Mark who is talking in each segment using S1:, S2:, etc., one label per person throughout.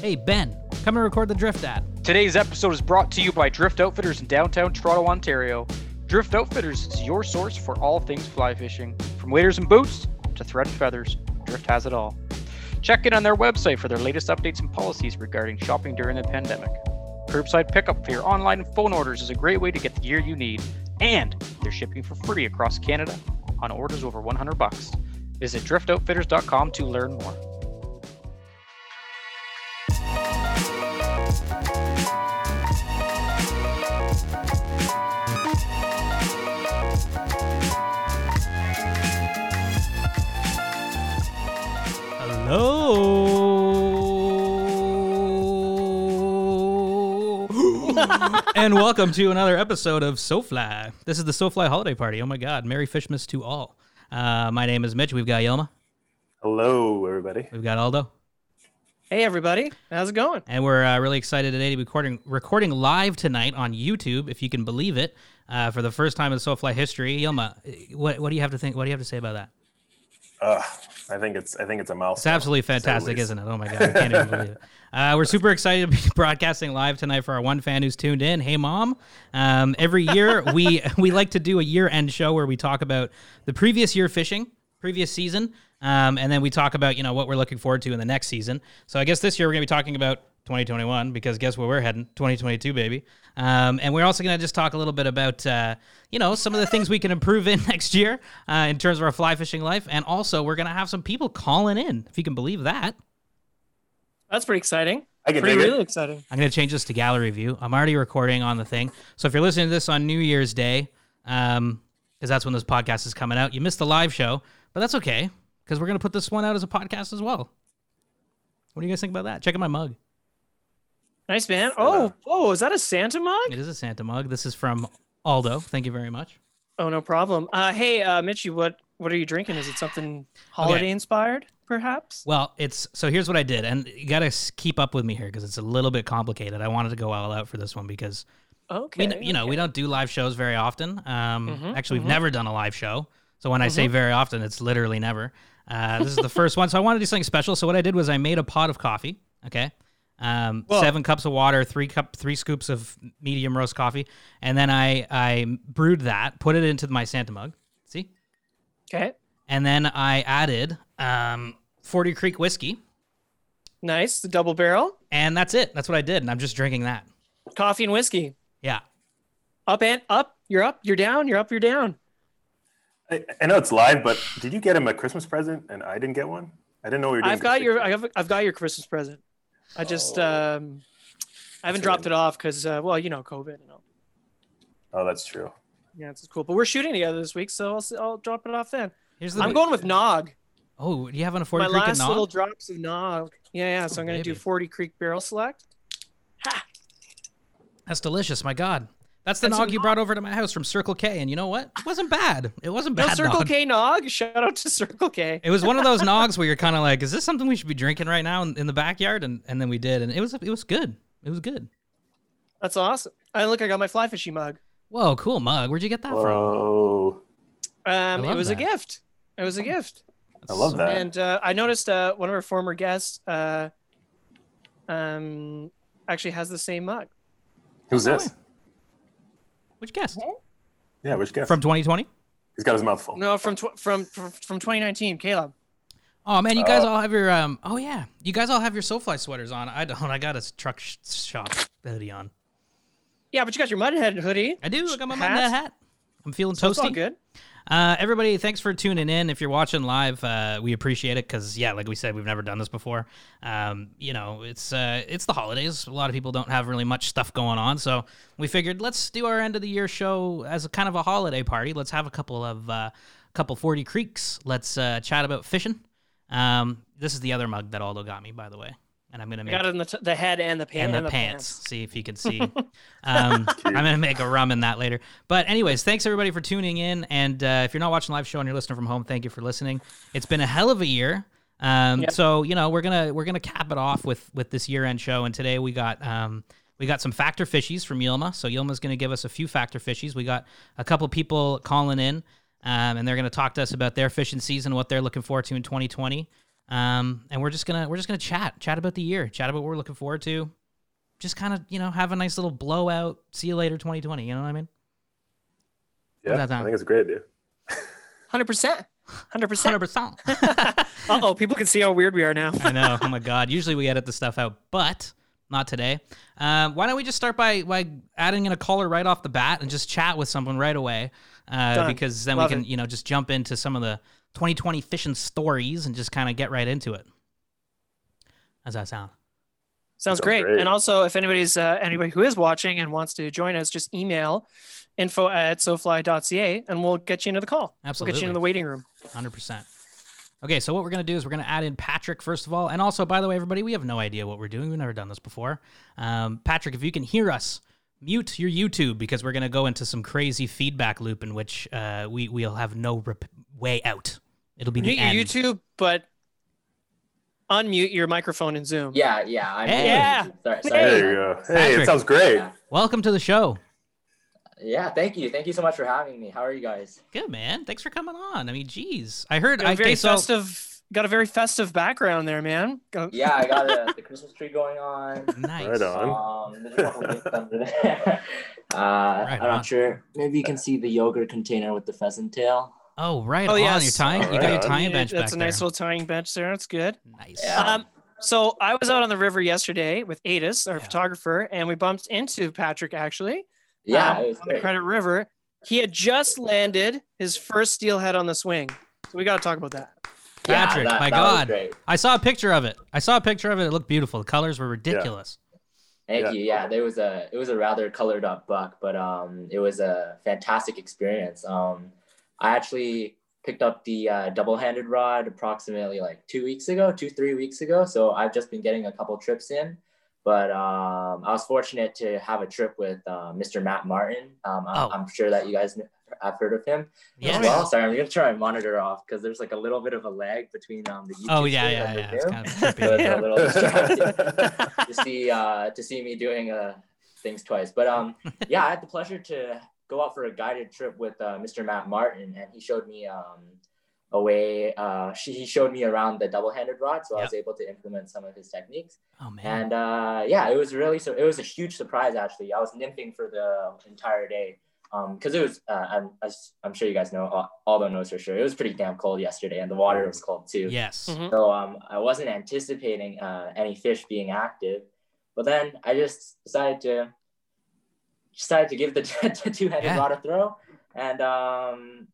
S1: Hey, Ben, come and record the drift ad.
S2: Today's episode is brought to you by Drift Outfitters in downtown Toronto, Ontario. Drift Outfitters is your source for all things fly fishing, from waders and boots to thread and feathers. Drift has it all. Check in on their website for their latest updates and policies regarding shopping during the pandemic. Curbside pickup for your online and phone orders is a great way to get the gear you need, and they're shipping for free across Canada on orders over 100 bucks. Visit driftoutfitters.com to learn more.
S1: Hello. and welcome to another episode of SoFly. This is the SoFly holiday party. Oh my God. Merry Fishmas to all. Uh, my name is Mitch. We've got Yelma.
S3: Hello, everybody.
S1: We've got Aldo.
S4: Hey everybody, how's it going?
S1: And we're uh, really excited today to be recording, recording live tonight on YouTube, if you can believe it, uh, for the first time in SoFly history. Yelma, what, what do you have to think? What do you have to say about that?
S3: Ugh, I think it's I think it's a milestone.
S1: It's absolutely
S3: to say the
S1: fantastic,
S3: least.
S1: isn't it? Oh my god, I can't even believe it. Uh, we're super excited to be broadcasting live tonight for our one fan who's tuned in. Hey, mom. Um, every year we we like to do a year end show where we talk about the previous year fishing, previous season, um, and then we talk about you know what we're looking forward to in the next season. So I guess this year we're gonna be talking about 2021 because guess where we're heading 2022 baby um, and we're also going to just talk a little bit about uh, you know some of the things we can improve in next year uh, in terms of our fly fishing life and also we're going to have some people calling in if you can believe that
S4: That's pretty exciting.
S3: I can
S4: pretty
S3: dig it.
S4: really exciting.
S1: i'm going to change this to gallery view i'm already recording on the thing so if you're listening to this on new year's day because that's when this podcast is coming out you missed the live show but that's okay because we're going to put this one out as a podcast as well what do you guys think about that check out my mug
S4: Nice man. Oh, whoa, is that a Santa mug?
S1: It is a Santa mug. This is from Aldo. Thank you very much.
S4: Oh no problem. Uh, hey, uh, Mitchy, what what are you drinking? Is it something
S1: Oh,
S4: holiday inspired, perhaps?
S1: Well, it's so here's what I did, and you gotta s- keep up with me here because it's a little bit complicated. I wanted to go all out for this one because
S4: Okay.
S1: we, you know, we don't do live shows very often. Um,
S4: Mhm,
S1: actually, we've
S4: mhm.
S1: never done a live show. So when I
S4: Mm-hmm.
S1: say very often, it's literally never. Uh, this is the first one, so I wanted to do something special. So what I did was I made a pot of coffee. Okay, um,
S4: Whoa.
S1: seven cups of water, three cup, three scoops of medium roast coffee, and then I I brewed that, put it into my Santa mug. See,
S4: Okay.
S1: and then I added um, 40 Creek whiskey,
S4: Nice. The double barrel,
S1: and that's it. That's what I did, and I'm just drinking that.
S4: coffee and whiskey.
S1: Yeah,
S4: Up and up. You're up. You're down. You're up. You're down.
S3: I, I know it's live, but did you get him a Christmas present and I didn't get one? I didn't know we were doing.
S4: I've got
S3: this
S4: your
S3: big thing.
S4: I've, I've got your Christmas present. I just
S3: Oh.
S4: um, I haven't
S3: That's
S4: dropped
S3: right.
S4: it off because uh, well, you know, COVID and all.
S3: Oh, that's true.
S4: Yeah, it's cool. But we're shooting together this week, so I'll s- I'll drop it off then.
S1: here's the.
S4: I'm going with Nog.
S1: oh, do you have an 40
S4: my
S1: Creek and
S4: last
S1: Nog?
S4: little drops of nog. Yeah, yeah. So I'm gonna do
S1: baby.
S4: 40 Creek Barrel Select.
S1: That's delicious. My God, that's the
S4: That's
S1: nog
S4: a
S1: you brought over to my house from Circle K, and you know what? It wasn't bad. It wasn't
S4: No
S1: bad.
S4: Circle
S1: nog.
S4: K nog. Shout out to Circle K.
S1: It was one of those nogs where you're kind of like, is this something we should be drinking right now in, in the backyard? And and then we did, and it was it was good. It was good.
S4: That's awesome. I look. I got my fly fishing mug.
S1: Whoa, cool mug. Where'd you get that from?
S3: Oh,
S4: Um, it
S1: love
S4: was a
S1: that.
S4: gift. It was a gift.
S3: I love that.
S4: And uh, I noticed uh, one of our former guests uh, um, actually has the same mug.
S3: who's this?
S1: Which guest?
S3: Yeah, which guy?
S1: From 2020?
S3: He's got his mouth full.
S4: No, from tw- from from from 2019, Caleb.
S1: Oh man, you guys
S3: Uh,
S1: all have your um. Oh yeah, you guys all have your SoFly sweaters on. I don't. I got a truck sh- shop hoodie on.
S4: Yeah, but you got your mudhead hoodie.
S1: I do. I got my
S4: Hat?
S1: hat. hat. I'm feeling
S4: It's all
S1: toasty.
S4: good.
S1: Uh, everybody, thanks for tuning in. If you're watching live, uh, we appreciate it because yeah, like we said, we've never done this before. Um, you know, it's uh, it's the holidays. A lot of people don't have really much stuff going on, so we figured let's do our end of the year show as a kind of a holiday party. Let's have a couple of uh, couple forty creeks. Let's uh, chat about fishing. Um, this is the other mug that Aldo got me, by the way, and I'm gonna
S4: I
S1: make
S4: got it in the, t- the head and the pants.
S1: and, the, pants. See if you can see. um, I'm gonna make a rum in that later. But anyways, thanks everybody for tuning in. And uh, if you're not watching live show and you're listening from home, thank you for listening. It's been a hell of a year. Um,
S4: Yep.
S1: So you know we're gonna we're gonna cap it off with with this year end show. And today we got um, we got some factor fishies from Yilma. So Yilma's gonna give us a few factor fishies. We got a couple people calling in. Um, and they're going to talk to us about their fishing season, what they're looking forward to in 2020. Um, and we're just gonna we're just gonna chat chat about the year, chat about what we're looking forward to. Just kind of you know have a nice little blowout. See you later, 2020. You know what I mean?
S3: Yeah,
S1: About that.
S3: I think it's a great idea.
S4: Hundred percent. Hundred percent.
S1: Hundred percent.
S4: Uh oh, people can see how weird we are now.
S1: I know. Oh my god. Usually we edit the stuff out, but not today. Um, why don't we just start by by adding in a caller right off the bat and just chat with someone right away? Uh,
S4: Done.
S1: because then
S4: Love
S1: we can
S4: it.
S1: you know just jump into some of the 2020 fishing stories and just kind of get right into it. How's that sound?
S4: Sounds
S3: Sounds
S4: great.
S3: great.
S4: And also, if anybody's uh, anybody who is watching and wants to join us, just email info at sofly.ca and we'll get you into the call. We'll get
S1: Absolutely.
S4: you into the waiting room.
S1: Hundred percent. Okay, so what we're gonna do is we're gonna add in Patrick first of all, and also by the way, everybody, we have no idea what we're doing. We've never done this before. Um, Patrick, if you can hear us, mute your YouTube because we're gonna go into some crazy feedback loop in which uh, we we'll have no rep- way out. It'll be the
S4: Mute
S1: end.
S4: your YouTube, but unmute your microphone in Zoom.
S5: Yeah, yeah. I'm
S1: Hey.
S4: Yeah.
S5: Sorry, sorry.
S3: There you go. Hey,
S1: Patrick.
S3: it sounds great.
S5: Yeah.
S1: Welcome to the show.
S5: Yeah, thank you. Thank you so much for having me. How are you guys?
S1: Good man. Thanks for coming on. I mean, geez, I heard.
S4: Got a
S1: I,
S4: very
S1: okay, so
S4: festive. Got a very festive background there, man. Go-
S5: Yeah, I got uh, the Christmas tree going on.
S1: nice.
S3: Right on.
S5: Um, there's a couple things under there. Uh, I'm
S1: on.
S5: not sure. Maybe you can see the yogurt container with the pheasant tail.
S1: Oh, right
S4: Oh,
S1: on.
S4: yes.
S1: You're tying.
S3: All
S1: you got
S3: right
S1: your
S3: on.
S1: tying bench
S4: That's
S1: back
S4: a nice
S1: there.
S4: little tying bench there. That's good.
S1: nice.
S5: Yeah.
S4: Um, so I was out on the river yesterday with Adis, our
S1: Yeah.
S4: photographer, and we bumped into Patrick actually.
S5: Yeah,
S4: um,
S5: it was
S4: on the
S5: great.
S4: Credit River. He had just landed his first steelhead on the swing. So we got to talk about that.
S5: Yeah,
S1: Patrick,
S5: that-
S1: my
S5: that was
S1: God.
S5: great.
S1: I saw a picture of it. I saw a picture of it. It looked beautiful. The colors were ridiculous.
S5: Thank
S3: Yeah.
S5: you. Yeah, there was a it was a rather colored up buck, but um, it was a fantastic experience. Um, I actually picked up the uh, double handed rod approximately like two weeks ago, two three weeks ago. So I've just been getting a couple trips in, but um, I was fortunate to have a trip with uh, Mr. Matt Martin. Um, I-
S1: Oh.
S5: I'm sure that you guys kn- have heard of him
S1: Yeah.
S5: as well. Sorry, I'm gonna turn my monitor off because there's like a little bit of a lag between um the YouTube
S1: Oh yeah,
S5: stream
S1: yeah,
S5: and the
S1: yeah. It's
S5: Zoom.
S1: kind of
S5: So
S1: trippy.
S5: it's
S3: uh,
S5: a little distracting
S3: yeah,
S5: to see uh, to see me doing uh, things twice. But um, yeah, I had the pleasure to go out for a guided trip with uh, Mr. Matt Martin, and he showed me um, a way. Uh, she, he showed me around the double-handed rod, so I was able to implement some of his techniques.
S1: Oh man.
S5: And uh, yeah, it was really so. It was a huge surprise, actually. I was nymphing for the entire day because it was. Uh, I'm, as I'm sure you guys know. Al- Aldo knows for sure. It was pretty damn cold yesterday, and the water was cold too.
S1: Yes.
S4: Mhm.
S5: So um, I wasn't anticipating uh, any fish being active, but then I just decided to decided to give the two-handed
S1: Yeah.
S5: rod a throw, and um,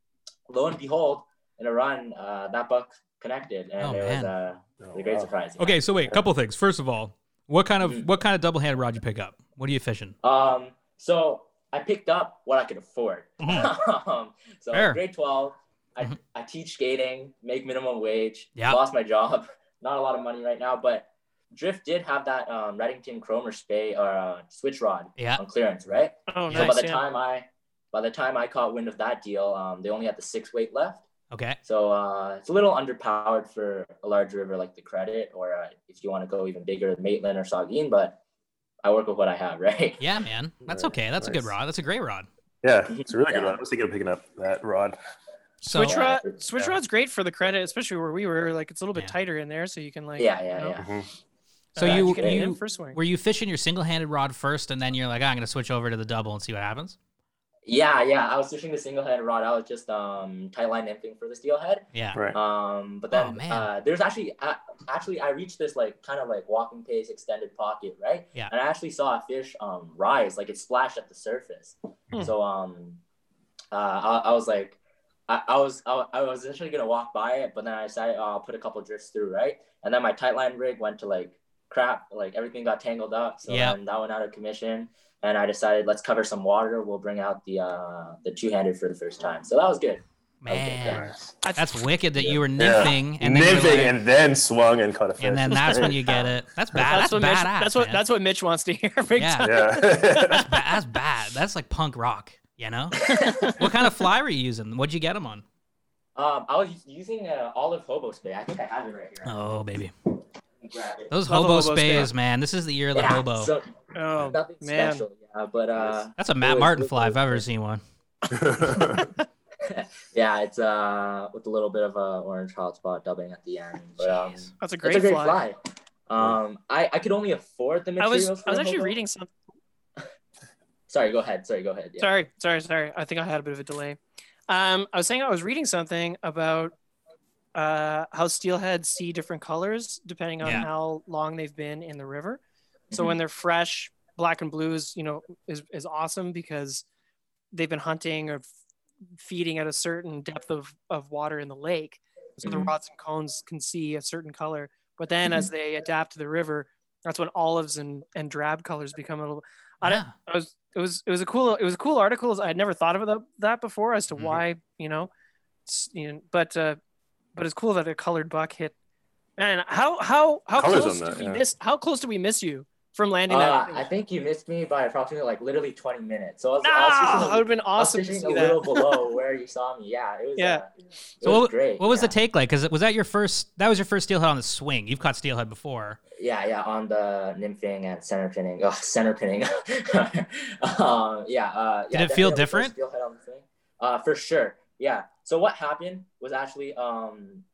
S5: lo and behold, in a run, uh, that buck connected, and
S1: Oh,
S5: it
S1: man.
S5: was, uh, it was a great surprise.
S1: Okay, so wait, couple things. First of all, what kind of
S3: Mm-hmm.
S5: Mhm.
S1: what kind of double handed rod you pick up? What are you fishing?
S5: Um, so I picked up what I could afford.
S4: Mm-hmm.
S5: um, so
S1: Fair.
S5: grade 12, I,
S1: Mhm.
S5: I teach skating, make minimum wage,
S1: Yeah.
S5: lost my job, not a lot of money right now, but Drift did have that um, Reddington Cromer spay or uh, switch rod
S1: Yeah.
S5: on clearance, right?
S4: Oh,
S1: Yeah.
S5: so by
S4: nice.
S5: the
S4: yeah.
S5: time I by the time I caught wind of that deal, um, they only had the six weight left.
S1: Okay.
S5: So uh, it's a little underpowered for a large river like the Credit, or uh, if you want to go even bigger, Maitland or Saugeen. But I work with what I have, right?
S1: Yeah, man. That's
S3: Right,
S1: okay. That's a good
S3: nice.
S1: rod. That's a great rod.
S3: it's a really good
S5: Yeah.
S3: rod. I was thinking of picking up that rod.
S1: So
S4: Switch
S5: Yeah.
S4: rod, switch
S3: Yeah.
S4: rod's great for the credit, especially where we were. Like it's a little bit
S1: Yeah.
S4: tighter in there, so you can like
S5: yeah,
S4: you
S5: yeah,
S4: know,
S5: yeah.
S1: so
S4: uh,
S1: you
S4: can hit
S1: you
S4: in first swing.
S1: were you fishing your single handed rod first and then you're like, "Ah, I'm gonna switch over to the double and see what happens?
S5: Yeah, yeah. I was switching to single head rod. I was just um tight line nymphing for the steel head.
S1: Yeah.
S3: Right.
S5: Um, but
S1: Oh,
S5: then
S1: man.
S5: uh, there's actually uh, actually I reached this like kind of like walking pace extended pocket, right?
S1: Yeah.
S5: And I actually saw a fish um rise, like it splashed at the surface.
S4: Hmm.
S5: So um, uh, I, I was like, I, I was I, I was initially gonna walk by it, but then I decided oh, I'll put a couple drifts through, right? And then my tight line rig went to like crap, like everything got tangled up. So
S1: Yeah.
S5: then that went out of commission. And I decided let's cover some water. We'll bring out the uh, the two handed for the first time. So that was good.
S1: Man.
S3: Nice.
S4: I-
S1: That's wicked that you were
S3: Yeah.
S1: nymphing and then you were
S3: Nymphing
S1: like-
S3: and then swung and caught a fish.
S1: and then that's when you get it. That's bad. That's,
S4: what Mitch,
S1: badass.
S4: that's what
S1: man.
S4: that's what Mitch wants to hear. Big
S1: Yeah.
S4: time.
S3: yeah.
S1: Ba- that's bad. That's like punk rock, you know? what kind of fly were you using? What'd you get them on?
S5: Um, I was using an olive hobo spay. I think I have it right here.
S1: Oh, baby.
S5: Let me grab it.
S1: Those
S4: Love a
S1: hobo
S4: hobo
S1: spays, man. This is the year of the
S5: Yeah,
S1: hobo.
S5: so
S4: Oh
S5: nothing
S4: man,
S5: special, yeah. But uh,
S1: That's a Matt
S5: was-
S1: Martin
S5: it
S1: fly if
S5: was-
S1: I've ever seen one.
S5: yeah, it's uh with a little bit of a orange hotspot dubbing at the end. But um,
S1: Jeez.
S4: That's a great,
S5: that's a great
S4: fly.
S5: fly. Um, I I could only afford the
S4: I
S5: materials.
S4: was I
S5: for
S4: was
S5: the
S4: actually
S5: logo.
S4: reading something.
S5: Sorry, go ahead. Sorry, go ahead. Yeah.
S4: Sorry, sorry, sorry. I think I had a bit of a delay. Um, I was saying I was reading something about uh, how steelheads see different colors depending on
S1: Yeah.
S4: how long they've been in the river.
S5: Mm-hmm.
S4: So when they're fresh, black and blue is you know is is awesome because they've been hunting or f- feeding at a certain depth of of water in the lake. So the
S5: Mhm.
S4: rods and cones can see a certain color. But then
S5: Mhm.
S4: as they adapt to the river, that's when olives and and drab colors become a little. I don't- I was it was it was a cool it was a cool article. I had never thought of that, that before as to
S3: Mm-hmm.
S1: Mhm.
S4: why you know, s- you know, but uh, but it's cool that a colored buck hit. Man, how how how
S3: Colours
S4: close
S3: on that,
S4: did we
S3: yeah.
S4: miss? How close did we miss you from landing
S5: Uh,
S4: that?
S5: I think you missed me by approximately like literally 20 minutes. So I was,
S4: no,
S5: I was fishing a-
S4: that Ah, would have been
S5: I was
S4: awesome to
S5: fishing
S4: see
S5: a little
S4: that.
S5: below where you saw me. Yeah, it was.
S4: Yeah.
S5: Uh, it
S1: So
S5: was
S1: what-
S5: great.
S1: What was
S5: yeah.
S1: the take like? Because was that your first? That was your first steelhead on the swing. You've caught steelhead before.
S5: yeah, yeah, on the nymphing and center pinning. Oh, center pinning. um, yeah, uh, yeah,
S1: Did it feel
S5: definitely
S1: different?
S5: feel head on the thing. Uh, for sure. Yeah. So what happened was actually, um,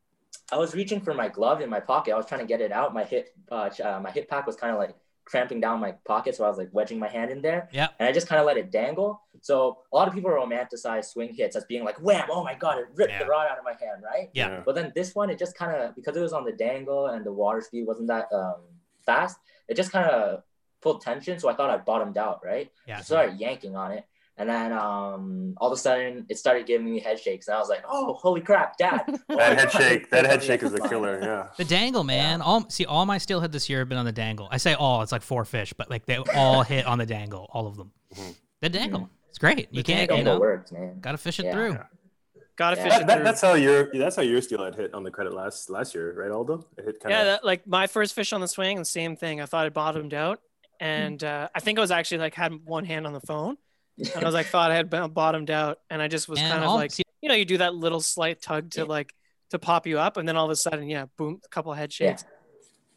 S5: I was reaching for my glove in my pocket. I was trying to get it out. My hip, uh, ch- uh, my hip pack was kind of like cramping down my pocket, so I was like wedging my hand in there.
S1: Yep.
S5: And I just kind of let it dangle. So a lot of people romanticize swing hits as being like, wham! Oh my god, it ripped the
S1: Yeah.
S5: rod out of my hand, right?
S1: Yeah.
S5: But then this one, it just kind of because it was on the dangle and the water speed wasn't that um, fast, it just kind of pulled tension. So I thought I bottomed out, right?
S1: Yeah.
S5: I started yanking on it, and then um, all of a sudden it started giving me head shakes, and I was like, "Oh, holy crap, Dad!"
S3: That head shake, that head shake is the killer. Yeah.
S1: The dangle, man. All see, all my steelhead this year have been on the dangle. I say all, it's like four fish, but like they all hit on the dangle, all of them.
S4: Mm-hmm.
S3: Mhm.
S1: The dangle, it's great. You
S4: The
S1: can't,
S5: Mm-hmm. Dangle
S1: you know,
S5: works, man.
S1: gotta fish it
S5: Yeah.
S1: through.
S4: Gotta
S5: Yeah.
S4: fish
S3: That,
S4: it
S3: that,
S4: through.
S3: that's how your that's how your steelhead hit on the credit last last year, right, Aldo? It hit kind
S4: yeah,
S3: of.
S4: that, like my first fish on the swing, the same thing. I thought it bottomed out,
S3: Hmm.
S4: and uh, I think I was actually like had one hand on the phone, and I was like thought I had bo- bottomed out, and I just was
S1: And
S4: kind of
S1: all-
S4: like
S1: see-
S4: you know you do that little slight tug to
S5: Yeah.
S4: like to pop you up, and then all of a sudden yeah, boom, a couple head shakes,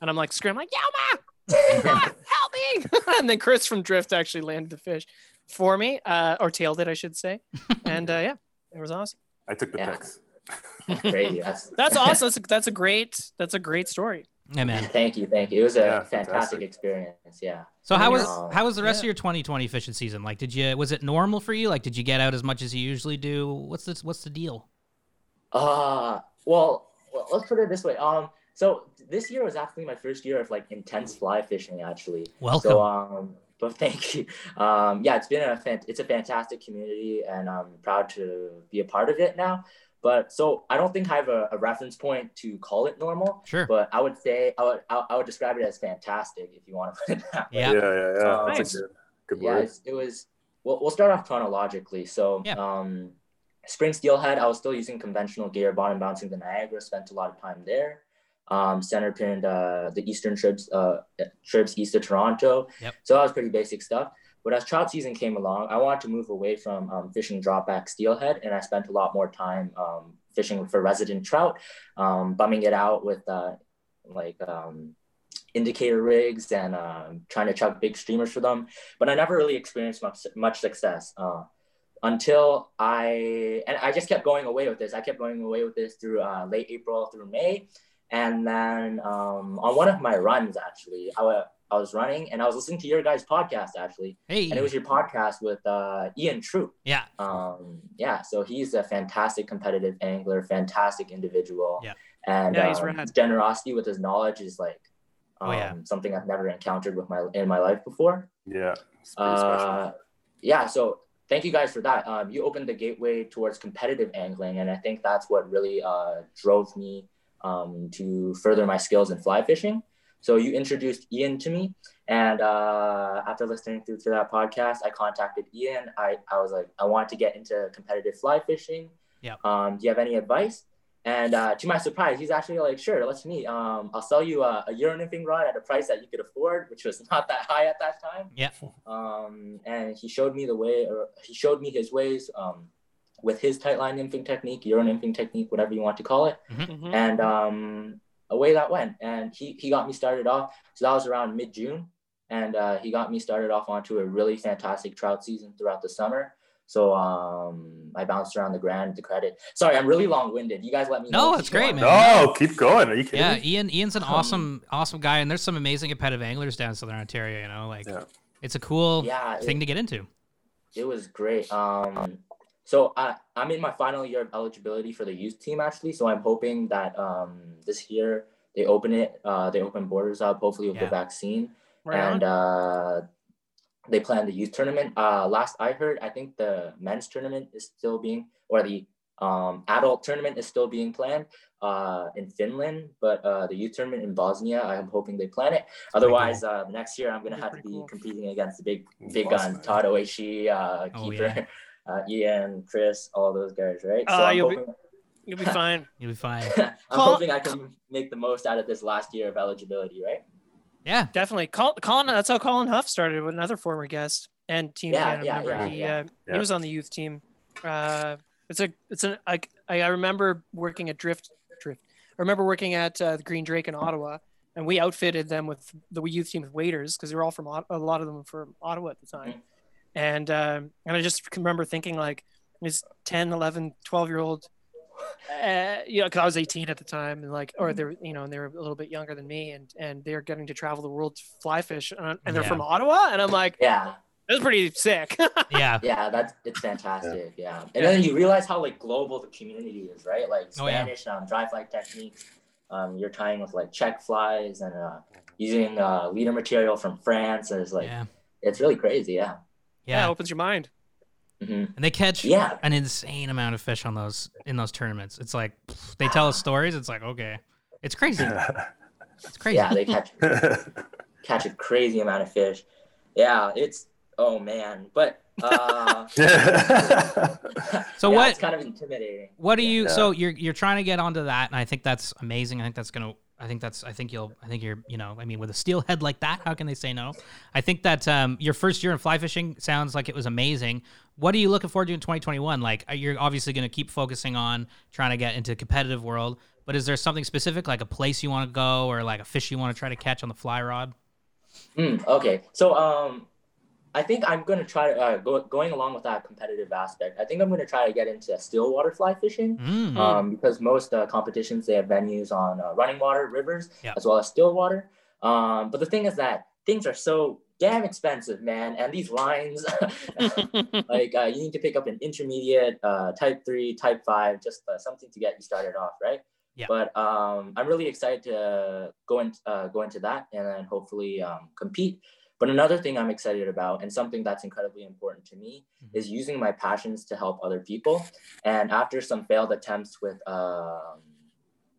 S4: and I'm like screaming like Yama, Yama, help me! and then Chris from Drift actually landed the fish for me, uh, or tailed it, I should say, and uh, yeah, it was awesome.
S3: I took the
S5: Yeah.
S3: pics.
S5: Crazy. That's,
S4: That's awesome. That's a, that's a great that's a great story.
S1: Yeah, man.
S5: thank you, thank you. It was a
S3: Yeah,
S5: fantastic,
S3: fantastic.
S5: experience. Yeah.
S1: So how
S4: Yeah.
S1: was
S5: Oh,
S1: how was the rest of
S4: yeah.
S1: your 2020 fishing season? Like, did you was it normal for you? Like, did you get out as much as you usually do? What's this? What's the deal?
S5: Uh, well, well, let's put it this way. Um, so this year was actually my first year of like intense fly fishing, actually.
S1: Welcome.
S5: So, um, but thank you. Um, yeah, it's been a fan- it's a fantastic community, and I'm proud to be a part of it now. But so I don't think I have a, a reference point to call it normal,
S1: sure.
S5: but I would say I would I, I would describe it as fantastic if you want to put it that way.
S1: yeah.
S3: Yeah, yeah, yeah. That's
S4: Nice.
S3: a good, good
S5: Yeah,
S3: word.
S5: it's, it was. We'll, we'll start off chronologically. So,
S1: Yeah.
S5: um, spring steelhead, I was still using conventional gear, bottom bouncing the Niagara. Spent a lot of time there. Um, center pinned uh, the eastern trips, uh, trips east of Toronto.
S1: Yep.
S5: So that was pretty basic stuff. But as trout season came along, I wanted to move away from um, fishing dropback steelhead, and I spent a lot more time um, fishing for resident trout, um, bumming it out with uh, like um, indicator rigs and um, trying to chuck big streamers for them but I never really experienced much much success uh, until I and I just kept going away with this. I kept going away with this through uh, late April through May, and then um, on one of my runs actually, I wa- I was running and I was listening to your guys' podcast actually,
S1: hey.
S5: and it was your podcast with uh, Ian Troop.
S1: yeah.
S5: Um, yeah, so he's a fantastic competitive angler, fantastic individual,
S1: Yeah.
S5: and
S4: Yeah, he's
S5: um,
S4: rad.
S5: generosity with his knowledge is like. Um,
S1: Oh, yeah.
S5: something I've never encountered with my in my life before.
S3: Yeah. It's pretty special.
S5: Uh, yeah, so thank you guys for that. Um, you opened the gateway towards competitive angling, and I think that's what really uh, drove me um, to further my skills in fly fishing. So you introduced Ian to me, and uh, after listening through to that podcast, I contacted Ian. I, I was like, I want to get into competitive fly fishing.
S1: Yeah.
S5: Um, do you have any advice? And uh, to my surprise, he's actually like, sure, let's meet. Um, I'll sell you a, a euro nymphing rod at a price that you could afford, which was not that high at that time um, and he showed me the way, or he showed me his ways um, with his tight line nymphing technique, euro nymphing technique, whatever you want to call it,
S4: Mhm.
S5: and um, away that went. And he he got me started off. So that was around mid June, and uh, he got me started off onto a really fantastic trout season throughout the summer. So um, I bounced around the grand to credit. Sorry, I'm really long winded. You guys let me
S1: No,
S5: know.
S1: that's great, man.
S3: No, keep going. Are you kidding?
S1: Yeah,
S3: me?
S1: Ian. Ian's an
S5: Um,
S1: awesome, awesome guy, and there's some amazing competitive anglers down in Southern Ontario. You know, like
S3: Yeah.
S1: it's a cool
S5: Yeah, it-
S1: thing to get into.
S5: It was great. Um, so I, I'm in my final year of eligibility for the youth team actually. So I'm hoping that um, this year they open it, uh, they open borders up, hopefully with
S1: Yeah.
S5: the vaccine,
S4: Right on.
S5: and uh, they plan the youth tournament. Uh, last I heard, I think the men's tournament is still being, or the um, adult tournament is still being planned uh, in Finland, but uh, the youth tournament in Bosnia, I'm hoping they plan it. Otherwise, uh, next year I'm gonna
S4: That's
S5: have to
S4: pretty
S5: be
S4: cool.
S5: competing against the big big
S3: Awesome.
S5: guns, Todd Oishi, uh,
S1: Oh,
S5: keeper, uh, Ian, Chris, all those guys, right?
S4: Uh,
S5: I'm,
S4: you'll be-
S5: hoping,
S4: You'll be fine.
S1: You'll be fine.
S5: I'm
S4: Call-
S5: hoping I can make the most out of this last year of eligibility, right?
S1: Yeah,
S4: Definitely. Col- Colin, that's how Colin Huff started with another former guest and team.
S5: Yeah,
S4: Canada
S5: yeah,
S4: member.
S5: yeah,
S4: he,
S5: yeah.
S4: Uh,
S3: Yeah.
S4: he was on the youth team. Uh, it's a, it's an, I, I I remember working at Drift, Drift. I remember working at uh, the Green Drake in Ottawa and we outfitted them with the youth team with waiters because they were all from, Ot- a lot of them were from Ottawa at the time. And, um, and I just can remember thinking like this 10, 11, 12 year old, uh, you know, cause I was 18 at the time and like, or they're, you know, and they were a little bit younger than me and, and they're getting to travel the world to fly fish and, and they're
S1: Yeah.
S4: from Ottawa. And I'm like,
S5: Yeah,
S4: that's pretty sick.
S1: yeah.
S5: yeah, that's it's fantastic. Yeah, and then you realize how like global the community is, right? Like
S1: Oh, yeah.
S5: Spanish um, dry fly techniques. Um, you're tying with like check flies and uh, using uh, leader material from France. And it's like
S1: yeah,
S5: it's really crazy. Yeah.
S4: yeah.
S1: yeah,
S4: opens your mind.
S5: hmm
S1: and they catch
S5: Yeah.
S1: an insane amount of fish on those in those tournaments. It's like pff, they tell us stories. It's like okay, it's crazy. It's crazy.
S5: Yeah, they catch catch a crazy amount of fish. Yeah, it's oh man, but uh,
S1: So
S5: yeah,
S1: what-
S5: It's kind of intimidating.
S1: What are
S5: Yeah.
S1: you?
S3: Yeah.
S1: So you're you're trying to get onto that, and I think that's amazing. I think that's gonna. I think that's. I think you'll. I think you're. You know. I mean, with a steel head like that, how can they say no? I think that um, your first year in fly fishing sounds like it was amazing. What are you looking forward to in 2021? Like uh, you're obviously going to keep focusing on trying to get into competitive world, but is there something specific, like a place you want to go, or like a fish you want to try to catch on the fly rod?
S5: Mm, okay, so um, I think I'm gonna try to uh, go, going along with that competitive aspect. I think I'm gonna try to get into still water fly fishing.
S1: Mm.
S5: um, because most uh, competitions they have venues on uh, running water, rivers,
S1: Yeah.
S5: as well as still water. Um, but the thing is that things are so damn expensive, man, and these lines, like uh, you need to pick up an intermediate, uh, type three, type five, just uh, something to get you started off, right?
S1: Yeah.
S5: But um, I'm really excited to go in, uh, go into that, and then hopefully um, compete. But another thing I'm excited about, and something that's incredibly important to me,
S1: Mhm.
S5: is using my passions to help other people and after some failed attempts with um,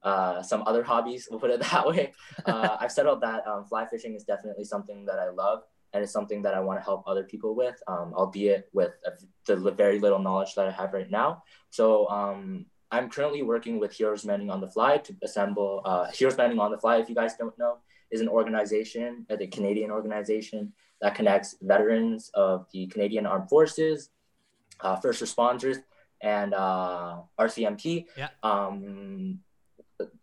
S5: uh, some other hobbies, we'll put it that way, uh, I've settled that um, fly fishing is definitely something that I love and it's something that I want to help other people with, um, albeit with a- the li- very little knowledge that I have right now. So um, I'm currently working with Heroes Mending on the Fly to assemble uh, Heroes Mending on the Fly. If you guys don't know, is an organization, uh, the Canadian organization that connects veterans of the Canadian Armed Forces, uh, first responders, and uh, RCMP.
S1: Yeah.
S5: Um,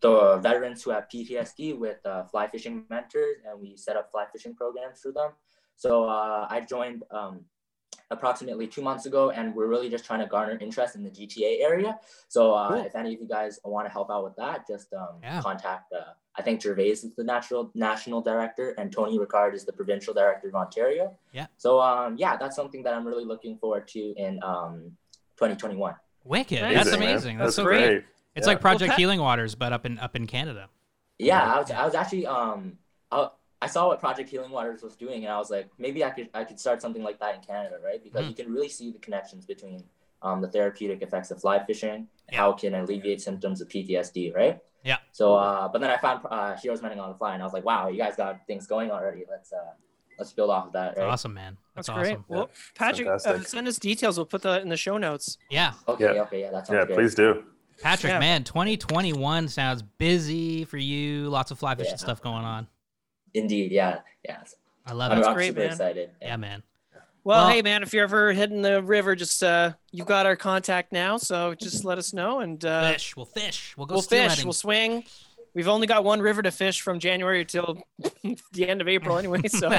S5: the veterans who have PTSD with uh, fly fishing mentors, and we set up fly fishing programs for them. So uh, I joined um, approximately two months ago, and we're really just trying to garner interest in the GTA area. So uh,
S1: Cool.
S5: if any of you guys want to help out with that, just um,
S1: Yeah.
S5: contact. Uh, I think Gervais is the natural national director, and Tony Ricard is the provincial director of Ontario.
S1: Yeah.
S5: So um, yeah, that's something that I'm really looking forward to in um, 2021.
S1: Wicked.
S4: Amazing,
S1: That's
S4: man.
S1: amazing. That's, so
S4: great.
S1: great. It's
S3: Yeah.
S1: like Project
S4: Well, Pat-
S1: Healing Waters, but up in up in Canada.
S5: Yeah,
S1: Yeah.
S5: I was I was actually um I, I saw what Project Healing Waters was doing and I was like maybe I could I could start something like that in Canada, right? Because
S1: Mhm.
S5: you can really see the connections between um, the therapeutic effects of fly fishing and how it can alleviate symptoms of PTSD, right?
S1: Yeah.
S5: So uh but then I found uh Heroes Mending on the Fly and I was like, wow, you guys got things going already. Let's uh let's build off of that, right?
S1: Awesome, man. That's,
S4: That's,
S1: awesome.
S4: great. Well, Patrick, uh,
S3: fantastic.
S4: send us details. We'll put that in the show notes.
S1: Yeah.
S5: Okay,
S3: Yeah.
S5: okay, yeah, that sounds
S3: Yeah,
S5: good.
S3: please do.
S1: Patrick,
S4: Yeah.
S1: man, 2021 sounds busy for you. Lots of fly fishing
S5: Yeah.
S1: stuff going on.
S5: Indeed, yeah, yeah.
S1: I love
S5: I'm,
S1: it.
S5: I'm
S4: great,
S5: super
S4: man.
S5: excited.
S1: Yeah, Oh, man.
S4: Well,
S1: Well-
S4: hey man, if you're ever hitting the river, just uh, you got our contact now, so just let us know and uh,
S1: Fish. We'll fish. We'll go
S4: we'll
S1: steelheading.
S4: fish, we'll swing. We've only got one river to fish from January till the end of April anyway, so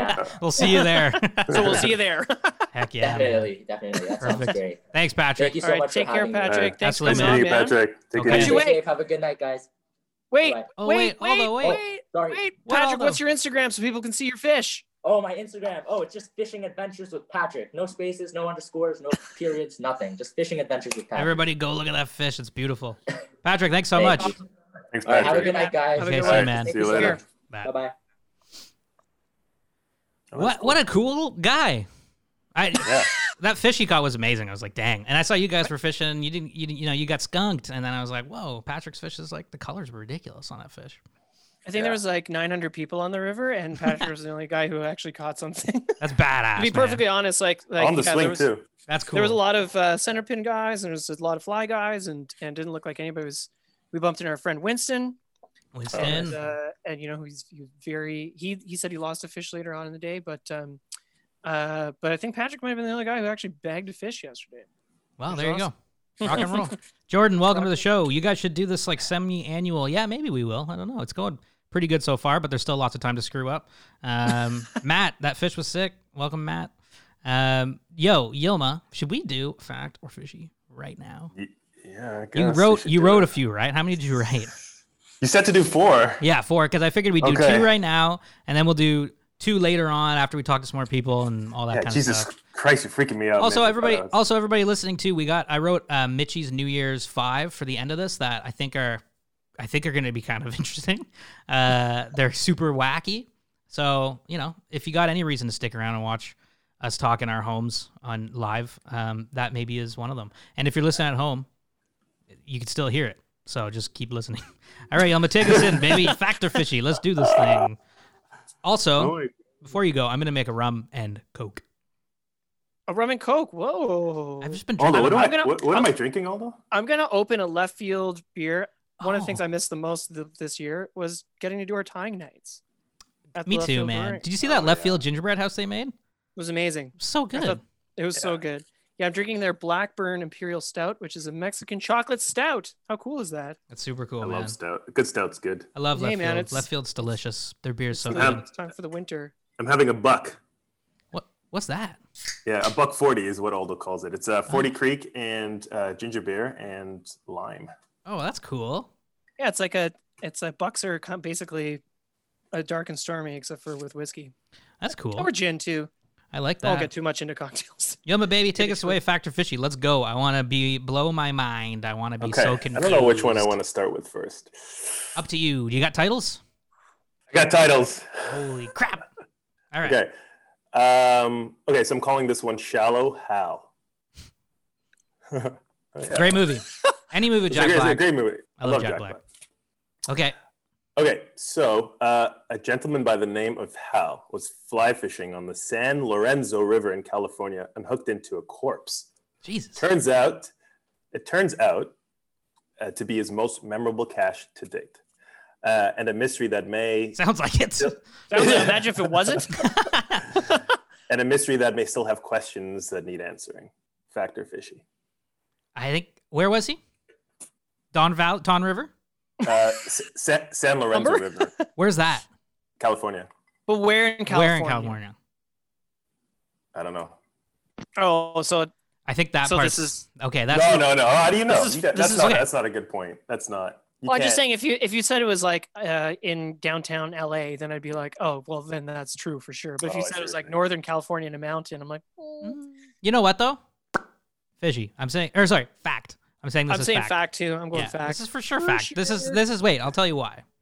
S1: We'll see you there.
S4: so we'll see you there.
S1: Hell Heck yeah. man.
S5: definitely, definitely. That sounds
S1: Perfect.
S5: great.
S1: Thanks, Patrick.
S5: Thank you so
S4: All right,
S5: much
S4: take
S5: for
S4: care,
S5: having me.
S4: Patrick.
S6: Uh,
S4: Thanks for
S1: Absolutely,
S4: coming
S6: Good to see you,
S4: on, man.
S6: Patrick. Take
S1: Okay.
S6: it
S5: Stay
S6: easy.
S4: Wait.
S5: safe. Have a good night, guys.
S4: Wait,
S5: Bye.
S1: Oh,
S4: wait,
S1: wait, hold on,
S4: wait,
S1: wait.
S4: wait,
S5: Sorry.
S4: wait.
S1: What
S4: Patrick,
S1: all
S4: what's
S1: the-
S4: your Instagram so people can see your fish?
S5: Oh, my Instagram. Oh, it's just fishing adventures with Patrick. No spaces, no underscores, no periods, nothing. Just fishing adventures with Patrick.
S1: Everybody go look at that fish. It's beautiful. Patrick, thanks so
S5: Thank
S1: much.
S5: you.
S6: Thanks,
S5: All right, have a
S6: Patrick.
S5: good night, guys.
S4: Have a
S1: Okay,
S4: good
S1: see you,
S4: one.
S1: man.
S6: See you later.
S1: Bye.
S5: Bye bye.
S6: Oh, that's
S1: What
S6: cool.
S1: what a cool guy. I
S6: Yeah.
S1: that fish he caught was amazing. I was like, dang. And I saw you guys were fishing. You didn't you didn't, you know, you got skunked and then I was like, whoa, Patrick's fish is like the colors were ridiculous on that fish.
S4: I think
S5: Yeah.
S4: there was like 900 people on the river, and Patrick was the only guy who actually caught something.
S1: That's badass.
S4: to be
S1: man.
S4: perfectly honest, like, like
S6: On the
S4: yeah,
S6: swing,
S4: there was,
S6: too.
S1: That's cool.
S4: There was a lot of uh, center pin guys, and there was a lot of fly guys, and and didn't look like anybody was. We bumped into our friend Winston, and,
S1: Winston.
S4: uh, and you know he's, he's very he he said he lost a fish later on in the day, but um, uh, but I think Patrick might have been the only guy who actually bagged a fish yesterday.
S1: Well,
S4: That's
S1: there you
S4: awesome.
S1: go. Rock and roll. Jordan, welcome to the show. You guys should do this like semi annual. Yeah, maybe we will. I don't know. It's going pretty good so far, but there's still lots of time to screw up. Um, Matt, that fish was sick. Welcome, Matt. Um, yo, Yilma, should we do fact or fishy right now?
S6: Y- Yeah, I guess
S1: You
S6: we
S1: wrote
S6: should
S1: you
S6: do
S1: wrote
S6: it.
S1: a few, right? How many did you write?
S6: You said to do four.
S1: Yeah, four. Because I figured we'd do
S6: Okay.
S1: two right now, and then we'll do two later on after we talk to some more people and all that
S6: Yeah,
S1: kind of
S6: Jesus
S1: stuff.
S6: Christ, you're freaking me out.
S1: Also,
S6: man.
S1: everybody,
S6: Uh,
S1: also everybody listening too. We got I wrote uh, Mitchie's New Year's five for the end of this that I think are, I think are going to be kind of interesting. Uh, they're super wacky. So you know, if you got any reason to stick around and watch us talk in our homes on live, um, that maybe is one of them. And if you're listening at home, you can still hear it. So just keep listening. All right, I'm gonna take us in, baby. Factor fishy. Let's do this thing.
S6: oh,
S1: Also,
S6: wait.
S1: before you go, I'm gonna make a rum and coke.
S4: A rum and coke. Whoa!
S1: I've just been drinking.
S6: Aldo, Oh, what, do I,
S4: I'm gonna-
S6: what, what am I drinking, Aldo?
S4: I'm gonna open a left field beer. One of the things
S1: Oh.
S4: I missed the most th- this year was getting to do our tying nights. at the
S1: Me
S4: left
S1: too,
S4: field
S1: man.
S4: brewery.
S1: Did you see that
S6: Oh,
S1: left
S6: yeah.
S1: field gingerbread house they made?
S4: It was amazing.
S1: So
S4: I
S1: good.
S4: thought It was so
S6: Yeah.
S4: good. Yeah, I'm drinking their Blackburn Imperial Stout, which is a Mexican chocolate stout. How cool is that?
S1: That's super cool,
S6: I
S1: Oh, man.
S6: love stout. Good stout's good.
S1: I love
S4: Hey,
S1: left
S4: man,
S1: field.
S4: it's-
S1: left field's delicious. Their beer's so
S4: It's
S1: good.
S4: time-
S6: Um,
S4: it's time for the winter.
S6: I'm having a buck.
S1: What? What's that?
S6: Yeah, a buck 40 is what Aldo calls it. It's uh, 40 Creek and uh, ginger beer and lime.
S1: Oh, that's cool.
S4: Yeah, it's like a it's a bucks are kind of basically a dark and stormy except for with whiskey
S1: That's cool.
S4: or gin too.
S1: I like
S4: I Don't
S1: that.
S4: get too much into cocktails.
S1: Yuma baby, take
S4: Pretty
S1: us away. Factor fishy. Let's go. I want to be blow my mind. I want to be
S6: Okay.
S1: so confused.
S6: I don't know which one I want to start with first.
S1: Up to you. You got titles?
S6: I got titles.
S1: Holy crap! All right.
S6: Okay. Um, okay, so I'm calling this one Shallow Hal. It's
S1: Great movie. Any movie,
S6: a
S1: Jack
S6: great- it's a
S1: Black.
S6: great movie. I, love, Jack, Black.
S1: Okay.
S6: Okay, so uh, a gentleman by the name of Hal was fly fishing on the San Lorenzo River in California and hooked into a corpse.
S1: Jesus.
S6: Turns out, it turns out uh, to be his most memorable cache to date, uh, and a mystery that may
S1: Sounds like it.
S4: That was, imagine if it wasn't.
S6: and a mystery that may still have questions that need answering. Factor fishy.
S1: I think. Where was he? Don Val, Don River.
S6: Uh, S- Sa- San Lorenzo
S4: Number?
S6: River,
S1: Where's that?
S6: California.
S4: But where in California?
S1: Where in California?
S6: I don't know.
S4: Oh, so
S1: I think that
S4: so
S1: part's
S4: this is.
S1: okay. That's
S6: no, no, no. How do you know?
S4: This is-
S6: You don't-
S4: this
S6: that's
S4: is-
S6: not.
S1: okay.
S6: That's not a good point. That's not. you
S4: Well, I'm just
S6: can't-
S4: saying if you if you said it was like uh, in downtown LA, then I'd be like, oh, well, then that's true for sure. But if you
S6: Oh, I
S4: said
S6: see
S4: it was
S6: what
S4: like
S6: you mean.
S4: Northern California in a mountain, I'm like,
S1: Mm. You know what though? Fishy. I'm saying, or sorry, fact. I'm saying this
S4: I'm
S1: is
S4: saying
S1: fact.
S4: fact. too. I'm going
S1: Yeah,
S4: fact.
S1: This is for sure
S4: For
S1: fact. This is this is wait. I'll tell you why.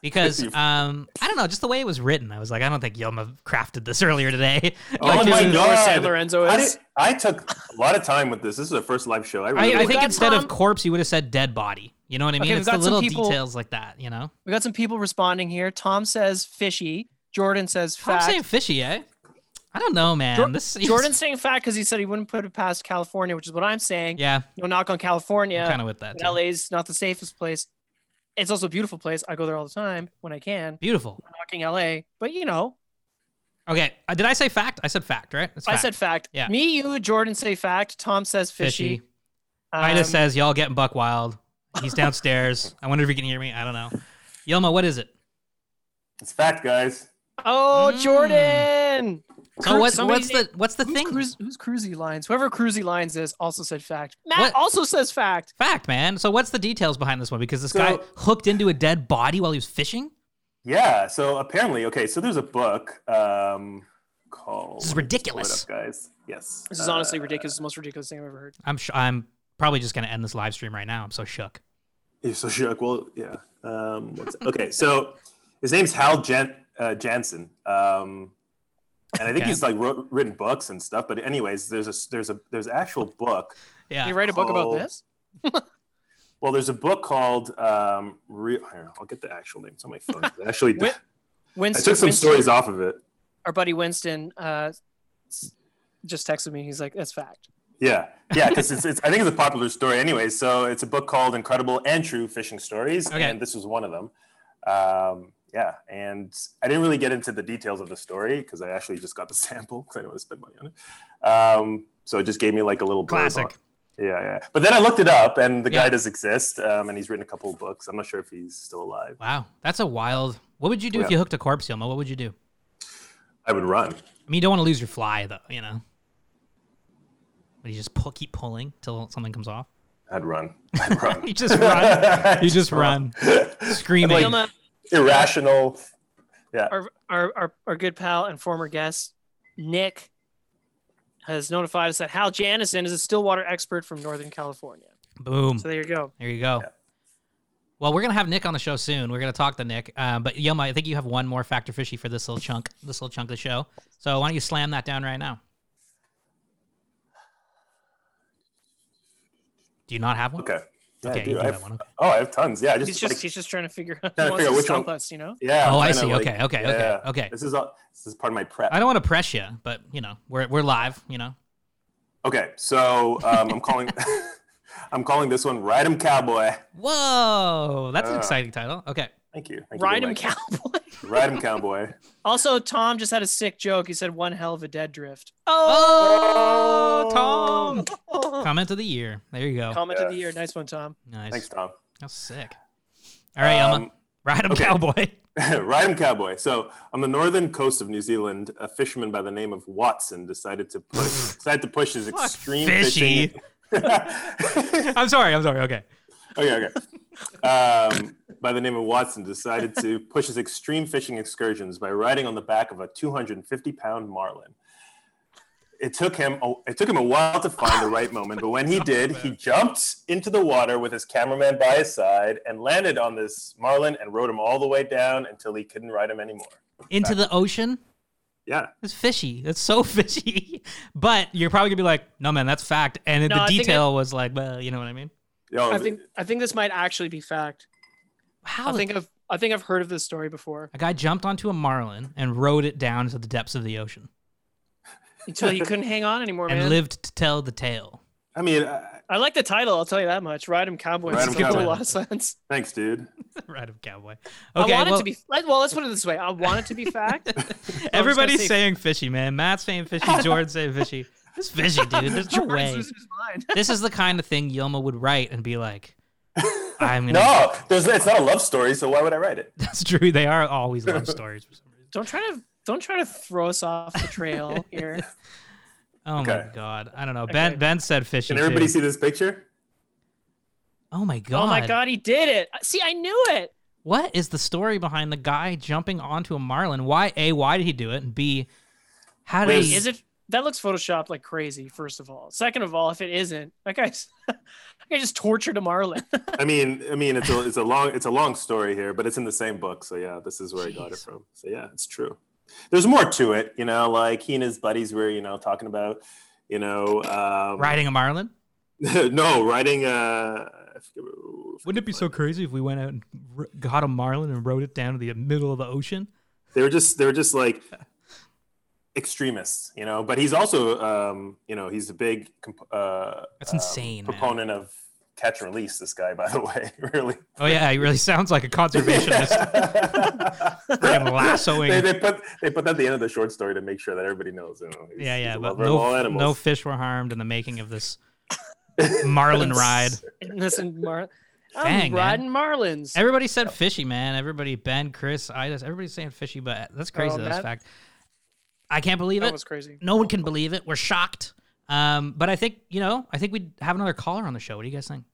S1: Because
S6: You've-
S1: um, I don't know, just the way it was written, I was like, I don't think Yoma crafted this earlier today.
S6: Oh
S1: Like,
S6: my
S1: this is-
S4: You know where San
S6: God.
S4: Lorenzo
S6: I,
S4: is.
S6: did, I took a lot of time with this. This is the first live show. I
S1: I,
S6: really.
S1: I think
S4: got
S1: instead of
S4: some-
S1: corpse, you would have said dead body. You know what I mean?
S4: we've
S1: it's the
S4: got some
S1: little
S4: people-
S1: details like that. You know,
S4: We got some people responding here. Tom says fishy. Jordan says
S1: I'm
S4: fact.
S1: saying fishy, eh? I don't know, man.
S4: Jor-
S1: this seems-
S4: Jordan's saying fact because he said he wouldn't put it past California, which is what I'm saying.
S1: Yeah,
S4: No knock on California.
S1: kind of with that.
S4: but
S1: Too.
S4: LA's not the safest place. It's also a beautiful place. I go there all the time when I can.
S1: Beautiful.
S4: I'm knocking LA, but you know,
S1: Okay, uh, did I say fact? I said fact, right? It's
S4: I
S1: fact.
S4: said fact.
S1: Yeah.
S4: Me, you, Jordan say fact. Tom says fishy.
S1: fishy. Ida
S4: Um,
S1: says, "Y'all getting buck wild." He's downstairs. I wonder if he can hear me. I don't know. Yelma, what is it?
S6: It's fact, guys.
S4: Oh,
S1: Mm.
S4: Jordan.
S1: So what,
S4: somebody
S1: what's the what's the
S4: Who's
S1: thing?
S4: Cruz, who's Cruzy Lines? Whoever Cruzy Lines is also said fact. Matt
S1: What?
S4: also says fact.
S1: Fact, man. So what's the details behind this one? Because this
S6: So-
S1: guy hooked into a dead body while he was fishing.
S6: Yeah. So apparently, okay. So there's a book um, called.
S1: This is
S6: let me just pull it
S1: ridiculous.
S6: up, guys. Yes.
S4: This is honestly
S6: Uh,
S4: ridiculous. It's the most ridiculous thing I've ever heard.
S1: I'm sh- I'm probably just gonna end this live stream right now. I'm so shook.
S6: You're so shook. Well, yeah. Um, what's, okay, so his name's Hal Jan, uh, Jansen, um, and I think
S1: Okay.
S6: he's like wrote, written books and stuff. But anyways, there's a there's a there's an actual book.
S1: Yeah.
S4: you write a book about
S6: Oh.
S4: this?
S6: Well, there's a book called. Um, Re- here, I'll get the actual name. It's on my phone. It's actually,
S4: Win-
S6: I
S4: Winston,
S6: took some
S4: Winston-
S6: stories off of it.
S4: Our buddy Winston uh, s- just texted me. He's like, "That's fact."
S6: Yeah, yeah, because it's, it's I think it's a popular story anyway. So it's a book called Incredible and True Fishing Stories,
S1: Okay.
S6: and this was one of them. Um, yeah, and I didn't really get into the details of the story because I actually just got the sample because I didn't want to spend money on it. Um, so it just gave me like a little blurb
S1: Classic.
S6: on- Yeah, yeah. But then I looked it up, and the
S1: Yeah.
S6: guy does exist, um, and he's written a couple of books. I'm not sure if he's still alive.
S1: Wow, that's a wild. What would you do if
S6: Yeah.
S1: you hooked a corpse, Yelmo? What would you do?
S6: I would run.
S1: I mean, you don't want to lose your fly, though. You know. But you just pull, keep pulling till something comes off.
S6: I'd run. I'd run.
S1: You just run, you just run, screaming.
S4: Yelma,
S6: Irrational.
S4: our, our, our, our good pal and former guest, Nick, has notified us that Hal Janison is a Stillwater expert from Northern California.
S1: Boom.
S4: So there you go.
S1: There you go.
S6: Yeah.
S1: Well, we're gonna have Nick on the show soon. We're gonna talk to Nick. Um, but Yelma, I think you have one more factor fishy for this little chunk, this little chunk of the show. So why don't you slam that down right now? Do you not have one?
S6: Okay. Yeah,
S1: okay,
S6: dude,
S1: you do
S6: I
S1: have
S6: have-
S1: one. Okay.
S6: Oh, I have tons. Yeah, I just,
S4: He's just
S6: like,
S4: he's just trying to figure out
S6: Trying
S4: who
S6: to
S4: wants
S6: figure
S4: to
S6: out which
S4: stump
S6: one-
S4: us. You know,
S6: Yeah. I'm
S1: Oh, I
S6: trying to,
S1: see.
S6: like-
S1: Okay, okay, okay, okay.
S6: This is all, this is part of my prep.
S1: I don't want to press you, but you know, we're we're live. You know,
S6: Okay, so um, I'm calling. I'm calling this one "Ride 'Em Cowboy."
S1: whoa, that's an
S6: Uh.
S1: exciting title. Okay,
S6: Thank you. Thank
S4: ride
S6: you
S4: him,
S6: very
S4: cowboy.
S6: much. Ride 'Em Cowboy.
S4: Also, Tom just had a sick joke. He said, "One hell of a dead drift." Oh,
S1: oh, Tom, comment of the year. There you go.
S4: comment of the
S6: Yeah.
S4: year. Nice one, Tom.
S1: Nice.
S6: Thanks, Tom.
S1: That's sick. All right, Yelma,
S6: Um,
S1: ride him,
S6: okay.
S1: cowboy.
S6: Um, Ride 'em Cowboy. So, on the northern coast of New Zealand, a fisherman by the name of Watson decided to push decided to push his extreme
S1: fishy.
S6: fishing.
S1: I'm sorry. I'm sorry. Okay.
S6: okay, okay. Um, by the name of Watson, decided to push his extreme fishing excursions by riding on the back of a 250-pound marlin. It took him a, it took him a while to find the right moment, but when he did, he jumped into the water with his cameraman by his side and landed on this marlin and rode him all the way down until he couldn't ride him anymore.
S1: Into the ocean.
S6: Yeah,
S1: It's fishy. That's so fishy. But you're probably gonna be like, no, man, that's fact. And
S4: No,
S1: the
S4: I think
S1: detail was like, well, you know what I mean.
S6: Yo,
S4: I think I think this might actually be fact.
S1: How
S4: I
S1: the-
S4: think I've I think I've heard of this story before.
S1: a guy jumped onto a marlin and rode it down to the depths of the ocean
S4: Until you couldn't hang on anymore,
S1: and
S4: man.
S1: lived to tell the tale.
S6: I mean, uh,
S4: I like the title. I'll tell you that much. Ride 'em, cowboy.
S6: Ride 'em
S4: It's gives a
S6: Cowboy.
S4: lot of sense.
S6: thanks, dude.
S1: ride of cowboy.
S4: I
S1: Okay.
S4: want
S1: well,
S4: it to be. let- Well, let's put it this way. I want it to be fact.
S1: everybody's
S4: say-
S1: saying fishy, man. Matt's saying fishy. Jordan's saying fishy. It's fishy, dude. There's no
S4: Jordan's
S1: way.
S4: losing his mind.
S1: This is the kind of thing Yelma would write and be like, I'm gonna
S6: No, there's, it's not a love story, so why would I write it?
S1: That's true. They are always love stories for some reason.
S4: Don't try to don't try to throw us off the trail here.
S1: Oh
S6: Okay.
S1: my god. I don't know. Ben
S4: Okay.
S1: Ben said fishy.
S6: Can everybody
S1: too.
S6: see this picture?
S1: Oh my god.
S4: Oh my god, he did it! See, I knew it.
S1: What is the story behind the guy jumping onto a marlin? Why a why did he do it? And b how did
S6: Wait,
S1: he
S4: Is it that looks photoshopped like crazy? First of all, second of all, if it isn't, that guy's that guy just tortured a marlin.
S6: I mean, I mean, it's a it's a long it's a long story here, but it's in the same book, so yeah, this is where I got it
S1: Jeez.
S6: from. So yeah, it's true. There's more to it, you know. Like he and his buddies were, you know, talking about, you know, um,
S1: riding a marlin?
S6: no, riding. Uh, I forget what-
S1: Wouldn't it be so crazy if we went out and r- got a marlin and rode it down to the middle of the ocean?
S6: they were just they were just like extremists, you know. But he's also, um, you know, he's a big comp- uh,
S1: That's
S6: um,
S1: insane, man.
S6: proponent of catch and release. This guy, by the way, really.
S1: Oh yeah, he really sounds like a conservationist. Freaking lassoing.
S6: They, they put they put that at the end of the short story to make sure that everybody knows. You know, he's-
S1: yeah,
S6: he's
S1: yeah.
S6: a
S1: But
S6: lover of all
S1: no,
S6: animals.
S1: no fish were harmed in the making of this marlin ride.
S4: And Listen, Mar-
S1: Dang, man.
S4: I'm riding marlins.
S1: Everybody said fishy, man. Everybody, Ben, Chris, Idas, everybody's saying fishy, but that's crazy.
S4: Oh,
S1: that's
S4: Matt-
S1: fact. I can't believe
S4: That
S1: it.
S4: was crazy.
S1: no one can believe it. We're shocked. Um, but I think you know. I think we'd have another caller on the show. What do you guys think?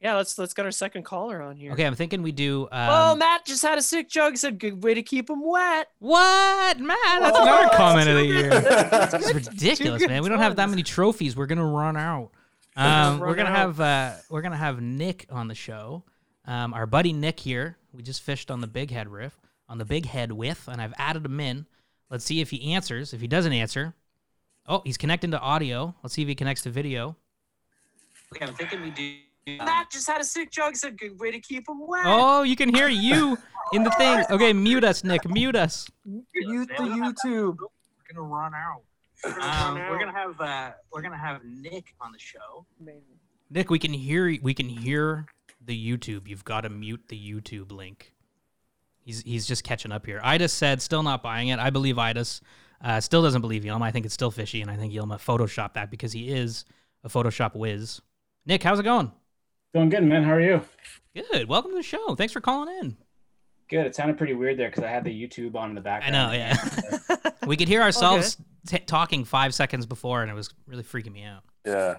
S4: Yeah, let's let's get our second caller on here.
S1: Okay, I'm thinking we do. Um,
S4: Oh, Matt just had a sick joke. He said, "Good way to keep him wet."
S1: what, man? That's
S4: Oh,
S1: another
S4: that's
S1: comment of the
S4: too
S1: year.
S3: That's
S1: It's ridiculous,
S4: good
S1: man. We don't have that
S4: times.
S1: many trophies. We're gonna run out.
S4: gonna
S1: Um, we're
S4: run
S1: gonna
S4: out.
S1: have uh, we're gonna have Nick on the show. Um, our buddy Nick here. We just fished on the big head riff on the big head with, and I've added him in. Let's see if he answers. If he doesn't answer, oh, he's connecting to audio. Let's see if he connects to video.
S7: Okay, I'm thinking we do.
S4: Matt just had a sick joke. He said, "Good way to keep him wet."
S1: Oh, you can hear you in the thing. Okay, mute us, Nick. Mute us.
S4: Mute the YouTube.
S7: We're gonna run out. Um, we're gonna have uh, we're gonna have Nick on the show.
S1: Nick, we can hear we can hear the YouTube. You've got to mute the YouTube link. He's he's just catching up here. Idas said still not buying it. I believe Idas uh, still doesn't believe Yelma. I think it's still fishy, and I think Yelma photoshopped that because he is a Photoshop whiz. Nick, how's it going?
S8: Going good, man. How are you?
S1: Good. Welcome to the show. Thanks for calling in.
S8: Good. It sounded pretty weird there because I had the YouTube on in the
S1: I
S8: background.
S1: know. Yeah, we could hear ourselves t- talking five seconds before, and it was really freaking me out.
S3: yeah,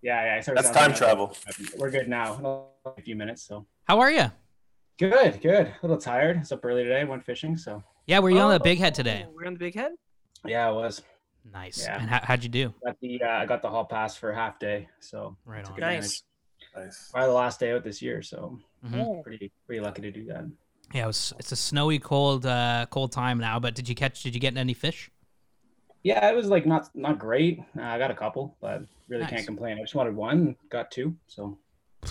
S8: Yeah, yeah. I sort of
S3: that's
S8: sounded
S3: time
S8: like-
S3: travel.
S8: We're good now. In A few minutes, so
S1: How are you?
S8: good, good. A little tired. It's up early today. Went fishing, so
S1: Yeah, were you on
S4: Oh,
S1: the big head today?
S4: We're on the big head.
S8: yeah, I was.
S1: Nice.
S8: Yeah.
S1: And how, how'd you do?
S8: Got the uh, I got the hall pass for a half day, so
S1: Right on.
S8: Good
S4: Nice.
S3: Nice.
S8: probably the last day out this year. So
S1: Mhm.
S4: Oh,
S8: pretty pretty lucky to do that.
S1: Yeah, it was, it's a snowy, cold, uh, cold time now. But did you catch? Did you get any fish?
S8: Yeah, it was like not not great. Uh, I got a couple, but really
S1: Nice.
S8: can't complain. I just wanted one, got two, so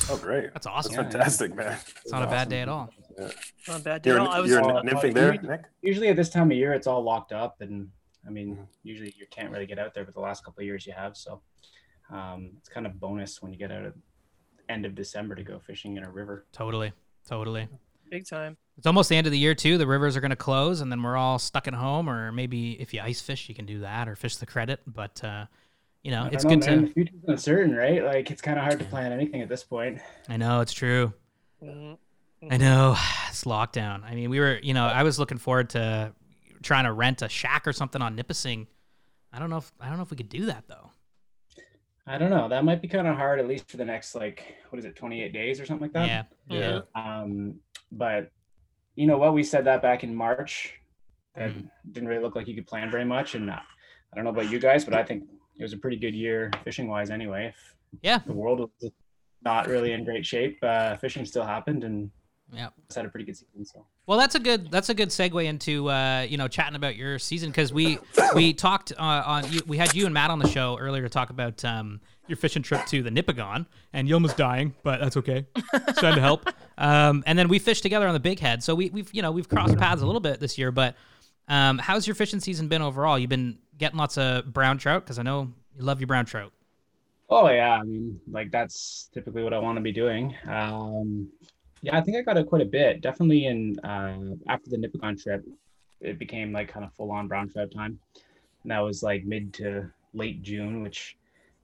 S3: Oh, great.
S1: That's
S3: That's
S1: awesome.
S8: Yeah.
S3: fantastic, man.
S1: It's not a bad day at all. Mm-hmm.
S4: Not bad.
S3: You're,
S4: deal. I was
S3: you're
S8: all-
S3: nymphing there, Nick.
S8: usually at this time of year it's all locked up and i mean usually you can't really get out there but the last couple of years you have so um, it's kind of bonus when you get out at end of december to go fishing in a river
S1: Totally, totally.
S4: big time.
S1: It's almost the end of the year too. The rivers are going to close, and then we're all stuck at home. Or maybe if you ice fish, you can do that, or fish the credit. But uh, you know,
S8: I
S1: it's
S8: don't
S1: good
S8: know, man,
S1: to.
S8: the future's uncertain right like it's kind of hard to plan anything at this point
S1: I know it's true.
S4: Mhm.
S1: I know it's lockdown. I mean, we were, you know, I was looking forward to trying to rent a shack or something on Nipissing. I don't know if I don't know if we could do that though.
S8: i don't know that might be kind of hard at least for the next like what is it 28 days or something like that
S1: yeah, yeah.
S8: um, but you know what we said that back in march that
S1: Mm-hmm.
S8: didn't really look like you could plan very much and uh, i don't know about you guys but i think it was a pretty good year fishing wise anyway if
S1: Yeah.
S8: the world was not really in great shape uh, fishing still happened and
S1: Yeah.
S8: it's had a pretty good season so
S1: Well, that's a good that's a good segue into uh, you know chatting about your season because we we talked uh, on you, we had you and Matt on the show earlier to talk about um, your fishing trip to the Nipigon and Yilma's dying, but that's okay. It's trying to help. Um, and then we fished together on the Big Head, so we, we've you know we've crossed paths a little bit this year. But um, how's your fishing season been overall? You've been getting lots of brown trout because I know you love your brown trout.
S8: oh yeah i mean like that's typically what i want to be doing um, yeah i think i got it quite a bit definitely in uh, after the nipigon trip it became like kind of full on brown trout time and that was like mid to late June, which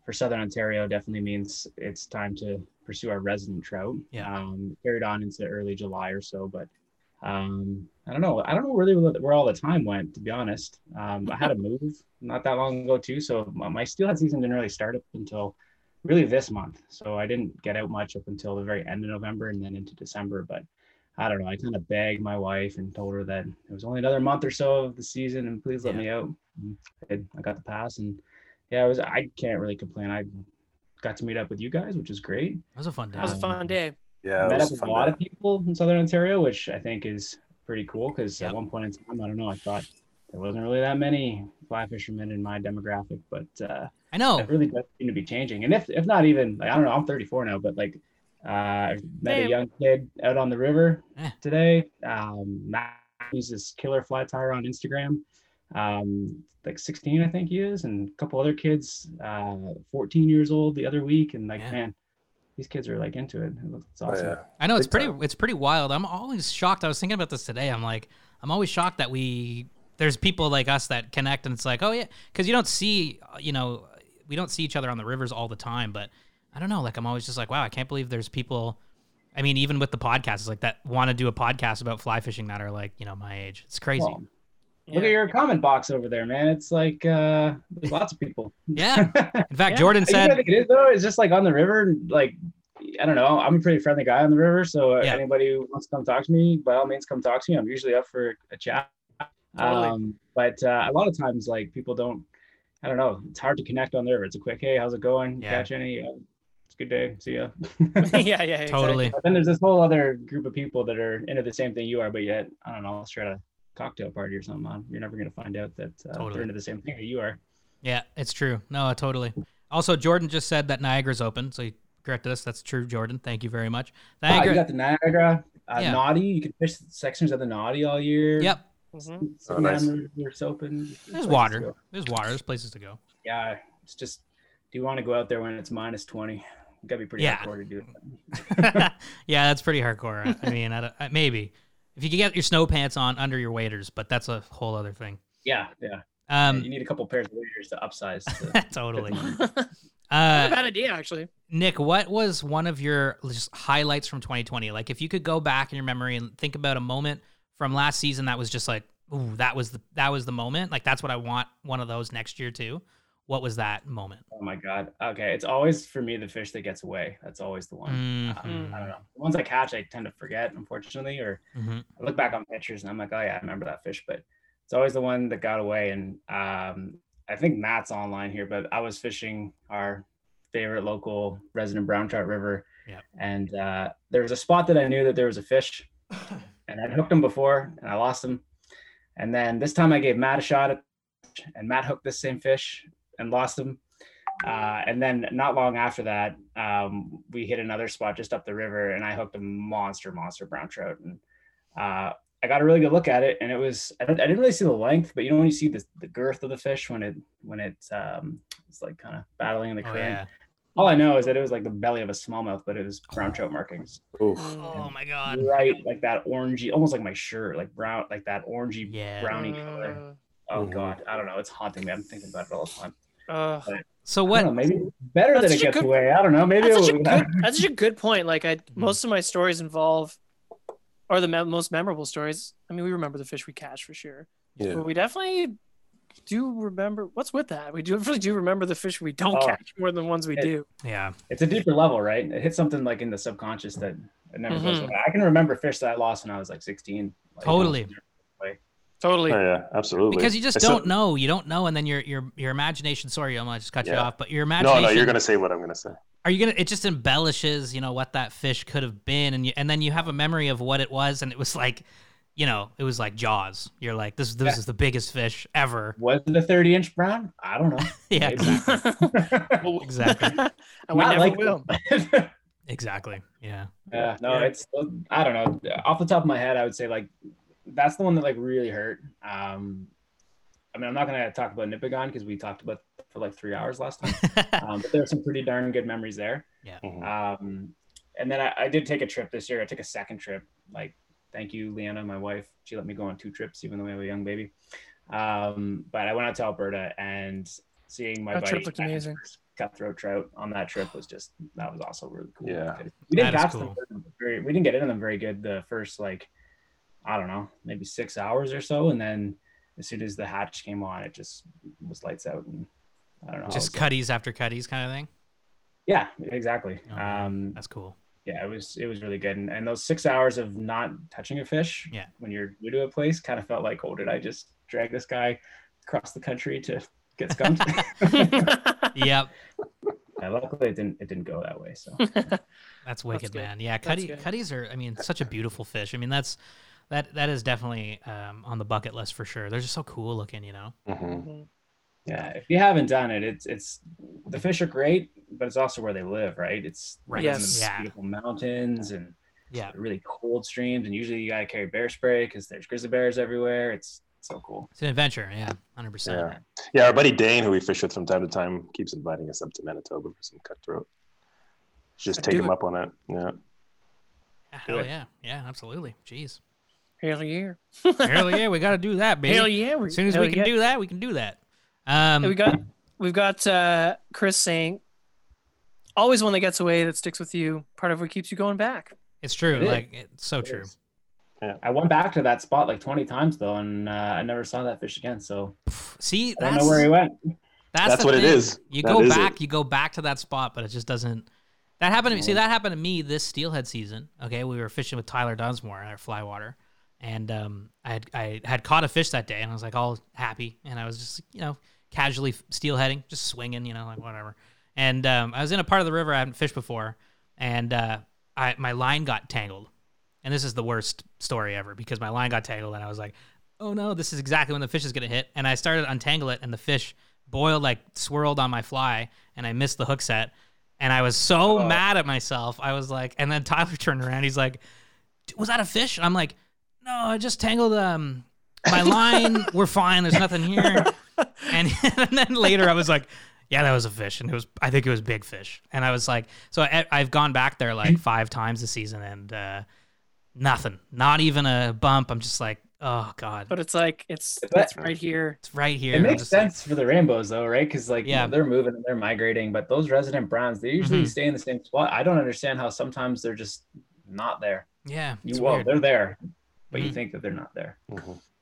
S8: for Southern Ontario definitely means it's time to pursue our resident trout.
S1: Yeah.
S8: Um, carried on into early July or so, but um, I don't know. I don't know really where where all the time went, to be honest. Um, I had a move not that long ago too, so my, my steelhead season didn't really start up until really this month. So I didn't get out much up until the very end of November and then into December, but. I don't know. I kind of begged my wife and told her that it was only another month or so of the season, and please let
S1: Yeah.
S8: me out. I I got the pass, and yeah, I was. I can't really complain. I got to meet up with you guys, which is great.
S1: That was a fun day.
S4: That was a fun day.
S3: Yeah,
S8: Met
S3: that
S8: up
S3: was
S8: with a
S3: fun
S8: lot
S3: day.
S8: of people in Southern Ontario, which I think is pretty cool. Because
S1: Yep.
S8: at one point in time, I don't know, I thought there wasn't really that many fly fishermen in my demographic, but uh,
S1: I know.
S8: that really does seem to be changing. And if if not even, like, I don't know, I'm 34 now, but like uh, I met
S4: Same.
S8: a young kid out on the river
S1: Yeah.
S8: today. Um, Matt, he's this killer fly tire on Instagram. Um, like 16, I think he is, and a couple other kids, uh, 14 years old the other week, and like
S1: Yeah.
S8: man, these kids are like into it. It looks it's
S3: Oh,
S8: awesome.
S3: yeah.
S1: I know it's
S3: Big
S1: pretty
S3: time.
S1: it's pretty wild. I'm always shocked. I was thinking about this today. I'm like I'm always shocked that we there's people like us that connect and it's like, "Oh yeah, cuz you don't see, uh, you know, we don't see each other on the rivers all the time, but I don't know, like I'm always just like, "Wow, I can't believe there's people I mean, even with the podcast, it's like that want to do a podcast about fly fishing that are like, you know, my age. It's crazy.
S8: Well, Look at your comment box over there, man. It's like uh, there's lots of people.
S1: Yeah. In fact,
S4: Yeah.
S1: Jordan
S8: You know what
S1: said,
S8: I think it is though. It's just like on the river, like I don't know. I'm a pretty friendly guy on the river, so uh
S1: Yeah.
S8: anybody who wants to come talk to me, by all means, come talk to me. I'm usually up for a chat.
S4: Totally.
S8: Um, but uh, a lot of times, like people don't. I don't know. It's hard to connect on the river. It's a quick, hey, how's it going?
S1: Yeah.
S8: Catch any? Uh, it's a good day. See ya.
S4: yeah, yeah, yeah.
S1: totally.
S8: But then there's this whole other group of people that are into the same thing you are, but yet I don't know. Let's try to cocktail party or something on. You're never gonna find out that uh,
S1: Totally.
S8: they're into the same thing that you are.
S1: Yeah, it's true. No, totally. Also, Jordan just said that Niagara's open, so he corrected us. That's true, Jordan. Thank you very much.
S8: Ah,
S1: Niagara.
S8: you got the Niagara, uh,
S1: Yeah.
S8: Naughty. You can fish sections of the Naughty all year.
S1: yep,
S4: hmm
S3: Oh, nice.
S8: It's open.
S1: there's water. There's water. There's places to go.
S8: Yeah, it's just. Do you want to go out there when it's minus twenty? You gotta be pretty
S1: Yeah.
S8: hardcore to do it.
S1: yeah, that's pretty hardcore. I mean, I don't, I, maybe if you could get your snow pants on under your waders, but that's a whole other thing.
S8: Yeah, yeah. you
S1: Um,
S8: need a couple pairs of waders to upsize. to-
S1: totally.
S4: Not a
S1: Uh,
S4: bad idea, actually.
S1: Nick, what was one of your just highlights from 2020? Like, if you could go back in your memory and think about a moment from last season that was just like, ooh, that was the that was the moment. Like, that's what I want one of those next year too. What was that moment?
S8: oh my god. Okay, it's always for me the fish that gets away. That's always the one. Um, I don't
S1: Mhm.
S8: know. The ones I catch, I tend to forget, unfortunately, or
S1: Mhm.
S8: I look back on pictures and I'm like, oh yeah, I remember that fish, but it's always the one that got away. And um, I think Matt's online here, but I was fishing our favorite local resident brown trout river,
S1: Yep.
S8: and uh, there was a spot that I knew that there was a fish, and I'd hooked him before and I lost him, and then this time I gave Matt a shot, at, and Matt hooked this same fish and lost him. Uh, and then not long after that, um, we hit another spot just up the river, and I hooked a monster, monster brown trout. And uh, I got a really good look at it, and it was I, don't, I didn't really see the length, but you know when you see the, the girth of the fish when it when it's um, it's like kind of battling in the
S1: Oh,
S8: current.
S1: yeah.
S8: All I know is that it was like the belly of a smallmouth, but it was brown trout markings,
S3: Oof.
S4: Mm.
S1: Oh my god.
S8: right? Like that orangey, almost like my shirt, like brown, like that orangey
S1: Yeah.
S8: brownie color.
S4: Uh,
S8: Oh
S3: Mhm.
S8: god, I don't know. It's haunting me. I'm thinking about it all the time.
S4: uh,
S1: So
S8: What?
S1: what?
S8: maybe better
S4: That's
S8: that it
S4: such a
S8: gets
S4: good-
S8: away. I don't know. Maybe
S4: that's,
S8: it
S4: such a
S8: was, Hmm.
S4: good, that's such a good point. Like, I most of my stories involve, or the me- most memorable stories. I mean, we remember the fish we catch for sure,
S3: Yeah.
S4: but we definitely do remember. What's with that? We definitely do remember the fish we don't
S8: Oh.
S4: catch more than the ones we
S8: It-
S4: do.
S1: Yeah.
S8: it's a deeper level, right? It hits something like in the subconscious that it never goes
S4: Mhm.
S8: away. I can remember fish that I lost when I was like 16. Like,
S1: Totally.
S4: Totally.
S3: Oh, yeah, absolutely.
S1: Because you just
S3: I still-
S1: don't know. You don't know, and then your your your imagination. Sorry, I'm gonna just cut you
S3: Yeah.
S1: off. But your
S3: No,
S1: imagination.
S3: no, you're gonna say what I'm gonna say.
S1: are you gonna it just embellishes you know what that fish could have been and you and then you have a memory of what it was and it was like you know it was like jaws you're like this this is the biggest fish ever
S8: Was it a 30 inch brown? I don't
S1: yeah
S8: Maybe.
S1: exactly
S8: know.
S1: exactly
S4: and we
S8: Not
S4: never
S8: like
S4: will.
S1: exactly yeah
S8: yeah, no, it's I don't know. Off the top of my head, I would say like that's the one that like really hurt. Um, I mean, I'm not gonna talk about Nipigon because we talked about it for like three hours last time. um, but there are some pretty darn good memories there.
S3: Mhm.
S8: Um, and then I, I did take a trip this year. I took a second trip. Like, thank you, Leanna, my wife. She let me go on two trips, even though I have a young baby. Um, but I went out to Alberta and seeing my
S4: That trip
S8: buddy
S4: looked
S8: catch
S4: amazing.
S8: first cutthroat trout on that trip was just that was also really cool.
S3: Yeah.
S8: we didn't
S1: That is
S8: catch
S1: cool.
S8: them very. We didn't get into them very good the first like I don't know maybe six hours or so, and then as soon as the hatch came on, it just was lights out and. I don't know.
S1: just
S8: it was-
S1: cutties after cutties kind of thing
S8: yeah, exactly.
S1: Oh, man.
S8: Um,
S1: that's cool
S8: yeah, it was it was really good, and, and those six hours of not touching a fish,
S1: Yeah.
S8: when you're new to a place, kind of felt like, oh, did I just drag this guy across the country to get skunked?
S1: yep
S8: Yeah, luckily, it didn't it didn't go that way. So
S1: that's wicked
S4: good.
S1: man yeah
S4: That's
S1: cutty
S4: good.
S1: cutties are i mean such a beautiful fish i mean that's that that is definitely um, on the bucket list for sure they're just so cool looking you know
S3: Mhm.
S8: yeah, if you haven't done it, it's it's the fish are great, but it's also where they live, right? It's
S1: Right.
S8: living in
S4: Yes.
S8: these
S1: Yeah.
S8: beautiful mountains and
S1: yeah
S8: really cold streams, and usually you got to carry bear spray because there's grizzly bears everywhere. It's so cool.
S1: it's an adventure yeah 100%
S3: Yeah. Yeah, our buddy Dane, who we fish with from time to time, keeps inviting us up to Manitoba for some cutthroat. Just take
S4: Do
S3: him
S4: it.
S3: up on it. Yeah.
S1: hell
S8: it.
S1: yeah yeah absolutely jeez
S4: Hell yeah.
S1: Hell yeah, we got to do that, baby.
S4: Hell yeah.
S1: As soon as
S4: hell
S1: we can
S4: yeah.
S1: do that, we can do that. Um,
S4: Hey, we got we've got uh Chris saying always one that gets away that sticks with you, part of what keeps you going back.
S1: it's true.
S8: It is.
S1: like it's so
S8: It
S1: true.
S8: is.
S3: Yeah.
S8: I went back to that spot like 20 times though, and uh, I never saw that fish again. So
S1: See,
S8: I
S1: that's
S8: don't know where he went.
S1: That's,
S3: That's
S1: the
S3: what it
S1: thing.
S3: is.
S1: You
S3: That
S1: go
S3: is
S1: back,
S3: it.
S1: you go back to that spot, but it just doesn't. That happened to me. See, that happened to me this steelhead season. Okay, we were fishing with Tyler Dunsmore at our flywater, and um, I had I had caught a fish that day, and I was like all happy, and I was just you know casually steelheading, just swinging, you know, like whatever. And um, I was in a part of the river I hadn't fished before, and uh, I my line got tangled, and this is the worst story ever because my line got tangled, and I was like, oh no, this is exactly when the fish is gonna hit, and I started to untangle it, and the fish boiled like swirled on my fly and I missed the hook set. And I was so
S8: Oh.
S1: mad at myself. I was like, and then Tyler turned around. He's like, "D- was that a fish? And I'm like, no, I just tangled um, my line. We're fine. There's nothing here. And, and then later I was like, yeah, that was a fish. And it was, I think it was big fish. And I was like, so I, I've gone back there like five times this season and uh, nothing, not even a bump. I'm just like, oh God,
S4: But it's like it's
S8: But-
S4: it's right here.
S1: it's right here.
S8: It
S1: I'm
S8: makes
S1: just like-
S8: sense for the rainbows though, right? Because like
S1: Yeah.
S8: yeah. they're moving and they're migrating, but those resident browns they usually
S1: Mhm.
S8: stay in the same spot. I don't understand how sometimes they're just not there.
S1: yeah.
S8: You
S1: it's
S8: well,
S1: weird.
S8: they're there, but
S1: Mhm.
S8: you think that they're not there.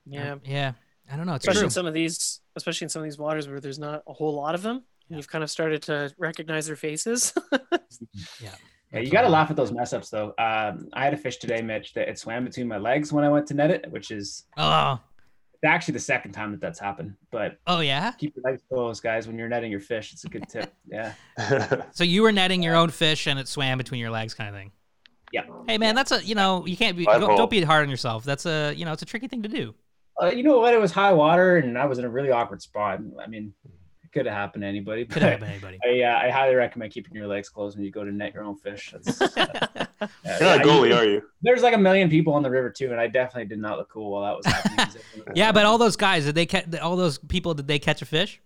S4: Yeah.
S1: Yeah. I don't know. It's
S4: Especially
S1: true.
S4: in some of these especially in some of these waters where there's not a whole lot of them. And you've kind of started to recognize their faces.
S8: Yeah, you got to laugh at those mess ups though. Um, I had a fish today, Mitch, that it swam between my legs when I went to net it, which is
S1: Oh,
S8: it's actually the second time that that's happened. But
S1: oh yeah.
S8: keep your legs closed, guys, when you're netting your fish. It's a good tip. Yeah.
S3: mm-hmm.
S1: So you were netting your own fish and it swam between your legs, kind of thing.
S8: Yeah.
S1: Hey man, that's a you know you can't be
S3: Live
S1: don't,
S3: hole.
S1: don't be hard on yourself. That's a you know it's a tricky thing to do.
S8: Uh, you know what? It was high water, and I was in a really awkward spot. I mean, it could have happened to anybody.
S1: Could
S8: but-
S1: happen to anybody.
S8: I, uh, I highly recommend keeping your legs closed when you go to net your own fish. That's, yeah,
S3: You're not a
S8: I-
S3: goalie, are you?
S8: There's like a million people on the river too, and I definitely did not look cool while that was happening.
S1: yeah, but all those guys did they catch all those people did they catch a fish?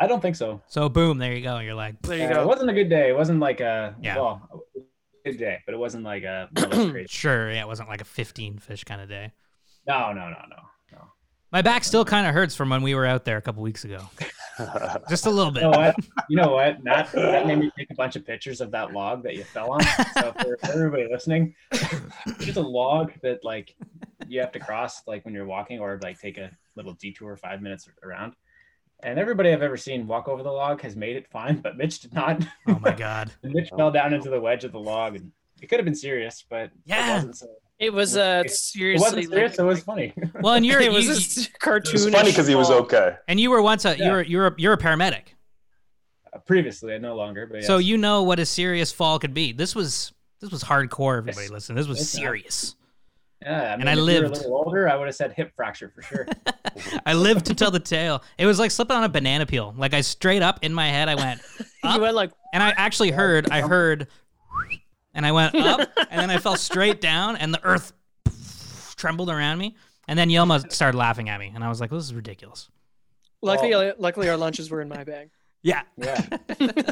S8: I don't think so.
S1: So boom, there you go. You're like
S4: there you
S8: Uh, It
S4: go.
S8: wasn't a good day. It wasn't like a
S1: Yeah.
S8: well, it was a good day, but it wasn't like a no, it was crazy.
S1: sure. Yeah, it wasn't like a 15 fish kind of day.
S8: no, no, no, no.
S1: My back still kind of hurts from when we were out there a couple weeks ago. Just a little bit.
S8: You know what? You know what? That that made me take a bunch of pictures of that log that you fell on. So for everybody listening, there's a log that like you have to cross like when you're walking or like take a little detour five minutes around. And everybody I've ever seen walk over the log has made it fine, but Mitch did not.
S1: Oh my god.
S8: Mitch fell down into the wedge of the log, and it could have been serious, but it
S1: Yeah.
S8: wasn't. So
S4: It was uh
S8: it
S4: seriously
S8: wasn't serious.
S4: like-
S8: so it was funny.
S1: Well, and you're
S4: it was
S1: you-
S4: this
S3: It
S4: cartoon.
S3: was funny because he was okay.
S1: and you were once a
S8: Yeah.
S1: you're you're a, you're a paramedic.
S8: Uh, Previously, no longer. But
S1: So
S8: yes.
S1: you know what a serious fall could be. This was this was hardcore, everybody.
S8: Yes.
S1: Listen, this was
S8: Yes, sir.
S1: serious.
S8: yeah, I mean,
S1: and I
S8: if you were
S1: lived.
S8: a little older, I would have said hip fracture for sure.
S1: I lived to tell the tale. It was like slipping on a banana peel. Like I straight up in my head, I went
S4: You
S1: up,
S4: went like
S1: and I actually heard, I heard, and I went up, and then I fell straight down, and the earth trembled around me. And then Yelma started laughing at me, and I was like, "This is ridiculous."
S4: luckily uh, luckily our lunches were in my bag.
S1: Yeah,
S8: Yeah.
S1: the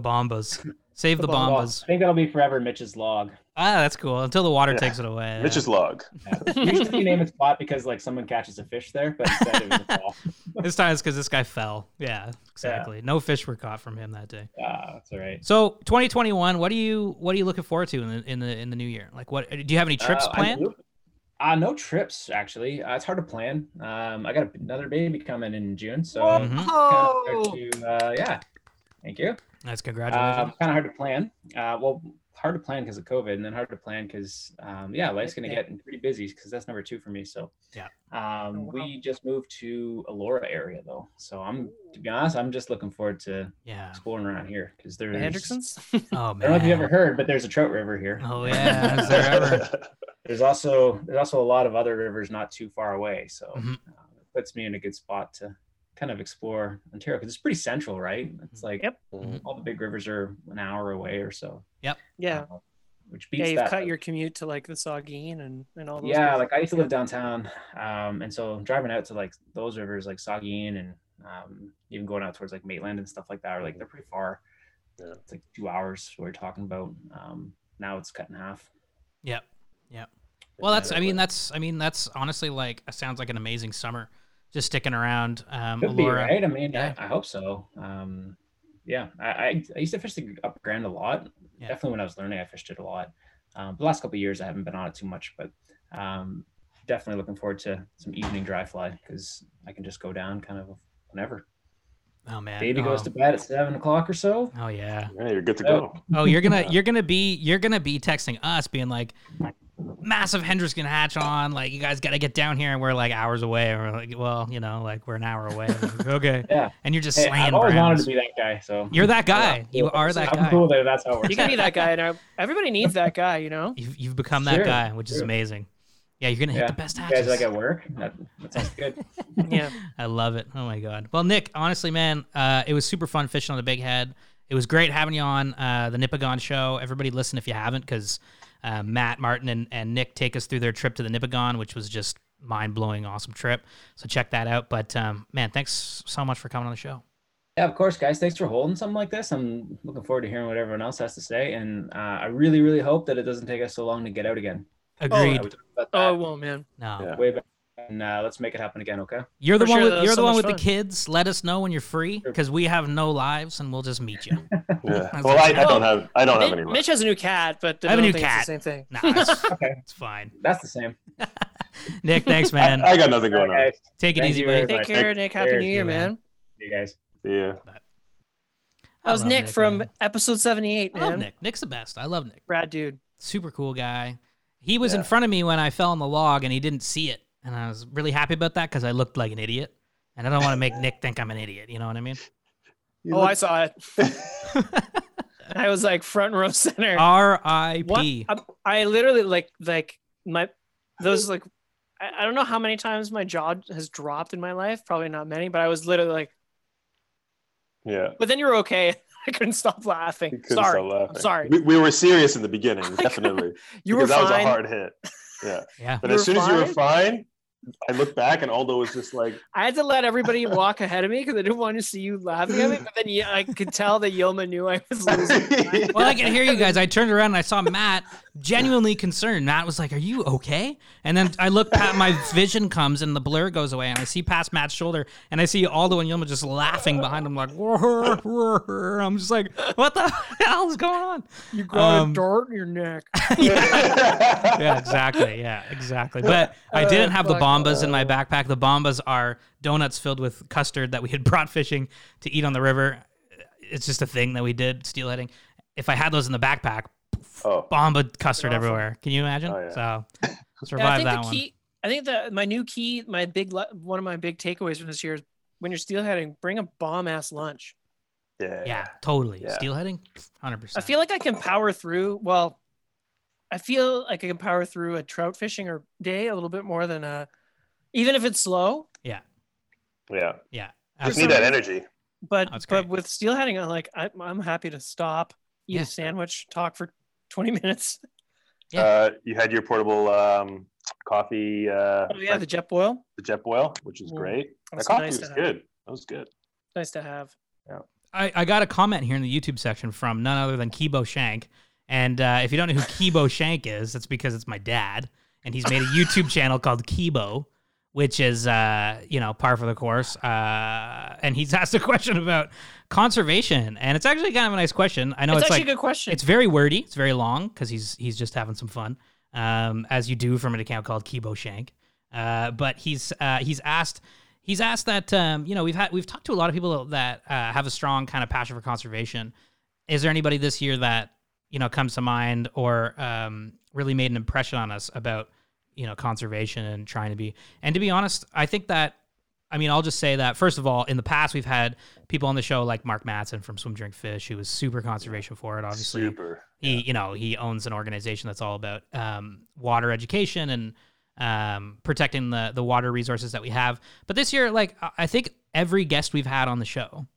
S1: bombas. Save the,
S4: The
S8: Well,
S1: bombas.
S8: I think that'll be forever Mitch's log.
S1: Ah, that's cool. Until the water
S3: Yeah.
S1: takes it away.
S3: Mitch's log.
S8: Usually you name it spot because like someone catches a fish there, but instead it was a fall.
S1: this time it's because this guy fell. Yeah, exactly. No fish were caught from him that day.
S8: Ah, that's all right.
S1: So 2021, what do you what are you looking forward to in the in the in the new year? Like, what do you have any trips
S8: Uh, I
S1: planned?
S8: do- Uh, no trips actually. Uh, it's hard to plan. Um, I got another baby coming in June, so
S1: Mhm.
S8: kinda hard to, uh, yeah. Thank you.
S1: That's
S8: Um,
S1: congratulations.
S8: kind of hard to plan. Uh, well, hard to plan because of COVID, and then hard to plan because, um, yeah, life's going to get pretty busy because that's number two for me. So,
S1: Yeah.
S8: Um, We just moved to Alora area though, so I'm to be honest, I'm just looking forward to
S1: yeah.
S8: exploring around here because there's.
S4: Hendrickson's?
S1: Oh
S8: I don't know if
S1: man.
S8: you've ever heard, but there's a trout river here.
S1: Oh yeah. Is there ever?
S8: There's also there's also a lot of other rivers not too far away, so
S1: Mhm.
S8: uh, it puts me in a good spot to kind of explore Ontario because it's pretty central, right? It's like
S4: Yep.
S1: Mhm.
S8: all the big rivers are an hour away or so,
S4: Yeah.
S8: um, which
S4: Yeah,
S8: beats
S4: you've
S8: that.
S4: cut your commute to like the Saugeen and, and all those
S8: yeah,
S4: places.
S8: like I used to live downtown, um, and so driving out to like those rivers like Saugeen and um, even going out towards like Maitland and stuff like that, or like they're pretty far.
S3: Yeah.
S8: It's like two hours we're talking about. Um, now it's cut in half.
S1: Yep. Yep. Well, that's. I mean, that's. I mean, that's honestly like it sounds like an amazing summer. Just sticking around. Um,
S8: Could be
S1: Alora.
S8: right. I mean,
S1: Yeah.
S8: I, I hope so. Um, yeah, I, I I used to fish the up grand a lot.
S1: Yeah.
S8: Definitely when I was learning, I fished it a lot. Um, the last couple of years, I haven't been on it too much, but um, definitely looking forward to some evening dry fly because I can just go down kind of whenever.
S1: Oh man.
S8: Baby
S1: oh.
S8: goes to bed at seven o'clock or so.
S1: Oh yeah.
S3: Yeah, you're good to go.
S1: Oh, you're gonna you're gonna be you're gonna be texting us being like massive Hendrickson hatch on, like you guys gotta get down here and we're like hours away or like well, you know, like we're an hour away. I'm like, okay.
S8: Yeah.
S1: And you're just
S8: Hey,
S1: slaying
S8: I've always wanted
S1: Browns.
S8: to be that guy. So
S1: You're that guy. You are that
S8: I'm cool
S1: guy.
S8: that that's how it
S4: You
S8: works.
S4: can be that guy, and everybody needs that guy. You know,
S1: You've, you've become that
S8: Sure,
S1: guy, which is
S8: sure.
S1: amazing. Yeah, you're gonna hit
S8: Yeah.
S1: the best
S8: You guys
S1: hatches.
S8: like at work? That, that sounds good.
S4: yeah.
S1: I love it. Oh my god. Well, Nick, honestly, man, uh, it was super fun fishing on the Big Head. It was great having you on uh, the Nipigon show. Everybody, listen if you haven't, because uh, Matt Martin and, and Nick take us through their trip to the Nipigon, which was just mind blowing, awesome trip. So check that out. But um, man, thanks so much for coming on the show.
S8: Yeah, of course, guys. Thanks for holding something like this. I'm looking forward to hearing what everyone else has to say, and uh, I really, really hope that it doesn't take us so long to get out again.
S1: Agreed.
S8: I was talking about
S4: Oh,
S8: that
S4: it won't, man.
S1: no,
S3: Yeah.
S8: way back, and uh, let's make it happen again, okay?
S1: you're the
S4: For
S1: one.
S4: sure, that
S1: with,
S4: was
S1: you're the
S4: so
S1: one with
S4: much fun.
S1: the kids. Let us know when you're free, because we have no lives, and we'll just meet you.
S3: Yeah. Well, I, I don't have I don't have
S4: Mi-
S3: any
S4: Mitch,
S3: left.
S4: has a new cat, but
S1: I have a
S4: don't
S1: new
S4: think it's
S1: cat.
S4: the same thing.
S1: Nah, it's,
S8: Okay.
S1: it's fine.
S8: That's the same.
S1: Nick, thanks,
S3: I,
S1: man.
S3: I got nothing going
S8: All right,
S3: on.
S8: guys.
S1: Take it
S8: Thank
S1: easy,
S8: you
S1: buddy.
S8: very
S4: Take
S8: much.
S4: care, Nick. Happy
S8: Cheers,
S4: New Year,
S1: you, man.
S4: man.
S8: See you guys.
S3: Yeah.
S4: That was
S1: I love
S4: Nick from
S1: man.
S4: episode 78,
S1: I love
S4: man.
S1: Nick. Nick's the best. I love Nick.
S4: Brad, dude.
S1: Super cool guy. He was in
S3: Yeah.
S1: front of me when I fell on the log and he didn't see it. And I was really happy about that because I looked like an idiot. And I don't want to make Nick think I'm an idiot. You know what I mean?
S3: You
S4: Oh,
S3: look-
S4: I saw it. I was like front row center. What?
S1: R.I.P.
S4: I, I literally like like my those like I, I don't know how many times my jaw has dropped in my life. Probably not many, but I was literally like.
S3: yeah.
S4: But then you're okay. I couldn't stop laughing.
S3: You couldn't
S4: sorry,
S3: stop laughing.
S4: I'm sorry.
S3: We, we were serious in the beginning, definitely.
S4: you were
S3: because that was a
S4: fine.
S3: hard hit. Yeah.
S1: Yeah.
S3: But
S4: You
S3: as
S4: were
S3: soon as you were
S4: fine?
S3: fine, I looked back and Aldo was just like,
S4: I had to let everybody walk ahead of me because I didn't want to see you laughing at me. But then yeah, I could tell that Yoma knew I was losing.
S1: Well, I can hear you guys. I turned around and I saw Matt genuinely concerned. Matt was like, Are you okay? And then I look at my vision comes and the blur goes away. And I see past Matt's shoulder and I see Aldo and Yilma just laughing behind him, like, I'm just like, What the hell is going on?
S4: You got
S1: Um,
S4: a dart in your neck.
S1: yeah, exactly. Yeah, exactly. But I didn't have the
S4: fuck.
S1: bombas in my backpack. The bombas are donuts filled with custard that we had brought fishing to eat on the river. It's just a thing that we did steelheading. If I had those in the backpack,
S3: oh,
S1: bomba custard
S4: Awesome.
S1: everywhere. Can you imagine?
S3: Oh, yeah.
S1: So
S4: Yeah,
S1: survive
S4: I think
S1: that
S4: the
S1: one.
S4: key. I think that my new key, my big le- one of my big takeaways from this year is when you're steelheading, bring a bomb ass lunch.
S3: yeah.
S1: yeah, totally.
S3: Yeah.
S1: Steelheading, hundred percent.
S4: I feel like I can power through. Well, I feel like I can power through a trout fishing or day a little bit more than a, even if it's slow.
S3: Yeah.
S1: yeah.
S3: Just need
S1: Absolutely.
S3: that energy.
S4: But
S1: That's
S4: but
S1: great.
S4: with steelheading, I'm like I'm, I'm happy to stop, eat
S1: Yeah.
S4: a sandwich, talk for 20 minutes.
S1: Yeah.
S3: Uh, you had your portable um, coffee, uh,
S4: Oh yeah, the jet boil.
S3: the Jetboil, which is
S4: Mm.
S3: great. The
S4: That's
S3: coffee
S4: nice
S3: was
S4: to have.
S3: good. That was good.
S4: Nice to have.
S1: I, I got a comment here in the YouTube section from none other than Kibo Shank. And uh, if you don't know who Kibo Shank is, that's because it's my dad. And he's made a YouTube channel called Kibo, which is, uh, you know, par for the course. Uh, and he's asked a question about conservation. And it's actually kind of a nice question. I know
S4: it's,
S1: it's,
S4: actually
S1: like,
S4: a good question.
S1: it's very wordy, it's very long because he's, he's just having some fun, um, as you do from an account called Kibo Shank. Uh, but he's uh, he's asked he's asked that um, you know we've had we've talked to a lot of people that uh, have a strong kind of passion for conservation. Is there anybody this year that you know comes to mind or um, really made an impression on us about you know conservation and trying to be? And to be honest, I think that. I mean, I'll just say that first of all, in the past, we've had people on the show like Mark Matson from Swim Drink Fish, who was super conservation for it, obviously
S3: Super.
S1: he you know he owns an organization that's all about um, water education and um, protecting the the water resources that we have. But this year, like I- I think every guest we've had on the show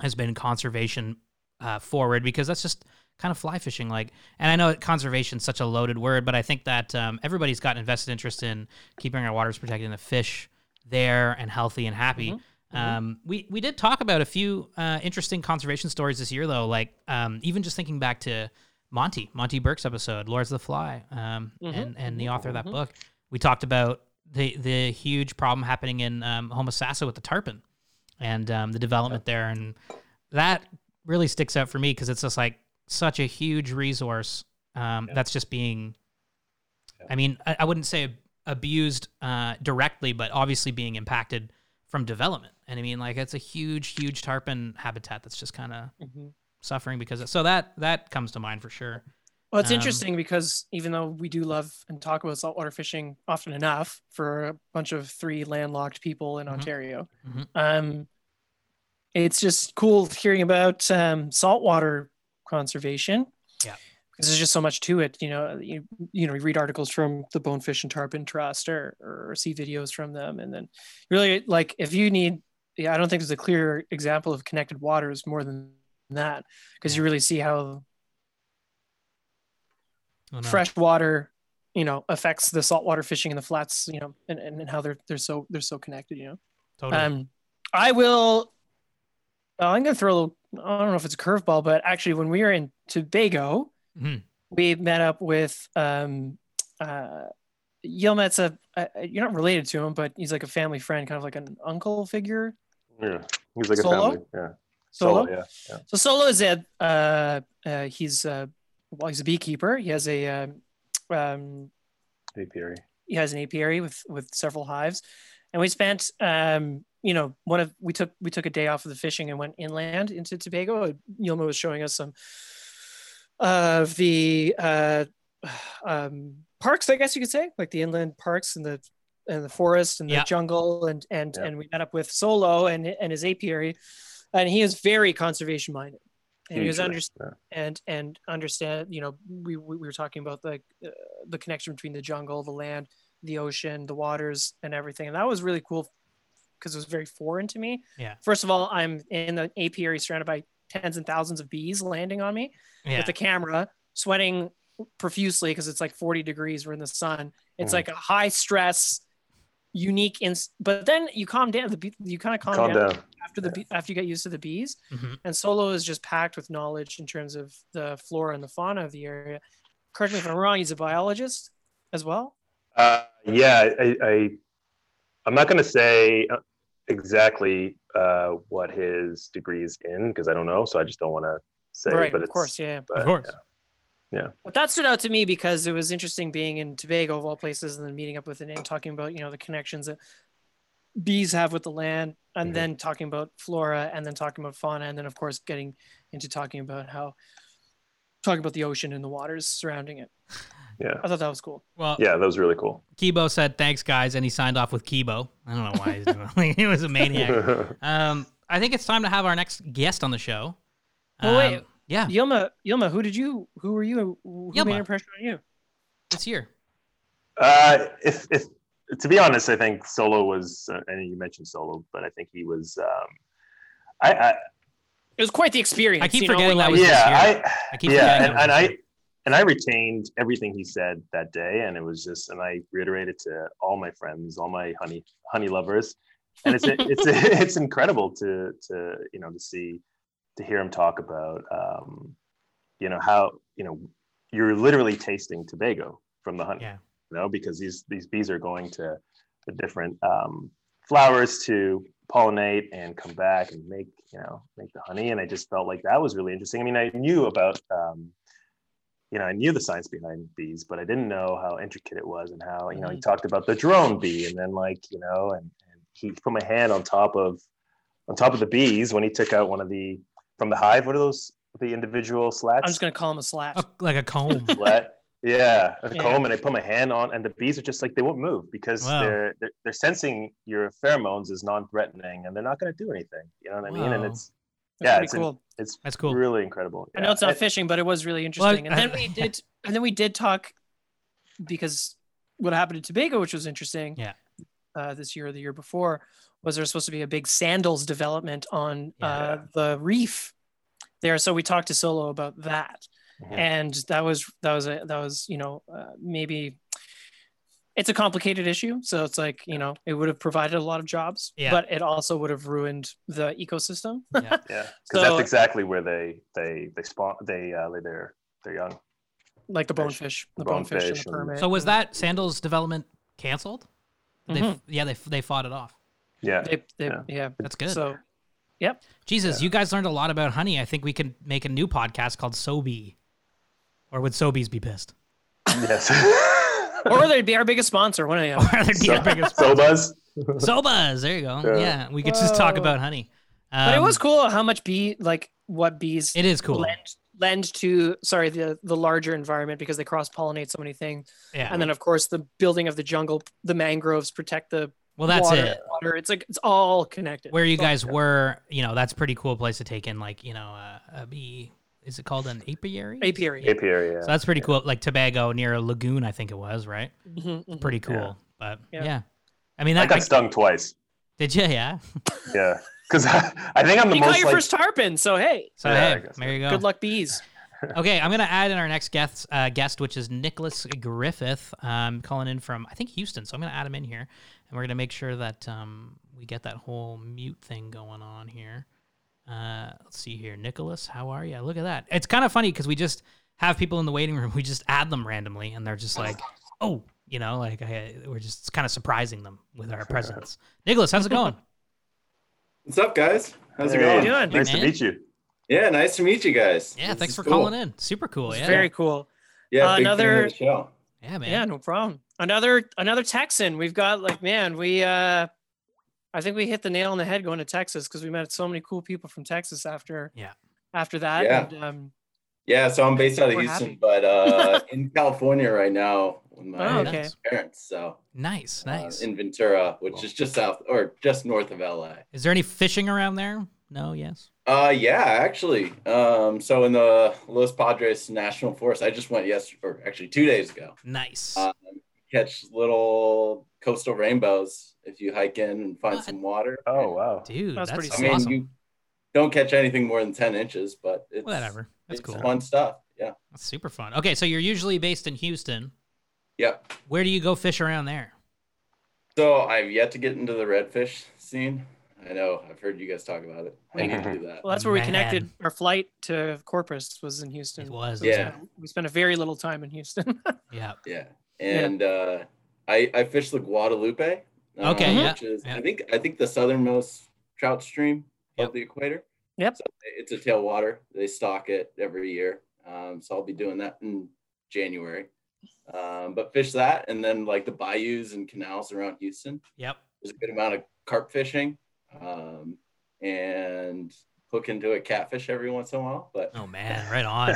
S1: has been conservation uh, forward because that's just kind of fly fishing. Like, and I know that conservation's such a loaded word, but I think that um, everybody's got invested interest in keeping our waters protected and the fish there and healthy and happy.
S4: mhm.
S1: Um, we we did talk about a few uh, interesting conservation stories this year, though. Like um, even just thinking back to Monty Monty Burke's episode, "Lords of the Fly," um,
S4: Mhm,
S1: and and the
S4: mhm,
S1: author of that
S4: mhm.
S1: book. We talked about the the huge problem happening in um, Homosassa with the tarpon, and um, the development there, and that really sticks out for me because it's just like such a huge resource um, that's just being I mean, I, I wouldn't say abused uh, directly, but obviously being impacted from development. And I mean, like it's a huge, huge tarpon habitat that's just kind of
S4: Mhm.
S1: suffering because of, so that that comes to mind for sure.
S4: Well, it's
S1: Um,
S4: interesting because even though we do love and talk about saltwater fishing often enough for a bunch of three landlocked people in
S1: Mhm.
S4: Ontario,
S1: Mhm.
S4: um, it's just cool hearing about um, saltwater conservation.
S1: Yeah.
S4: Because there's just so much to it. You know, you, you know, you read articles from the Bonefish and Tarpon Trust or, or see videos from them. And then really, like, if you need, yeah, I don't think there's a clear example of connected waters more than that because you really see how
S1: Oh, no.
S4: fresh water you know affects the saltwater fishing in the flats you know and, and, and how they're they're so they're so connected you know
S1: totally.
S4: um i will well, i'm gonna throw a, i don't know if it's a curveball but actually when we were in tobago
S1: Mhm.
S4: we met up with um uh Yilmet's a, uh, you're not related to him, but he's like a family friend, kind of like an uncle figure.
S6: Yeah. He's like a
S4: Solo?
S6: family. Yeah.
S4: Solo?
S6: yeah.
S4: So Solo is a uh, uh, he's uh, well, he's a beekeeper. He has a um, um,
S6: Apiary.
S4: he has an apiary with with several hives and we spent um you know one of we took we took a day off of the fishing and went inland into tobago yilma was showing us some of the uh um parks i guess you could say like the inland parks and the and the forest and the
S1: Yeah.
S4: jungle and and
S6: Yeah.
S4: and we met up with solo and and his apiary and he is very conservation minded and he was
S6: Hugely,
S4: under,
S6: yeah.
S4: and and understand you know we we we were talking about the uh, the connection between the jungle the land the ocean the waters and everything and that was really cool because it was very foreign to me
S1: Yeah.
S4: first of all i'm in an apiary surrounded by tens and thousands of bees landing on me
S1: yeah.
S4: with the camera sweating profusely because it's like 40 degrees we're in the sun it's
S1: Mm-hmm.
S6: Mhm.
S4: like a high stress unique ins- but then you calm down the bee- you kind of calm,
S6: Calm
S4: down
S6: down.
S4: after the bee- after you get used to the bees
S6: Mm-hmm.
S1: Mhm.
S4: and solo is just packed with knowledge in terms of the flora and the fauna of the area correct me if i'm wrong he's a biologist as well
S6: Uh, yeah, I, I, I'm not going to say uh, exactly uh, what his degree is in because I don't know, so I just don't want to say.
S4: right
S6: but
S4: of
S6: it's,
S4: course yeah
S6: but,
S1: of course.
S4: but that stood out to me because it was interesting being in tobago of all places and then meeting up with it and talking about you know the connections that bees have with the land and
S6: Mhm.
S4: then talking about flora and then talking about fauna and then of course getting into talking about how talking about the ocean and the waters surrounding it
S6: Yeah, yeah,
S4: i thought that was cool
S1: Well,
S6: yeah. That was really cool.
S1: Kibo said thanks, guys, and he signed off with Kibo. I don't know why he's doing. Like, he was a maniac. Um, I think it's time to have our next guest on the show.
S4: Well, wait.
S1: Um, yeah,
S4: Yilma, Yilma, who did you? Who were you? Who made
S1: Yilma.
S4: an impression on you?
S1: this year.
S6: Uh, if, if to be honest, I think Solo was, uh, and you mentioned Solo, but I think he was. Um, I, I
S4: It was quite the experience.
S1: I keep
S4: you know,
S1: forgetting that
S4: like-
S1: was this year.
S6: yeah, I,
S1: I keep
S6: yeah,
S1: forgetting that
S6: and, and
S1: was this
S6: I and I retained everything he said that day, and it was just, and I reiterated to all my friends, all my honey honey lovers, and it's it's it's incredible to to you know to see to hear him talk about um, you know how you know you're literally tasting Tobago from the honey,
S1: Yeah.
S6: you know, because these these bees are going to the different um, flowers to pollinate and come back and make you know make the honey and i just felt like that was really interesting i mean i knew about um, you know i knew the science behind bees but i didn't know how intricate it was and how you know he talked about the drone bee and then like you know and, and he put my hand on top of on top of the bees when he took out one of the from the hive what are those the individual slats
S4: I'm just gonna call him a slat.
S1: year. A- Oh, like a comb.
S6: let yeah a
S4: Yeah.
S6: comb and i put my hand on and the bees are just like they won't move because
S1: Wow.
S6: they're, they're they're sensing your pheromones is non-threatening and they're not going to do anything you know what i mean and
S1: Wow.
S6: it's
S4: That's
S6: yeah
S4: pretty
S6: it's in-
S4: cool.
S6: it's
S1: That's cool.
S6: really incredible
S4: I know it's
S6: Yeah.
S4: not fishing, but it was really interesting.
S1: Well,
S4: and then
S1: I-
S4: we did, and then we did talk because what happened in Tobago, which was interesting.
S1: Yeah.
S4: Uh, this year or the year before, was there supposed to be a big sandals development on uh,
S6: Yeah.
S4: the reef there? So we talked to Solo about that,
S6: Mhm.
S4: and that was that was a, that was you know uh, maybe it's a complicated issue. So it's like you know it would have provided a lot of jobs,
S1: Yeah.
S4: but it also would have ruined the ecosystem.
S1: yeah.
S6: yeah because
S4: So-
S6: that's exactly where they they they spawn they uh lay their their young
S4: like the
S6: Fish.
S4: bonefish, the bonefish,
S6: Bonefish
S4: and the
S6: and-
S4: permit.
S1: So was
S4: and
S1: that Sandals development canceled? They f yeah, they f- they fought it off.
S6: yeah
S4: Mm-hmm. they, they,
S6: Yeah.
S4: yeah.
S1: That's good.
S4: So
S1: Jesus, you guys learned a lot about honey. I think we can make a new podcast called Sobe. Or would Sobees be pissed?
S6: yes
S4: or they'd be our biggest sponsor. One of the
S1: Or
S4: other.
S1: their
S3: So-
S1: biggest
S3: Sobas.
S1: Sobas. There you go.
S3: Yeah.
S1: Yeah, we could just talk
S4: Whoa.
S1: about honey. Um,
S4: But it was cool how much bee like what bees
S1: It is cool.
S4: lend lend to sorry the the larger environment because they cross pollinate so many things.
S1: Yeah.
S4: And then of course the building of the jungle, the mangroves protect the
S1: well, that's
S4: water,
S1: it.
S4: Water. It's like it's all connected.
S1: Where you
S4: It's all
S1: guys
S4: connected.
S1: were, you know, that's a pretty cool place to take in, like, you know, uh, a bee. Is it called an apiary?
S4: Apiary.
S1: Yeah.
S3: Apiary. Yeah.
S1: So that's pretty cool. Like Tobago near a lagoon, I think it was, right?
S4: Mhm, mhm.
S1: Pretty cool.
S3: Yeah.
S1: But yeah.
S4: Yeah.
S1: I mean,
S3: I
S1: that
S3: got stung twice.
S1: did you? Yeah.
S3: Yeah, because I, I think I'm the
S4: You got
S3: most
S4: your
S3: like
S4: first tarpon, so hey,
S1: So
S3: Yeah, I
S1: hey,
S3: guess
S1: there you go.
S4: good luck bees.
S1: okay, I'm gonna add in our next guest, uh, guest which is Nicholas Griffith, um, calling in from I think Houston. So I'm gonna add him in here, and we're gonna make sure that um, we get that whole mute thing going on here. Uh, let's see here, Nicholas, how are you? Look at that. It's kind of funny because we just have people in the waiting room. We just add them randomly, and they're just like, oh, you know, like I, we're just kind of surprising them with our presence. Nicholas, how's it going?
S9: What's up, guys? How's it
S3: Hey,
S9: going?
S4: doing?
S3: Nice
S1: Man.
S3: to meet you.
S9: Yeah, nice to meet you guys.
S1: Yeah,
S9: This
S1: thanks
S9: is
S1: for
S9: cool.
S1: calling in. Super cool.
S4: It's
S1: Yeah,
S4: Very cool.
S9: Yeah,
S4: Uh,
S9: big fan of
S4: another-
S9: the show.
S1: yeah, man.
S4: Yeah, no problem. Another another Texan. We've got like man, we uh I think we hit the nail on the head going to Texas because we met so many cool people from Texas after
S1: Yeah.
S4: after that.
S9: Yeah.
S4: And, um,
S9: Yeah, so I'm based out of
S4: We're
S9: Houston,
S4: happy.
S9: but uh, in California right now with
S4: oh,
S9: my
S1: nice.
S4: okay.
S9: parents. So
S1: Nice,
S9: uh,
S1: nice.
S9: in Ventura, which is just south or just north of LA.
S1: Is there any fishing around there? No, yes.
S9: Uh, yeah, actually. Um, so in the Los Padres National Forest, I just went yesterday, or actually two days ago.
S1: Nice.
S9: Um, catch little coastal rainbows if you hike in and find
S1: What?
S9: some water.
S3: Oh wow.
S1: Dude, that's,
S4: that's pretty
S9: I mean,
S1: awesome.
S9: you don't catch anything more than 10 inches, but it's,
S1: Whatever. That's
S9: it's
S1: cool.
S9: fun stuff. Yeah.
S1: That's super fun. Okay, so you're usually based in Houston.
S9: Yep.
S1: Where do you go fish around there?
S9: So I've yet to get into the redfish scene. I know. I've heard you guys talk about it. I need to do that.
S4: Well, that's where we
S1: Man.
S4: connected. Our flight to Corpus was in Houston.
S1: It was.
S9: Yeah.
S4: We spent a very little time in Houston.
S1: Yeah.
S9: Yeah. And uh, I I fish the Guadalupe. uh,
S1: Okay, yeah,
S9: Which is
S1: yeah.
S9: I think I think the southernmost trout stream
S1: Yep.
S9: of the equator.
S4: Yep.
S9: So it's a tailwater. They stock it every year. Um, so I'll be doing that in January. Um, but fish that, and then like the bayous and canals around Houston.
S1: Yep.
S9: There's a good amount of carp fishing, um, and hook into a catfish every once in a while. But
S1: Oh man, right on.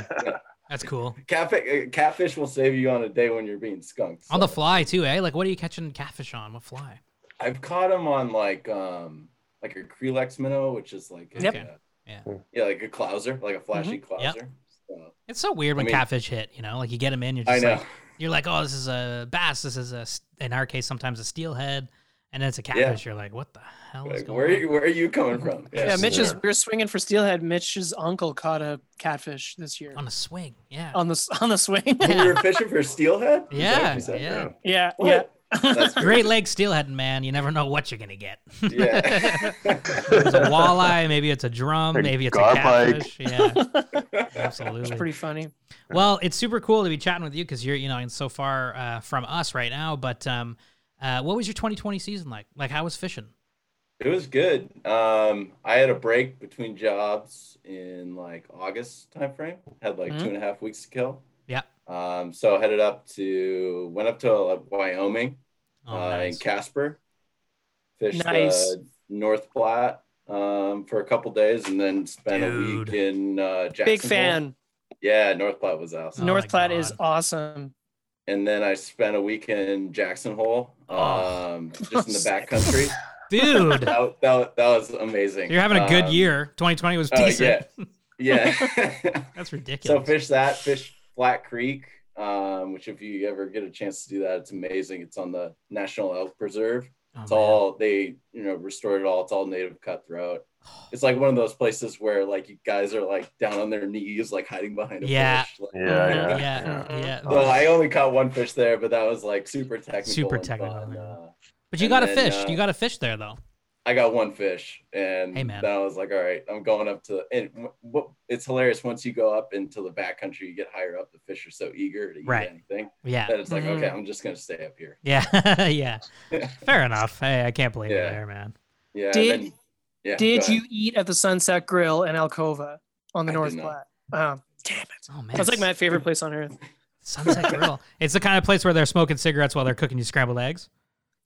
S1: That's cool.
S9: catfish uh, catfish will save you on a day when you're being skunked.
S1: On the
S9: so.
S1: fly too, eh? Like what are you catching catfish on? What fly?
S9: I've caught him on like um like a Krelex minnow, which is like a,
S1: Yep. Yeah. Mm-hmm.
S9: yeah yeah like a clouser, like a flashy
S1: Yep.
S9: clouser. So,
S1: It's so weird
S9: I
S1: when
S9: mean-
S1: catfish hit, you know? Like you get them in, you're
S9: I
S1: just
S9: know.
S1: like you're like, "Oh, this is a bass, this is a s- in our case sometimes a steelhead." And then it's a catfish. You're like, what the hell is
S9: Like,
S1: going
S9: where are
S1: on?
S9: you where are you coming from?
S4: yeah, Mitch is.
S9: Yeah.
S4: We were swinging for steelhead. Mitch's uncle caught a catfish this year
S1: on a swing? Yeah.
S4: on the s- on the swing.
S9: You were fishing for steelhead? Is that what
S1: yeah.
S9: you said?
S1: Yeah.
S4: yeah, yeah.
S9: What? That's
S1: Great leg steelhead, man. You never know what you're gonna get.
S9: Yeah.
S1: It's a walleye, maybe it's a drum,
S3: A
S1: maybe it's a
S3: garbike.
S1: catfish. Yeah, absolutely.
S4: It's pretty funny.
S1: well, it's super cool to be chatting with you because you're, you know, and so far uh, from us right now. But um, uh, what was your 2020 season like? Like, how was fishing?
S9: It was good. Um, I had a break between jobs in like August timeframe. Had like
S4: Mhm.
S9: two and a half weeks to kill.
S1: Mm-hmm. Yeah.
S9: Um, so I headed up to went up to uh, Wyoming
S1: Oh,
S9: uh,
S1: nice.
S9: in Casper. Fished
S4: Nice.
S9: the North Platte um, for a couple days and then spent
S1: Dude.
S9: a week in uh, Jacksonville.
S4: Big fan.
S9: Yeah, North Platte was awesome.
S1: Oh
S4: North
S1: my
S4: Platte is
S1: God.
S4: awesome.
S9: And then I spent a week in Jackson Hole,
S1: Oh.
S9: um, just in the back country.
S1: Dude,
S9: that, that, that was amazing.
S1: you're having a good
S9: Um,
S1: year. 2020 was
S9: uh,
S1: decent.
S9: Yeah.
S1: That's
S9: so
S1: ridiculous.
S9: fish that, fish Flat Creek, um, which if you ever get a chance to do that, it's amazing. It's on the National Elk Preserve.
S1: Oh,
S9: It's
S1: man.
S9: all they, you know, restored it all. It's all native cutthroat. It's like one of those places where like you guys are like down on their knees, like hiding behind a
S1: Yeah. Oh,
S9: bush. Like,
S3: Yeah, yeah.
S1: yeah, yeah.
S9: So I only caught one fish there, but that was like super technical.
S1: Super
S9: and
S1: technical,
S9: fun.
S1: yeah.
S9: Uh,
S1: But you
S9: and
S1: got a
S9: then,
S1: fish.
S9: uh,
S1: you got a fish there though.
S9: I got one fish, and
S1: Hey, man.
S9: then I was like, all right, I'm going up to. And w- w- it's hilarious once you go up into the backcountry, you get higher up, the fish are so eager to eat
S1: Right.
S9: anything
S1: Yeah.
S9: that it's like,
S4: Mhm.
S9: okay, I'm just gonna stay up here.
S1: Yeah, yeah.
S9: Yeah.
S1: Fair enough. Hey, I can't blame you
S9: Yeah.
S1: there, man.
S9: Yeah. and
S4: Did-
S9: then- yeah,
S4: Did
S9: go ahead.
S4: you eat at the Sunset Grill in Alcova on the
S9: I did
S4: North
S9: not.
S4: Platte? Oh, damn it!
S1: Oh man,
S4: That's like my favorite place on earth.
S1: Sunset Grill. it's the kind of place where they're smoking cigarettes while they're cooking you scrambled eggs.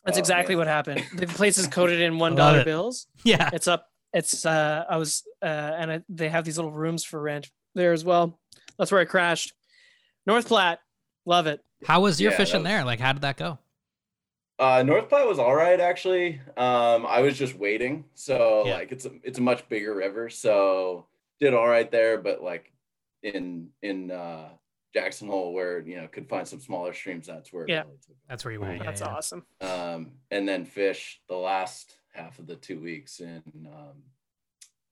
S4: That's
S9: Oh,
S4: exactly
S9: man.
S4: what happened. The place is coated in one
S1: Love
S4: dollar
S1: it.
S4: bills.
S1: Yeah.
S4: It's up. It's uh, I was uh, and I, they have these little rooms for rent there as well. That's where I crashed. North Platte, love it.
S1: How was your
S9: Yeah, that
S1: fishing
S9: was-
S1: there? Like, how did that go?
S9: Uh, North Platte was all right actually. Um, I was just waiting, so
S1: Yeah.
S9: like it's a it's a much bigger river, so did all right there. But like in in uh, Jackson Hole, where you know could find some smaller streams, that's where it
S4: Yeah.
S9: really took
S1: That's where you went.
S4: That's
S1: yeah, yeah.
S4: awesome.
S9: um, and then fish the last half of the two weeks in um,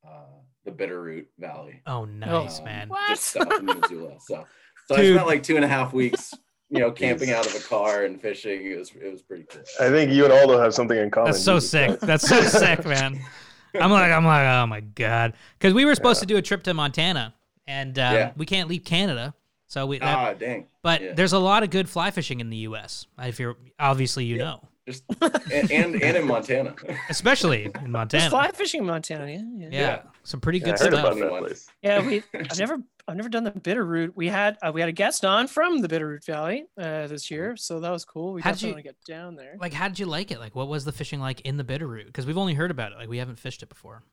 S9: uh, the Bitterroot Valley.
S1: Oh, nice,
S9: Um,
S1: man.
S4: What?
S9: Just south of Missoula. So, so I
S1: Dude.
S9: spent like two and a half weeks, you know, camping out of a car and fishing. It was it was pretty cool.
S6: I think you and Aldo have something in common.
S1: That's so sick. That's so sick, man. I'm like, I'm like, oh my god, because we were supposed to do a trip to Montana, and um,
S9: Yeah.
S1: we can't leave Canada, so we. that-
S9: Ah, dang.
S1: but
S9: yeah.
S1: there's a lot of good fly fishing in the U.S. If you're obviously you know,
S9: Just and and, and in Montana.
S1: especially in Montana.
S4: There's fly fishing in Montana. Yeah, yeah.
S1: yeah.
S9: Yeah.
S1: some pretty
S6: Yeah, I
S1: good
S6: heard
S1: stuff.
S6: about that place.
S4: Yeah, we. I've never. I've never done the Bitterroot. We had. Uh, we had a guest on from the Bitterroot Valley uh, this year, so that was cool. We
S1: How'd
S4: definitely
S1: you-
S4: want to get down there.
S1: Like, how did you like it? Like, what was the fishing like in the Bitterroot? Because we've only heard about it. Like, we haven't fished it before.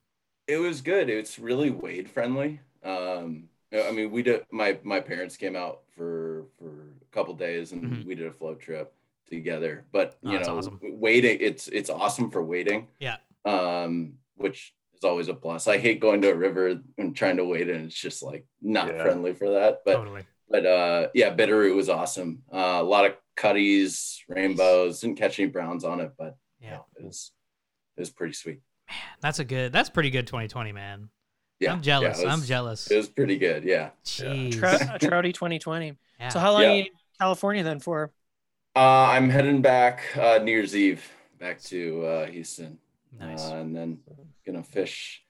S9: It was good. It's really wade friendly. Um, I mean, we did. My my parents came out for for a couple days, and
S1: Mhm.
S9: we did a float trip together. But
S1: Oh,
S9: you
S1: that's
S9: know,
S1: awesome.
S9: wading it's it's awesome for wading.
S1: Yeah.
S9: Um, which is always a plus. I hate going to a river and trying to wade, and it's just like not
S6: Yeah.
S9: friendly for that. But
S1: totally.
S9: but uh, yeah, Bitterroot was awesome. Uh, a lot of cutties, rainbows. Didn't catch any browns on it, but
S1: Yeah.
S9: it was it was pretty sweet.
S1: That's a good. That's pretty good. 2020, man.
S9: Yeah,
S1: I'm jealous.
S9: yeah, it
S1: I'm
S9: was-
S1: jealous.
S9: It was pretty good. Yeah.
S1: Jeez.
S4: Trout, uh, Trouty 2020.
S1: Yeah.
S4: So how long
S9: Yeah.
S4: are you in California then for?
S9: Uh, I'm heading back uh, New Year's Eve back to uh, Houston,
S1: nice.
S9: uh, and then gonna fish.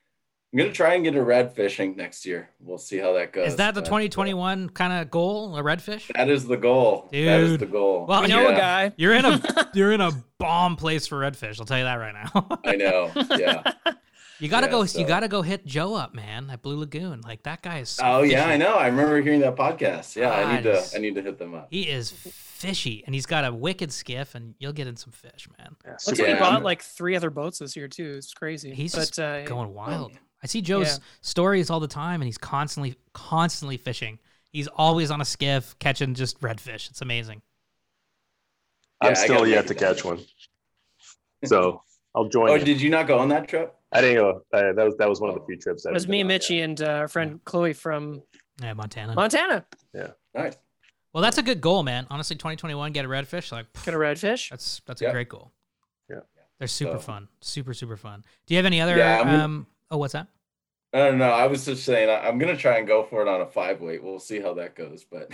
S9: I'm gonna try and get a red fishing next year. We'll see how that goes.
S1: Is that the
S9: but, uh,
S1: 2021 kind of goal, a redfish?
S9: That is the goal. That is
S1: Dude.
S9: the goal.
S1: Well,
S4: We
S1: you
S4: know a
S9: Yeah,
S4: guy.
S1: You're in a you're in a bomb place for redfish. I'll tell you that right now.
S9: I know. Yeah.
S1: you gotta
S9: Yeah,
S1: go. You
S9: so-
S1: gotta go hit Joe up, man. At Blue Lagoon, like that guy is. So
S9: oh yeah,
S1: fishy.
S9: I know. I remember hearing that podcast. Yeah, I need to.
S1: Nice.
S9: I need to hit them up.
S1: He is fishy, and he's got a wicked skiff, and you'll get in some fish, man.
S6: Yeah,
S4: Looks
S6: super
S4: like
S9: Yeah.
S4: he bought like three other boats this year too. It's crazy.
S1: He's
S4: but
S1: just
S4: uh,
S1: Going wild. I see Joe's stories all the time, and he's constantly, constantly fishing. He's always on a skiff catching just redfish. It's amazing.
S9: Yeah, I
S6: I'm still
S9: gotta
S6: yet to
S9: make it down.
S6: catch one. So I'll join.
S9: Oh,
S6: you.
S9: did you not go on that trip?
S6: I didn't go. Uh, that was that was one of the few trips. I
S4: it was
S6: haven't
S4: me,
S6: been on
S4: Mitchie, and uh, our friend Chloe from
S1: Yeah, Montana.
S4: Montana.
S9: Nice.
S1: Well, that's a good goal, man. Honestly, 2021, get a redfish. Like, pff,
S4: Got a redfish.
S1: that's that's a
S9: Yeah.
S1: great goal.
S6: Yeah.
S1: They're super
S9: So-
S1: fun. Super, super fun. Do you have any other?
S9: Yeah, I mean-
S1: um, oh, what's that?
S9: I don't know. I was just saying I, I'm gonna try and go for it on a five weight. We'll see how that goes, but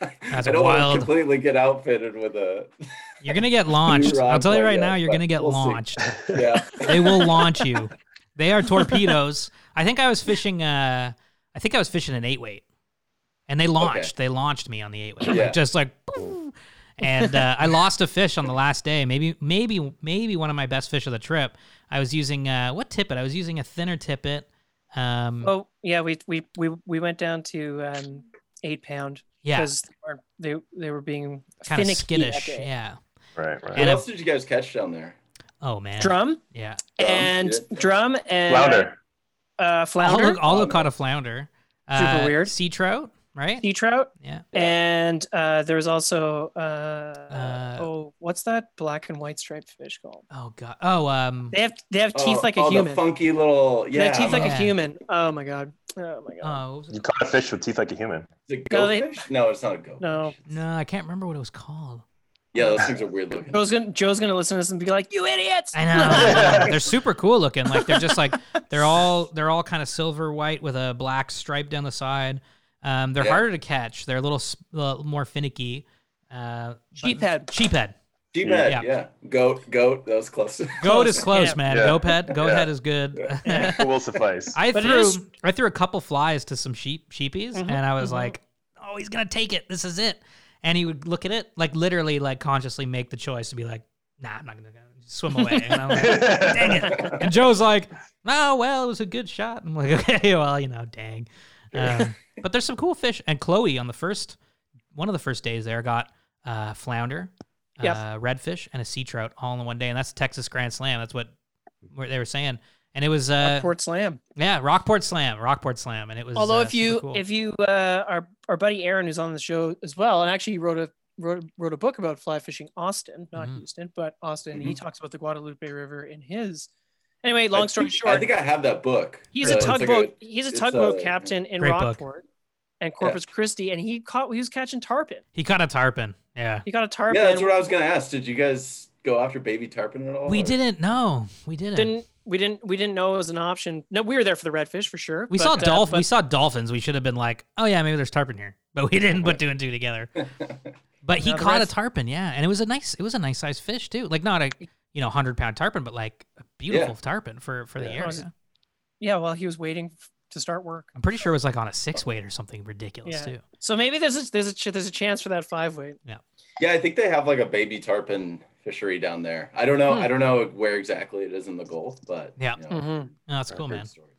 S1: That's
S9: I don't wanna
S1: wild.
S9: completely get outfitted with a
S1: You're gonna get launched.
S9: You're
S1: I'll
S9: on
S1: tell you
S9: point,
S1: right
S9: yeah,
S1: now, you're
S9: but
S1: gonna get
S9: we'll see.
S1: launched.
S6: yet.
S9: yeah.
S1: they will launch you. They are torpedoes. I think I was fishing. Uh, I think I was fishing an eight weight, and they launched. They launched me on the eight weight,
S9: Yeah.
S1: like, just like. boom. And uh, I lost a fish on the last day. Maybe, maybe, maybe one of my best fish of the trip. I was using uh, what tippet? I was using a thinner tippet. Um,
S4: Oh yeah, we we we we went down to um, eight pound
S1: yeah,
S4: because they, were- they they were being
S1: kind of
S4: finicky that
S1: skittish.
S4: day.
S1: Yeah.
S6: right, right.
S9: What
S1: And
S9: else did you guys catch down there?
S1: Oh man.
S4: Drum
S1: Yeah.
S9: Drum,
S4: and
S9: yeah.
S4: drum and
S6: Flounder.
S4: uh,
S1: All
S4: flounder,
S1: the, all the
S9: Flounder.
S1: caught a flounder.
S4: Super
S1: Uh,
S4: weird.
S1: Sea trout, right?
S4: sea trout,
S1: Yeah.
S4: and uh, there was also uh,
S1: Uh,
S4: oh what's that black and white striped fish called?
S1: Oh god. Oh um.
S4: They have they have teeth
S9: Oh,
S4: like a
S9: oh,
S4: human.
S9: The funky little
S4: They
S9: yeah.
S4: have teeth like a
S1: Yeah.
S4: human. Oh my god. Oh my god.
S1: Oh, what was it
S6: You caught a fish with teeth like a human.
S9: Is it
S4: No, they-
S9: goldfish? No, it's not a
S1: Oh.
S9: goldfish.
S4: No.
S1: No, I can't remember what it was called.
S9: Yeah, those things are weird looking.
S4: Joe's gonna Joe's gonna listen to this and be like, "You idiots!"
S1: I know. I know. they're super cool looking. Like they're just like they're all they're all kind of silver white with a black stripe down the side. Um, they're
S9: Yeah.
S1: harder to catch. They're a little, s- little more finicky. Uh, but-
S4: Sheephead.
S1: Sheephead.
S9: Sheephead,
S1: Yeah.
S9: yeah. Goat, goat, that was close.
S1: Goat is
S4: Close,
S1: close,
S4: yeah.
S1: man.
S6: Yeah.
S1: Goat head. Goat
S6: Yeah.
S1: head is good.
S6: It will suffice.
S1: I
S4: But it
S1: threw
S4: is-
S1: I threw a couple flies to some sheep sheepies,
S4: Mhm,
S1: and I was
S4: mhm.
S1: like, "Oh, he's gonna take it. This is it." And he would look at it, like literally, like consciously make the choice to be like, "Nah, I'm not gonna go. swim away." And I'm like, "Dang it!" And Joe's like, "Oh well, it was a good shot." I'm like, "Okay, well, you know, dang." Um, but there's some cool fish, and Chloe on the first one of the first days there got uh, flounder,
S4: Yes.
S1: uh, redfish, and a sea trout all in one day, and that's the Texas Grand Slam. That's what what they were saying, and it was uh,
S4: Port Slam.
S1: yeah, Rockport Slam, Rockport Slam, and it was.
S4: Although
S1: uh,
S4: if you
S1: super cool.
S4: if you uh, our our buddy Aaron who's on the show as well, and actually he wrote a wrote wrote a book about fly fishing Austin, not
S1: Mhm.
S4: Houston, but Austin.
S1: Mm-hmm.
S4: He talks about the Guadalupe River in his. Anyway, long story
S9: I think,
S4: short,
S9: I think I have that book.
S4: he's
S9: Uh,
S4: a
S9: it's like
S4: tugboat. he's a
S9: it's
S4: tugboat
S9: a-
S4: captain in
S1: Great book.
S4: Rockport and Corpus Christi, and he caught he was catching tarpon.
S1: he caught a tarpon, yeah.
S4: He got a tarpon.
S9: yeah, that's what I was gonna ask. Did you guys go after baby tarpon at all?
S1: We
S9: or-
S1: didn't know. We didn't.
S4: didn't we didn't we didn't know it was an option. No, we were there for the redfish for sure.
S1: we
S4: but,
S1: saw
S4: uh,
S1: dolphin.
S4: but-
S1: we saw dolphins. We should have been like, oh yeah, maybe there's tarpon here, but we didn't put two and two together. But he
S4: Yeah, the
S1: caught a
S4: rest-
S1: tarpon, yeah, and it was a nice. It was a nice sized fish too. Like not a you know hundred pound tarpon, but like a beautiful tarpon for for the
S9: Yeah.
S4: Oh, is it-
S1: area.
S4: yeah, well, he was waiting f- to start work.
S1: I'm pretty sure it was like on a six weight or something ridiculous
S4: Yeah.
S1: too.
S4: So maybe there's a, there's a ch- there's a chance for that five weight.
S9: Yeah, I think they have like a baby tarpon fishery down there. I don't know.
S4: Hmm.
S9: I don't know where exactly it is in the Gulf, but
S1: Yeah.
S9: you know,
S4: Mm-hmm.
S1: No, that's
S9: I've
S1: cool,
S9: heard
S1: man.
S9: stories.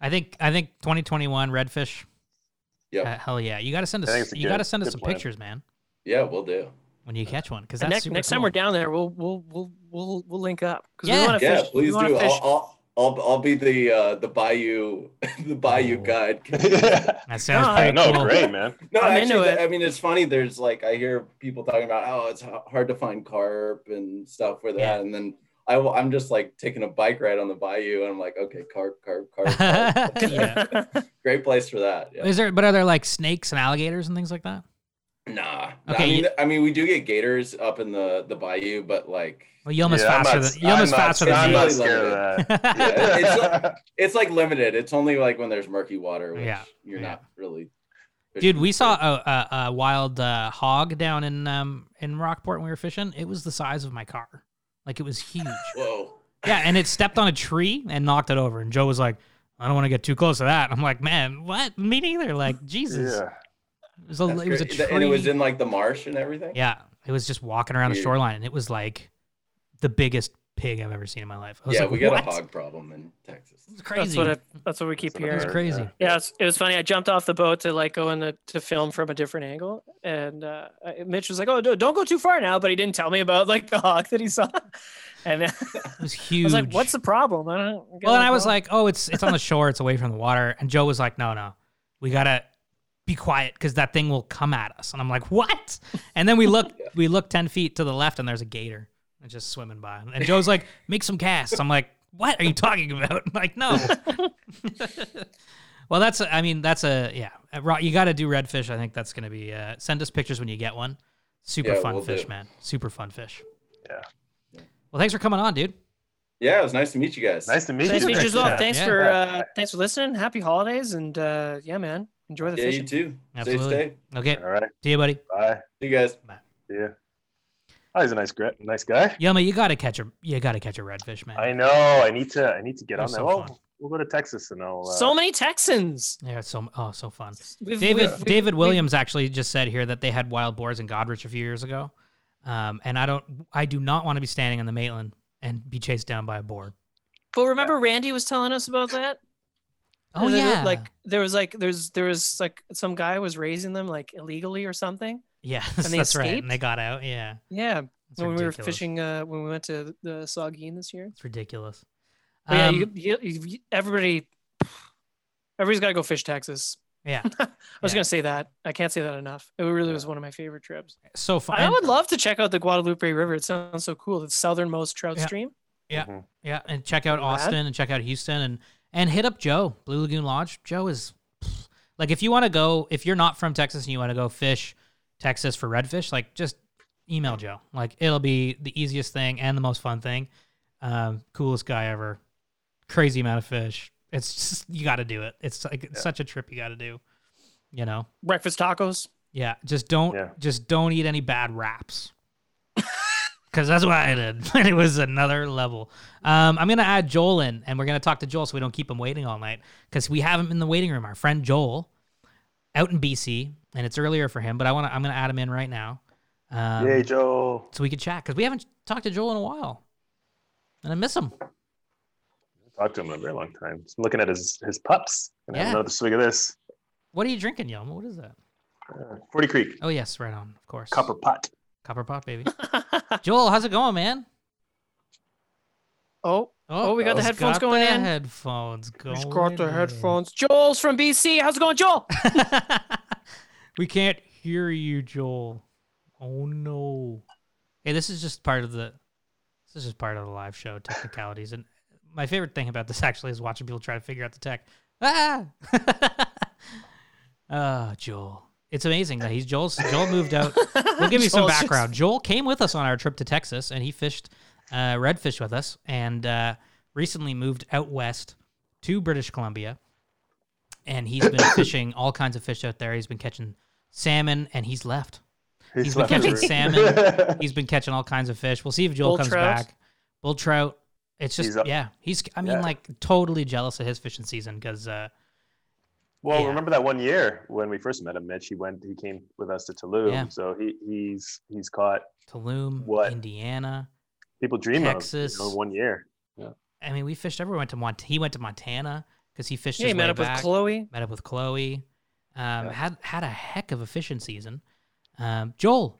S1: I think I think 2021 redfish.
S9: Yep.
S1: uh, hell yeah! You got to send
S6: I think
S1: us.
S6: it's a
S1: You got to
S6: good-
S1: send us
S6: good
S1: some
S6: plan.
S1: pictures, man,
S9: Yeah, we'll do.
S1: when you catch one, because that's
S4: Next
S1: super
S4: next time
S1: cool.
S4: we're down there, we'll we'll we'll we'll we'll link up because
S1: Yeah.
S4: we want to
S9: Yeah,
S4: fish. we
S9: please
S4: wanna
S9: do.
S4: Fish.
S9: I'll, I'll I'll I'll be the uh the bayou the bayou
S1: Oh.
S9: guide.
S1: That sounds
S4: No,
S1: pretty
S6: I know,
S1: cool.
S6: great man.
S9: No,
S4: I'm
S9: actually,
S4: into
S9: that-
S4: it.
S9: I mean it's funny. There's like I hear people talking about oh it's h- hard to find carp and stuff for that,
S1: Yeah.
S9: and then I will, I'm just like taking a bike ride on the bayou, and I'm like okay carp carp carp. carp.
S1: yeah.
S9: Great place for that. Yeah.
S1: Is there? But are there like snakes and alligators and things like that?
S9: Nah. Nah,
S1: Okay,
S9: I mean,
S1: you-
S9: th- I mean, we do get gators up in the the bayou, but like,
S1: Well, Yelma's
S6: Yeah, I'm
S1: faster
S6: not-
S1: than Yelma's
S6: I'm not-
S1: faster than
S6: I'm
S1: me.
S6: not
S9: these.
S6: scared of that.
S9: yeah, it's like, it's like limited. It's only like when there's murky water, which
S1: Yeah,
S9: you're
S1: yeah.
S9: not really.
S1: Dude,
S9: fishing
S1: we
S9: for.
S1: saw a, a, a wild uh, hog down in um in Rockport when we were fishing. It was the size of my car, like it was huge.
S9: Whoa.
S1: yeah, and it stepped on a tree and knocked it over. And Joe was like, "I don't want to get too close to that." I'm like, "Man, what? Me neither." Like Jesus,
S6: Yeah.
S1: it was a
S9: That's
S1: it was a
S9: crazy.
S1: tree.
S9: And it was in like the marsh and everything.
S1: yeah, it was just walking around the
S9: Weird.
S1: shoreline, and it was like the biggest pig I've ever seen in my life. I was
S9: Yeah,
S1: like,
S9: we got
S1: what?
S9: a hog problem in Texas.
S1: It was crazy.
S4: That's what I, that's what we keep
S6: That's what I
S1: it was
S4: hearing.
S6: heard.
S1: crazy.
S6: Yeah.
S4: Yeah, it was, it was funny. I jumped off the boat to like go in the, to film from a different angle, and uh, I- Mitch was like, "Oh, don't don't go too far now," but he didn't tell me about like the hog that he saw, and then
S1: It was huge.
S4: I was like, "What's the problem?" I don't. I
S1: Well, and
S4: don't
S1: I was
S4: know.
S1: like, "Oh, it's it's on the shore. It's away from the water." And Joe was like, "No, no, we gotta be quiet because that thing will come at us." And I'm like, "What?" And then we look, we look ten feet to the left, and there's a gator just swimming by. And Joe's like, "Make some casts." I'm like, "What are you talking about?" I'm like, no. well, that's a, I mean that's a yeah. Uh, Ro- You got to do redfish. I think that's gonna be. Uh, send us pictures when you get one. Super
S9: Yeah,
S1: fun
S9: will
S1: fish,
S9: do.
S1: man. Super fun fish.
S6: Yeah.
S1: Well, thanks for coming on, dude.
S9: Yeah, it was nice to meet you guys.
S6: Nice to meet
S4: "Nice to
S6: you.
S4: meet you as well.
S1: Yeah.
S4: Thanks
S1: Yeah.
S4: for uh, thanks for listening. Happy holidays, and uh, yeah, man, enjoy the
S9: Yeah, you
S4: fishing."
S9: too.
S1: Absolutely.
S9: Stay safe.
S1: Okay,
S6: All right.
S1: see you, buddy.
S6: Bye.
S9: See you guys.
S6: See ya. Oh, he's a nice, gra- nice guy.
S1: Yuma, you gotta catch a you gotta catch a redfish, man.
S6: I know. I need to. I need to get
S1: They're
S6: on that.
S1: so
S6: well,
S1: fun.
S6: we'll go to Texas and I'll. Uh,
S4: So many Texans.
S1: yeah, it's so oh so fun.
S4: We've-
S1: David
S4: we've-
S1: David
S4: we've-
S1: Williams actually just said here that they had wild boars in Godrich a few years ago, um, and I don't I do not want to be standing on the Maitland and be chased down by a boar.
S4: But remember, Randy was telling us about that.
S1: Oh
S4: There- there-
S1: yeah,
S4: like there was like there's there was like some guy was raising them like illegally or something.
S1: yeah,
S4: they
S1: that's right. And
S4: escaped?
S1: they got out. Yeah,
S4: Yeah,
S1: it's
S4: when
S1: ridiculous.
S4: we were fishing, uh, when we went to the Saugeen this year.
S1: it's ridiculous.
S4: But yeah,
S1: Um,
S4: you, you, you, everybody, everybody's got to go fish Texas.
S1: yeah,
S4: I was
S1: Yeah.
S4: gonna say that. I can't say that enough. It really was one of my favorite trips.
S1: so fun.
S4: I
S1: And-
S4: would love to check out the Guadalupe River. It sounds so cool. It's southernmost trout
S1: Yeah.
S4: stream.
S1: Yeah.
S6: mhm.
S1: Yeah, and check out
S4: Look at that.
S1: Austin and check out Houston and and hit up Joe Blue Lagoon Lodge. Joe is pfft. like if you want to go if you're not from Texas and you want to go fish Texas for redfish, like just email Joe. Like it'll be the easiest thing and the most fun thing. Um, coolest guy ever. Crazy amount of fish. It's just you got to do it. It's like it's such a trip you got to do. You know.
S4: Breakfast tacos.
S1: Yeah, just don't
S6: Yeah.
S1: just don't eat any bad wraps. Cause that's what I did. And it was another level. Um, I'm gonna add Joel in, and we're gonna talk to Joel so we don't keep him waiting all night. Cause we have him in the waiting room. Our friend Joel, out in BC, and it's earlier for him. But I want to. I'm gonna add him in right now, um,
S6: Yay, Joel.
S1: so we can chat. Cause we haven't talked to Joel in a while, and I miss him.
S6: Talked to him in a very long time. Just looking at his his pups. Gonna
S1: Yeah.
S6: have another swig of this.
S1: What are you drinking, Yelma? What is that?
S6: Uh, Forty Creek.
S1: Oh yes, right on. Of course.
S6: Copper pot.
S1: Copper pot, baby. Joel, how's it going, man?
S4: Oh, Oh, we got the
S1: he's
S4: headphones
S1: got
S4: going
S1: the
S4: in.
S1: Headphones going.
S4: he's got the
S1: in.
S4: headphones. Joel's from BC. How's it going, Joel?
S1: we can't hear you, Joel. Oh no. Hey, this is just part of the this is just part of the live show technicalities. And my favorite thing about this actually is watching people try to figure out the tech. Ah Ah, Joel. It's amazing that he's Joel's Joel moved out. We'll give you some
S4: Joel's just-
S1: background. Joel came with us on our trip to Texas and he fished uh, redfish with us and uh, recently moved out west to British Columbia and he's been fishing all kinds of fish out there. He's been catching salmon, and he's left. He's been
S6: left
S1: catching
S6: the room.
S1: salmon. He's been catching all kinds of fish. We'll see if Joel
S4: Bull
S1: comes
S4: trout.
S1: back. Bull trout. It's just
S6: He's up-
S1: yeah. He's I mean
S6: Yeah.
S1: like totally jealous of his fishing season because uh,
S6: Well,
S1: Yeah.
S6: remember that one year when we first met him, Mitch. He went. He came with us to Tulum.
S1: Yeah.
S6: So he, he's he's caught.
S1: Tulum,
S6: What?
S1: Indiana.
S6: People dream
S1: Texas.
S6: of you know, one year.
S1: I mean, we fished everywhere. Went to Mont- he went to Montana because he fished.
S4: Yeah,
S1: his
S4: he met
S1: way
S4: up with
S1: back.
S4: Chloe.
S1: Met up with Chloe. Um, had had a heck of a fishing season. Um, Joel.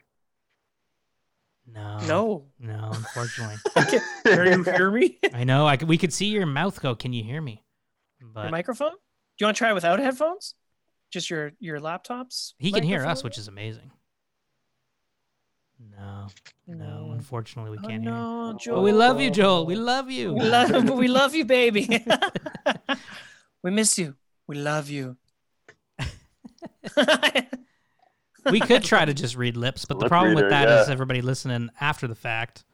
S1: No.
S4: No.
S1: No, unfortunately.
S4: Can you hear me?
S1: I know. I could, we could see your mouth go. Can you hear me?
S4: Your
S1: But
S4: microphone? Do you want to try without headphones? Just your your laptops?
S1: he can hear us,
S4: microphone?
S1: which is amazing. No, no.
S4: Mm.
S1: Unfortunately, we
S4: Oh,
S1: can't hear. You.
S4: no, Joel.
S1: But we love you, Joel. We love you.
S4: We love, we love you, baby. we miss you. We love you.
S1: we could try to just read lips, but the
S6: Lip
S1: problem with
S6: reader,
S1: that is
S6: yeah.
S1: everybody listening after the fact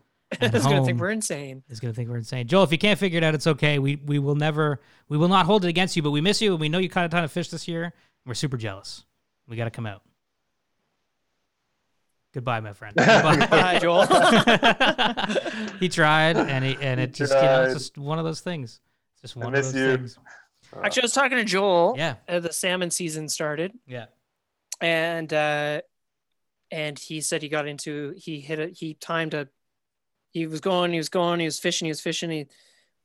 S1: at
S4: It's gonna think
S1: home
S4: we're insane.
S1: is going to think we're insane. Joel, if you can't figure it out, it's okay. We we will never we will not hold it against you. But we miss you, and we know you caught a ton of fish this year. We're super jealous. We got to come out. Goodbye, my friend. Goodbye.
S4: Hi, Joel.
S1: he tried, and he, and it
S6: He
S1: just you know, it's
S6: tried.
S1: just one of those things. It's just one
S6: miss
S1: of those
S6: you.
S1: things.
S6: Oh,
S4: Actually, I was talking to Joel.
S1: Yeah,
S4: uh, the salmon season started,
S1: yeah.
S4: and uh, and he said he got into he hit a he timed a he was going he was going he was fishing he was fishing he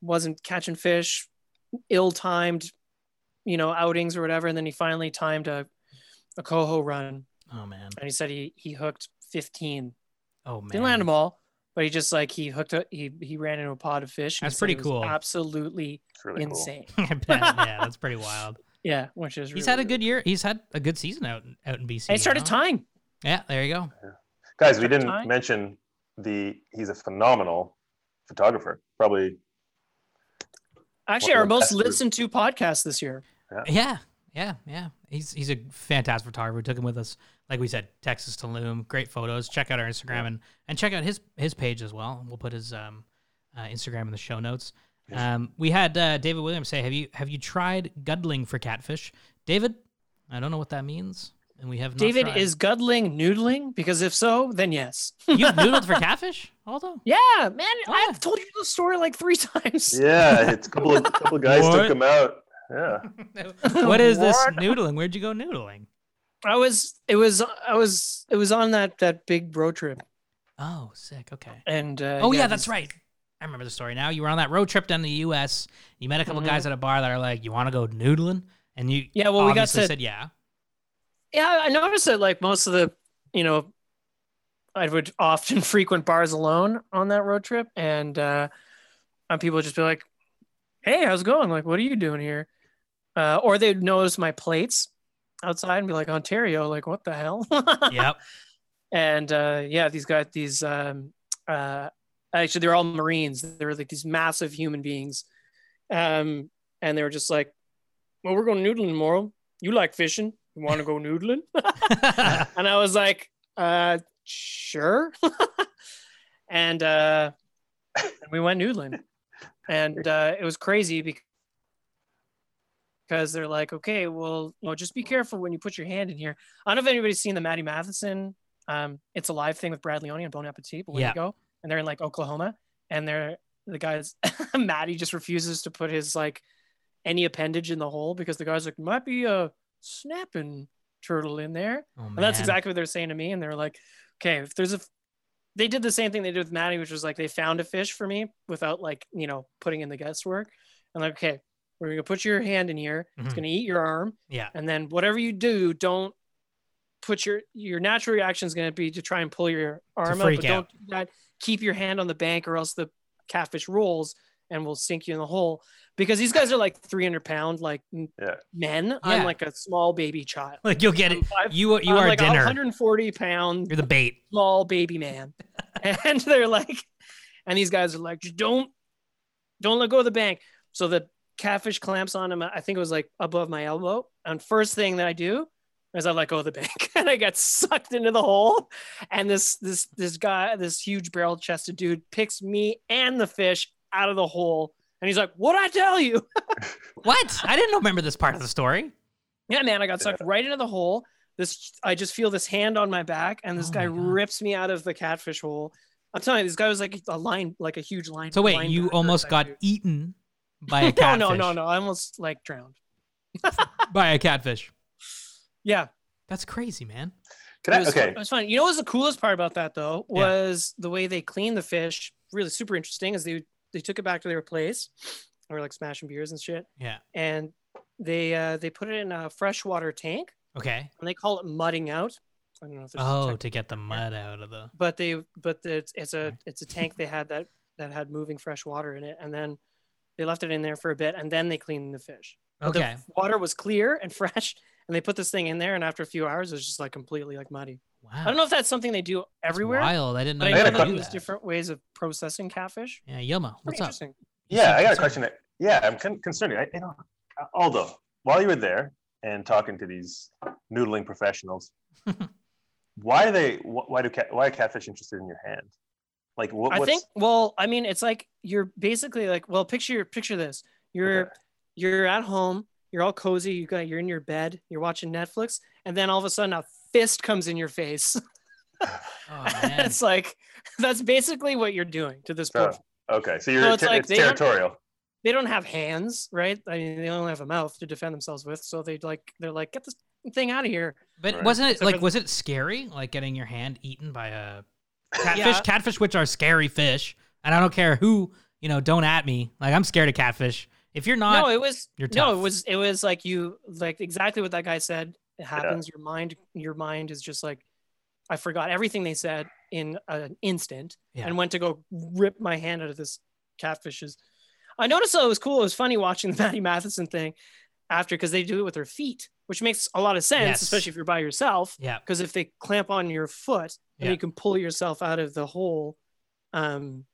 S4: wasn't catching fish, ill timed, you know outings or whatever, and then he finally timed a a coho run,
S1: Oh man.
S4: and he said he he hooked fifteen.
S1: Oh man.
S4: Didn't land them all, but he just like he hooked up he he ran into a pod of fish. and he
S1: That's
S4: said
S1: pretty
S4: it was
S1: cool.
S4: Absolutely
S6: It's really cool.
S4: insane.
S1: I bet. Yeah, that's pretty wild.
S4: Yeah, which is
S1: He's
S4: really,
S1: had a
S4: really
S1: good year. He's had a good season out in- out in BC.
S4: And he started
S1: you know?
S4: tying.
S1: Yeah, there you go.
S6: Guys, we
S4: Perfect
S6: didn't
S4: time.
S6: mention the. He's a phenomenal photographer. Probably
S4: Actually,
S6: One of
S4: our
S6: the
S4: most
S6: best groups.
S4: listened to podcast this year.
S1: Yeah, yeah, yeah. He's he's a fantastic photographer. We took him with us, like we said, Texas Tulum. Great photos. Check out our Instagram and and check out his his page as well. We'll put his um uh, Instagram in the show notes. Um, we had uh, David Williams say, "Have you have you tried guddling for catfish, David? I don't know what that means, and we have not
S4: David
S1: tried.
S4: is guddling noodling because if so, then yes.
S1: you've noodled for catfish, Aldo?
S4: Yeah, man,
S1: Ah.
S4: I've told you the story like three times.
S6: yeah. It's a couple of couple of guys
S1: What?
S6: took him out. Yeah.
S1: what is this
S4: What?
S1: noodling? Where'd you go noodling?
S4: I was, it was, I was, it was on that that big road trip,
S1: Oh, sick. Okay.
S4: and uh,
S1: Oh yeah, that's
S4: these-
S1: right. I remember the story now. You were on that road trip down to the U.S. You met a couple
S4: Mhm.
S1: guys at a bar that are like, "You want to go noodling?" And you,
S4: Yeah, well, we got
S1: obviously
S4: to-
S1: said, "Yeah."
S4: Yeah, I noticed that like most of the, you know, I would often frequent bars alone on that road trip, and uh, and people would just be like, "Hey, how's it going? Like, what are you doing here?" Uh, or they'd notice my plates outside and be like, "Ontario, like, what the hell?"
S1: yep.
S4: and uh, yeah, these guys, these um, uh, actually, they're all Marines. They were like these massive human beings, um, and they were just like, "Well, we're going noodling tomorrow. You like fishing? You want to go noodling?" and I was like, uh, "Sure." and uh, and we went noodling, and uh, it was crazy because. Because they're like, okay, well, you know, just be careful when you put your hand in here. I don't know if anybody's seen the Maddie Matheson um, it's a live thing with Brad Leone and Bon Appetit, but where
S1: Yeah.
S4: you go, and they're in like Oklahoma, and they're the guys. Maddie just refuses to put his like any appendage in the hole because the guys like might be a snapping turtle in there,
S1: Oh, man.
S4: and that's exactly what they're saying to me. And they're like, okay, if there's a, they did the same thing they did with Maddie, which was like they found a fish for me without like you know putting in the guesswork, and like okay, we're gonna put your hand in here, it's
S1: Mhm.
S4: gonna eat your arm,
S1: Yeah.
S4: and then whatever you do, don't put your your natural reaction is going to be to try and pull your arm up,
S1: freak
S4: but
S1: out.
S4: don't do that. Keep your hand on the bank, or else the catfish rolls and will sink you in the hole. Because these guys are like 300 pound like m-
S6: Yeah.
S4: men. I'm
S1: Yeah.
S4: like a small baby child.
S1: Like you'll get it.
S4: I'm five-
S1: You you
S4: I'm
S1: are
S4: like a
S1: dinner.
S4: 140 pound
S1: You're the bait.
S4: small baby man and they're like and these guys are like "Just don't don't let go of the bank so the catfish clamps on him i think it was like above my elbow and first thing that i do is i let go of the bank and i got sucked into the hole and this this this guy this huge barrel chested dude picks me and the fish out of the hole and he's like what'd i tell you
S1: What? I didn't remember this part of the story.
S4: yeah, man, I got sucked right into the hole. This, I just feel this hand on my back, and this
S1: Oh
S4: guy
S1: my God.
S4: rips me out of the catfish hole. I'm telling you, this guy was like a line, like a huge line.
S1: So wait, you
S4: linebacker
S1: almost
S4: type
S1: got
S4: dude.
S1: eaten by a
S4: no,
S1: catfish.
S4: no, no, no. I almost like drowned.
S1: By a catfish.
S4: Yeah,
S1: That's crazy, man.
S6: Can I-
S4: it was,
S6: okay.
S4: It was fun. You know what was the coolest part about that though
S1: Yeah.
S4: was the way they cleaned the fish. Really super interesting. Is they they took it back to their place, or like smashing beers and shit,
S1: Yeah.
S4: and they uh, they put it in a freshwater tank,
S1: Okay.
S4: and they call it mudding out. I don't know if there's a
S1: Oh,
S4: technical
S1: to get the mud out of the.
S4: but they but it's, it's a it's a tank they had that that had moving fresh water in it and then they left it in there for a bit and then they cleaned the fish But
S1: Okay.
S4: the water was clear and fresh and they put this thing in there and after a few hours it was just like completely like muddy
S1: Wow.
S4: i don't know if that's something they do
S1: That's
S4: everywhere
S1: wild. I didn't know
S4: but
S1: you
S4: i
S6: gotta
S1: could
S4: know that
S1: do
S4: there's
S1: that.
S4: different ways of processing catfish
S1: Yeah, Yuma,
S4: Pretty
S1: what's up?
S4: interesting
S6: Yeah,
S1: seem
S6: I got a
S1: concerned.
S6: question. that- Yeah, I'm con- concerned. I, you know, uh, Aldo, while you were there and talking to these noodling professionals, why do they? wh- Why do cat, why are catfish interested in your hand? Like what?
S4: i
S6: what's,
S4: think well i mean it's like you're basically like well picture picture this you're
S6: Okay.
S4: you're at home you're all cozy you got you're in your bed you're watching netflix and then all of a sudden a fist comes in your face
S1: Oh, man.
S4: it's like that's basically what you're doing to this
S6: So-
S4: person.
S6: Okay, so you're
S4: No,
S6: it's,
S4: it's like
S6: it's
S4: they don't-
S6: territorial.
S4: They don't have hands, right? I mean, they only have a mouth to defend themselves with. So they like they're like, get this thing out of here.
S1: But
S6: Right.
S1: wasn't it
S4: So
S1: like
S4: for-
S1: was it scary like getting your hand eaten by a catfish?
S4: Yeah.
S1: Catfish, which are scary fish, and I don't care who you know. Don't at me. Like I'm scared of catfish. If you're not,
S4: no, it was
S1: you're
S4: no,
S1: tough.
S4: it was it was like you like exactly what that guy said. It happens. Your mind, your mind is just like, I forgot everything they said in an instant,
S1: Yeah.
S4: and went to go rip my hand out of this catfish's. I noticed though it was cool. It was funny watching the Matty Matheson thing after because they do it with their feet, which makes a lot of sense,
S1: Yes.
S4: especially if you're by yourself.
S1: yeah,
S4: because if they clamp on your foot then
S1: Yeah.
S4: you can pull yourself out of the hole um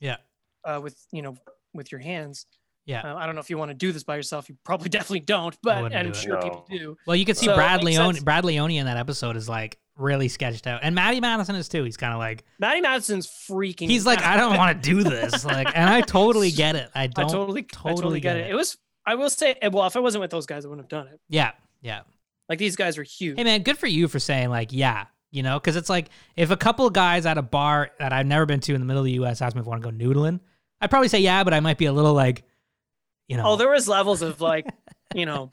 S1: Yeah.
S4: uh, with you know with your hands
S1: Yeah.
S4: Uh, i don't know if you want to do this by yourself you probably definitely don't but
S1: wouldn't do
S4: i'm
S1: it.
S4: sure
S6: No.
S4: people do
S1: Well, you can see
S4: So it
S1: Brad
S4: makes
S1: Leone.
S4: sense.
S1: Brad Leone in that episode is like really sketched out, and Matty Madison is too. He's kind of like
S4: maddie madison's freaking
S1: he's like
S4: out.
S1: I don't want to do this. Like, and I totally get it. I
S4: I
S1: don't.
S4: totally I
S1: totally
S4: totally get
S1: get
S4: it.
S1: it.
S4: it was i will say eh, well if i wasn't with those guys i wouldn't have done it
S1: yeah, yeah.
S4: like these guys are huge
S1: Hey man, good for you for saying like yeah, you know, because it's like if a couple guys at a bar that I've never been to in the middle of the U.S. asked me if I want to go noodling, I'd probably say yeah, but I might be a little like, you know,
S4: oh there was levels of like you know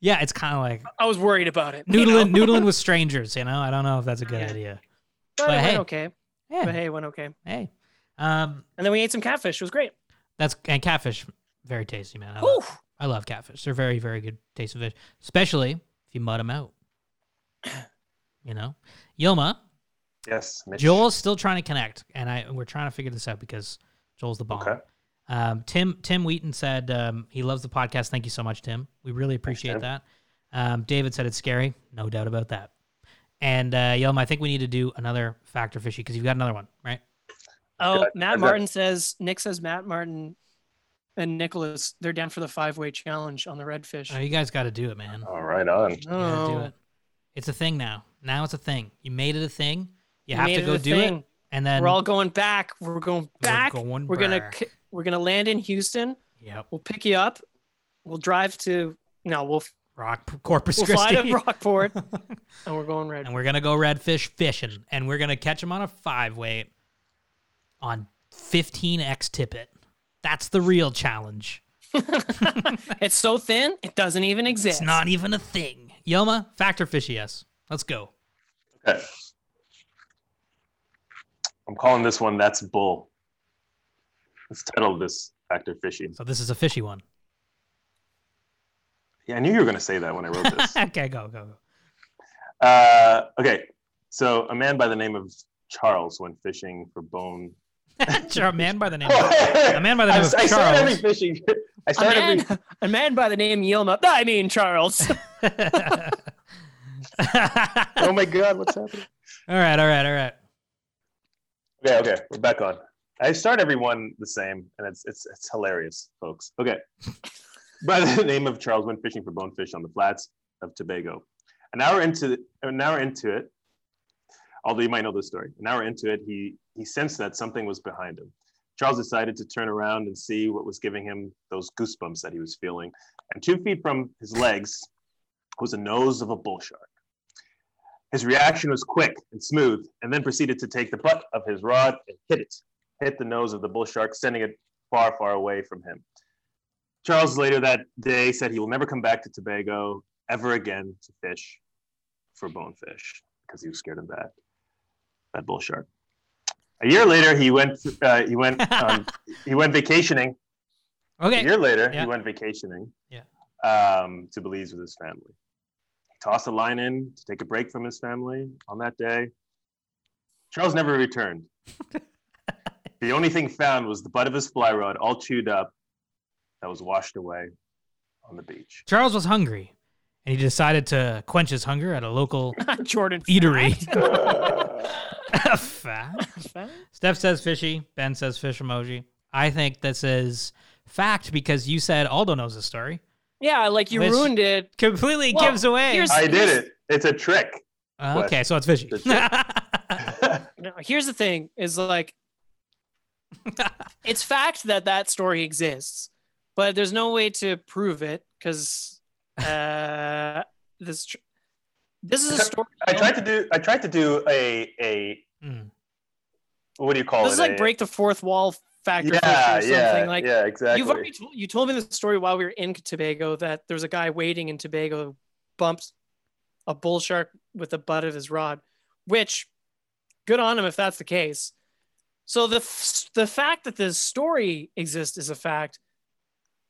S1: yeah, it's kind of like
S4: i was worried about it you know?
S1: noodling noodling with strangers. You know, I don't know if that's a good idea.
S4: but,
S1: but
S4: it went
S1: hey.
S4: okay but
S1: Yeah,
S4: hey it went okay
S1: hey, um,
S4: and then we ate some catfish it was great
S1: that's and catfish, very tasty man. I love,
S4: Whew.
S1: I love catfish. They're very very good taste of fish, especially if you mud them out. You know, Yoma,
S6: Yes, Mitch.
S1: Joel's still trying to connect, and I we're trying to figure this out because Joel's the bomb.
S6: Okay.
S1: Um, Tim Tim Wheaton said um, he loves the podcast. Thank you so much, Tim. We really appreciate
S6: Tim.
S1: that. Um, David said it's scary, no doubt about that. And uh, Yelma, I think we need to do another factor fishy because you've got another one, right?
S4: Oh,
S6: Got-
S4: Matt
S6: I've got-
S4: Martin says Nick says Matt Martin and Nicholas they're down for the five way challenge on the redfish.
S1: Oh, you guys got to do it, man.
S6: All right, on.
S1: You gotta do
S4: No.
S1: it. It's a thing now. Now it's a thing. You made it a thing. You,
S4: You
S1: have
S4: made
S1: to
S4: it
S1: go
S4: a
S1: do it,
S4: thing.
S1: and then
S4: we're all going back. We're going back. We're,
S1: going
S4: gonna
S1: back.
S4: c- we're gonna land in Houston.
S1: yep,
S4: We'll pick you up. We'll drive to no. We'll
S1: rock Corpus
S4: we'll fly
S1: Christi.
S4: to Rockport and we're going red.
S1: and we're gonna go redfish fishing, and we're gonna catch them on a five weight on 15x tippet. That's the real challenge.
S4: it's so thin it doesn't even exist.
S1: It's not even a thing. Yoma, factor fishy yes. Let's go.
S6: Okay. I'm calling this one "That's Bull." Let's title this "Factor Fishing."
S1: So this is a fishy one.
S6: Yeah, I knew you were going to say that when I wrote this.
S1: okay, go go go.
S6: Uh, okay, so a man by the name of Charles went fishing for bone.
S1: a man by the name of, a man by the name
S6: I,
S1: of
S6: I start every
S1: Charles.
S6: fishing. I
S4: A
S6: start every.
S4: man, a man by the name Yilma. I mean Charles.
S6: Oh my god, what's happening?
S1: all right, all right, all right.
S6: Okay, okay, we're back on. I start every one the same, and it's it's it's hilarious, folks. Okay. By the name of Charles went fishing for bonefish on the flats of Tobago. An hour into an hour into it, although you might know this story, an hour into it, he he sensed that something was behind him. Charles decided to turn around and see what was giving him those goosebumps that he was feeling. And two feet from his legs was a nose of a bull shark. His reaction was quick and smooth, and then proceeded to take the butt of his rod and hit it, hit the nose of the bull shark, sending it far, far away from him. Charles later that day said he will never come back to Tobago ever again to fish for bonefish because he was scared of that that bull shark. A year later, he went uh, he went um, he went vacationing a
S1: Okay.
S6: year later,
S1: Yeah.
S6: he went vacationing
S1: Yeah.
S6: um, to Belize with his family. He tossed a line in to take a break from his family on that day. Charles never returned. the only thing found was the butt of his fly rod, all chewed up, that was washed away on the beach.
S1: Charles was hungry, and he decided to quench his hunger at a local
S4: Jordan.
S1: eatery.
S4: Fact?
S1: Steph says fishy. Ben says fish emoji. I think this is fact because you said Aldo knows the story.
S4: Yeah, like you
S1: Which-
S4: ruined it.
S1: Completely
S4: Well,
S1: gives away.
S4: here's-
S6: I did it. It's a trick.
S1: Uh, okay, so it's fishy.
S6: That's
S4: No, here's the thing: is like, it's fact that that story exists, but there's no way to prove it because uh, this tr- this is a story.
S6: I tried to do. I tried to do a a
S1: Mm.
S6: what do you call
S4: Hmm.
S6: it?
S4: This is like
S6: A-
S4: break the fourth wall factor fiction
S6: Yeah,
S4: or something.
S6: yeah,
S4: like
S6: yeah. Exactly.
S4: You've already told, you told me the story while we were in Tobago that there was a guy waiting in Tobago bumped a bull shark with the butt of his rod, which good on him if that's the case. So the f- the fact that this story exists is a fact,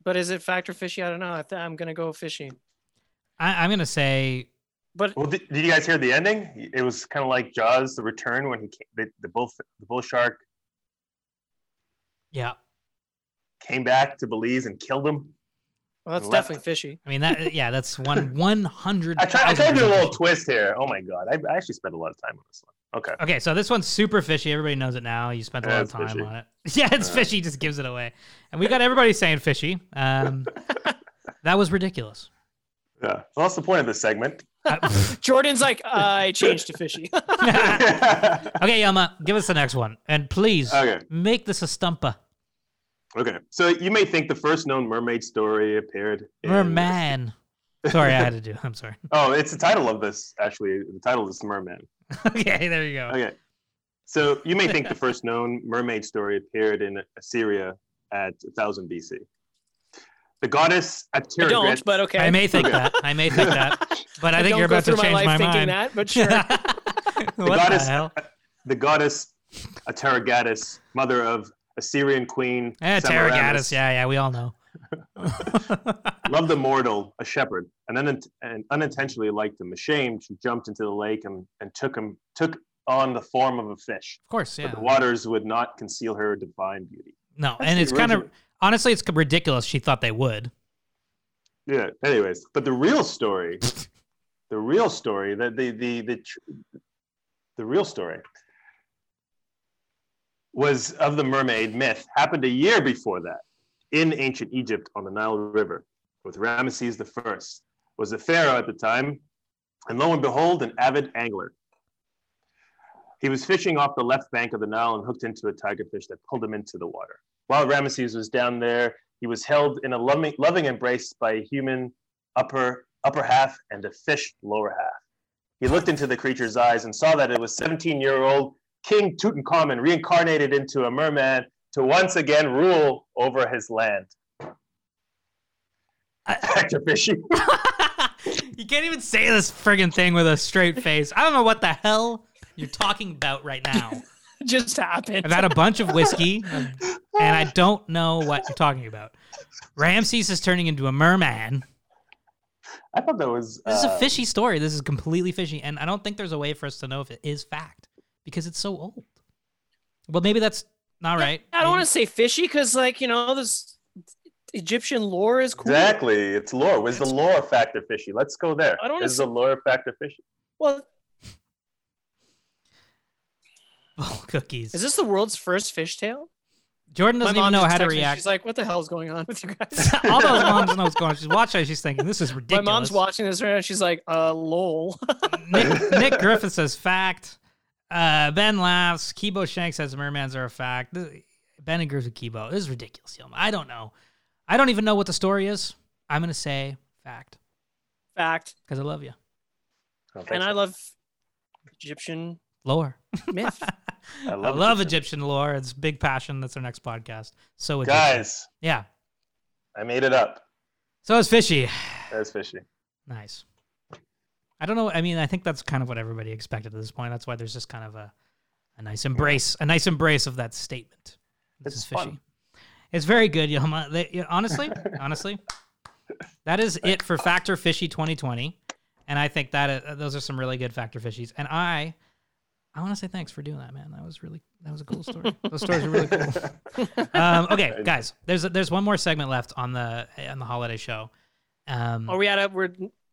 S4: but is it fact or fishy? I don't know. I th- I'm gonna go fishy.
S1: I, I'm gonna say
S4: But
S6: Well, did, did you guys hear the ending? It was kind of like Jaws: The Return when he came, the, the bull the bull shark
S1: yeah.
S6: came back to Belize and killed him.
S4: well, that's
S6: Left.
S4: definitely fishy.
S1: I mean that. Yeah, that's one one hundred.
S6: I tried, I tried to do a little twist here. Oh my god, I, I actually spent a lot of time on this one. Okay,
S1: Okay, so this one's super fishy. Everybody knows it now. You spent a
S6: Yeah,
S1: lot of
S6: it's
S1: time
S6: fishy.
S1: on it. Yeah, it's
S6: Yeah.
S1: fishy. Just gives it away, and we got everybody saying fishy. Um, that was ridiculous.
S6: yeah. Well, that's the point of this segment.
S1: I-
S4: Jordan's like uh, I changed to fishy.
S1: Uh,
S6: okay,
S1: okay, Yama, give us the next one, and please make this a stumper.
S6: okay. So you may think the first known mermaid story appeared. in-
S1: Merman. Sorry, I had to do. I'm sorry.
S6: Oh, it's the title of this. Actually, the title is Merman.
S1: Okay, there you go.
S6: Okay. So you may think the first known mermaid story appeared in Assyria at 1000 BC. The goddess
S4: I
S6: Atiragret.
S4: don't, but okay.
S1: I may think
S6: Okay.
S1: that. I may think that. But I, think
S4: don't
S1: you're
S4: go
S1: about to
S4: through
S1: change
S4: my
S1: my,
S4: life thinking
S1: mind.
S4: that, but sure.
S1: what the
S6: goddess-
S1: hell?
S6: The goddess Ataragatis, mother of Assyrian queen
S1: Eh,
S6: Semiramis,
S1: Terragatus. Yeah, yeah, we all know.
S6: loved a mortal, a shepherd, and, unin- and unintentionally liked him. Ashamed, she jumped into the lake and, and took him took on the form of a fish.
S1: Of course, yeah.
S6: But the waters would not conceal her divine beauty.
S1: No,
S6: That's
S1: and
S6: the
S1: it's kind of
S6: original.
S1: honestly, it's ridiculous. She thought they would.
S6: Yeah. Anyways, but the real story, the real story, the the the the, tr- the real story was of the mermaid myth happened a year before that in ancient Egypt on the Nile River with Ramesses the first was the pharaoh at the time, and lo and behold, an avid angler. He was fishing off the left bank of the Nile and hooked into a tigerfish that pulled him into the water. While Ramesses was down there, he was held in a loving, loving embrace by a human upper upper half and a fish lower half. He looked into the creature's eyes and saw that it was 17-year-old King Tutankhamun reincarnated into a merman to once again rule over his land. Actor Fishy.
S1: you can't even say this friggin' thing with a straight face. I don't know what the hell you're talking about right now.
S4: just happened.
S1: I've had a bunch of whiskey, and I don't know what you're talking about. Ramses is turning into a merman,
S6: I thought that was.
S1: This is a
S6: uh,
S1: fishy story. This is completely fishy, and I don't think there's a way for us to know if it is fact because it's so old. Well, maybe that's not right.
S4: I don't want to say fishy because, like, you know, this Egyptian lore is cool.
S6: Exactly, it's lore. Was the lore factor fishy? Let's go there.
S4: I don't
S6: Is the lore factor fishy?
S4: Well,
S1: Oh, cookies.
S4: is this the world's first fishtail?
S1: Jordan doesn't even know
S4: just
S1: how to
S4: texted me.
S1: react.
S4: She's like, "What the hell is going on with you guys?"
S1: All those moms know what's going on. She's watching. She's thinking, "This is
S4: My
S1: ridiculous."
S4: mom's watching this right now. She's like, "Uh, lol."
S1: Nick, Nick Griffith says fact. Uh, ben laughs. Kibo Shank says mermans are a fact. Th- Ben agrees with Kibo. This is ridiculous. Yelma. I don't know. I don't even know what the story is. I'm gonna say fact
S4: Fact.
S1: because I love you.
S6: I don't think
S4: And I
S6: so.
S4: love Egyptian
S1: Lore.
S4: myth.
S1: Hmm.
S6: I
S1: I love
S6: Egyptian.
S1: Egyptian lore. It's a big passion. That's our next podcast. So Egyptian.
S6: Guys,
S1: yeah.
S6: I made it up.
S1: So it's fishy.
S6: That's fishy.
S1: Nice. I don't know. I mean, I think that's kind of what everybody expected at this point. That's why there's just kind of a, a nice embrace, a nice embrace of that statement. This
S6: It's
S1: is fishy.
S6: fun.
S1: It's very good, Yoma. They- you know, honestly, honestly, that is it for Factor Fishy 2020, and I think that uh, those are some really good Factor Fishies. And I, I want to say thanks for doing that, man. That was really that was a cool story. Those stories are really cool. Um, okay, guys, there's there's one more segment left on the on the holiday show. Um,
S4: Are we at a? We're,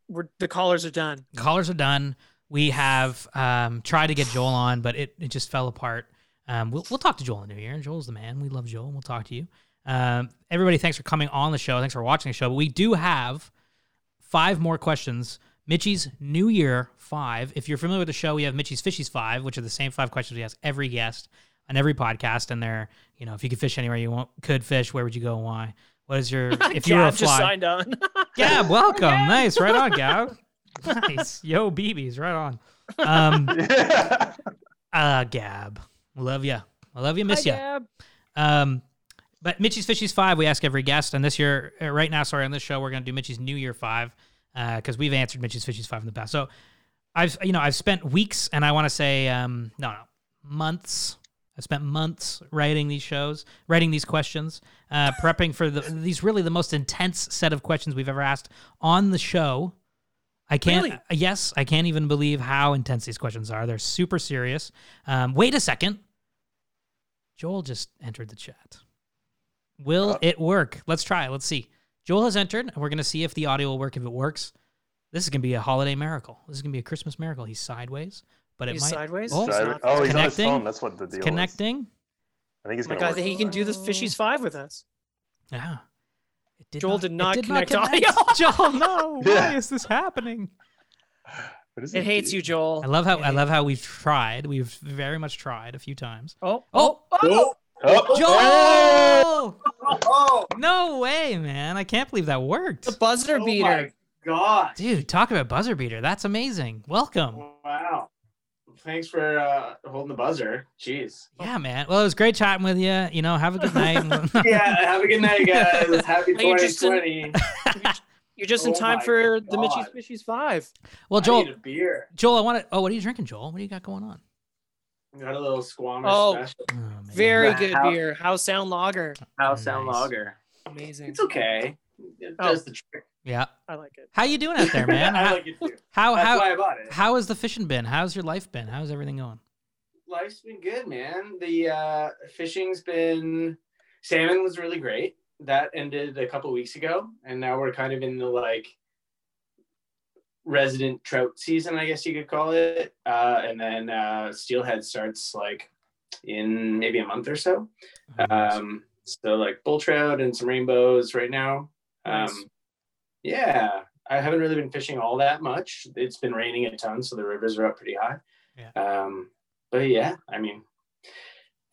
S4: we're the callers are done.
S1: callers are done. We have um, tried to get Joel on, but it, it just fell apart. Um, we'll, we'll talk to Joel in the new year. Joel's the man. We love Joel. and We'll talk to you. Um, everybody, thanks for coming on the show. Thanks for watching the show. But we do have five more questions. Mitchie's New Year five. If you're familiar with the show, we have Mitchie's Fishies five, which are the same five questions we ask every guest on every podcast. And they're, you know, if you could fish anywhere you want, could fish, where would you go and why? What is your, if you were a
S4: Gab just
S1: fly?
S4: signed on.
S1: Gab, welcome. Nice. Right on, Gab. nice. Yo, BB's right on. Um, uh, Gab, love ya. I love you. Miss
S4: Hi,
S1: ya.
S4: Gab.
S1: Um, but Mitchie's Fishies Five, we ask every guest, and this year, uh, right now, sorry, on this show, we're gonna do Mitchie's New Year Five, because we've answered Mitchie's Fishies Five in the past. So, I've you know I've spent weeks, and I want to say um, no, no, months. I've spent months writing these shows, writing these questions, uh, prepping for the, these really the most intense set of questions we've ever asked on the show. I can't. uh,
S4: Really?
S1: Yes, I can't even believe how intense these questions are. They're super serious. Um, wait a second. Joel just entered the chat. Will it work? Let's try. it. Let's see. Joel has entered, and we're going to see if the audio will work. If it works, this is going to be a holiday miracle. This is going to be a Christmas miracle. He's sideways, but it
S4: He's
S1: might.
S4: sideways?
S1: Oh,
S4: He's
S6: So I-
S4: not-
S6: oh, he's on his
S1: Connecting.
S6: phone. That's what the deal
S1: it's
S6: is.
S1: connecting.
S6: I think he's
S4: My
S6: gonna.
S4: God,
S6: work.
S4: that he can do the fishies five with us.
S1: Yeah. It did
S4: Joel did
S1: it
S4: not connect
S1: Joel, no.
S6: Yeah.
S1: Why is this happening?
S6: What is
S4: It hates you,
S1: I
S4: Joel.
S1: love how I love how we've tried. We've very much tried a few times.
S4: Oh,
S1: Oh,
S8: Oh,
S6: Oh,
S1: Joel!
S8: oh,
S1: No way, man! I can't believe that worked.
S4: the buzzer
S10: Oh my
S4: beater.
S10: God.
S1: Dude, talk about buzzer beater. That's amazing. Welcome.
S8: wow. Thanks for uh, holding the buzzer. Jeez.
S1: Yeah, man. Well, it was great chatting with you. You know, have a good night.
S8: Yeah, have a good night, guys. Happy
S4: Hey, you just
S8: 2020.
S4: You're just in
S8: Oh
S4: time
S8: my
S4: for the
S8: God.
S4: Mitchie's Fishies five.
S1: well,
S8: I
S1: Joel,
S8: need a beer.
S1: Joel, I want to. Oh, what are you drinking, Joel? What do you got going on?
S8: Got a little squammer
S4: Oh,
S8: special.
S1: Oh, man.
S4: Very
S8: The
S4: good
S8: house-
S4: beer. House Sound Lager.
S8: House Sound
S1: Nice.
S8: Lager.
S4: Amazing.
S8: It's okay. It
S4: Oh.
S8: does the trick.
S1: Yeah.
S4: I like it.
S1: How you doing out there, man?
S8: I
S1: How
S8: like it too.
S1: how
S8: That's
S1: how,
S8: why I bought it.
S1: how has the fishing been? How's your life been? How's everything going?
S8: Life's been good, man. The uh, fishing's been salmon was really great. That ended a couple weeks ago, and now we're kind of in the like resident trout season, I guess you could call it. Uh, and then uh, steelhead starts like in maybe a month or so.
S1: Oh,
S8: Um, so like bull trout and some rainbows right now.
S4: Nice.
S8: Um, yeah, I haven't really been fishing all that much. It's been raining a ton, so the rivers are up pretty high.
S1: Yeah.
S8: Um, but yeah, I mean,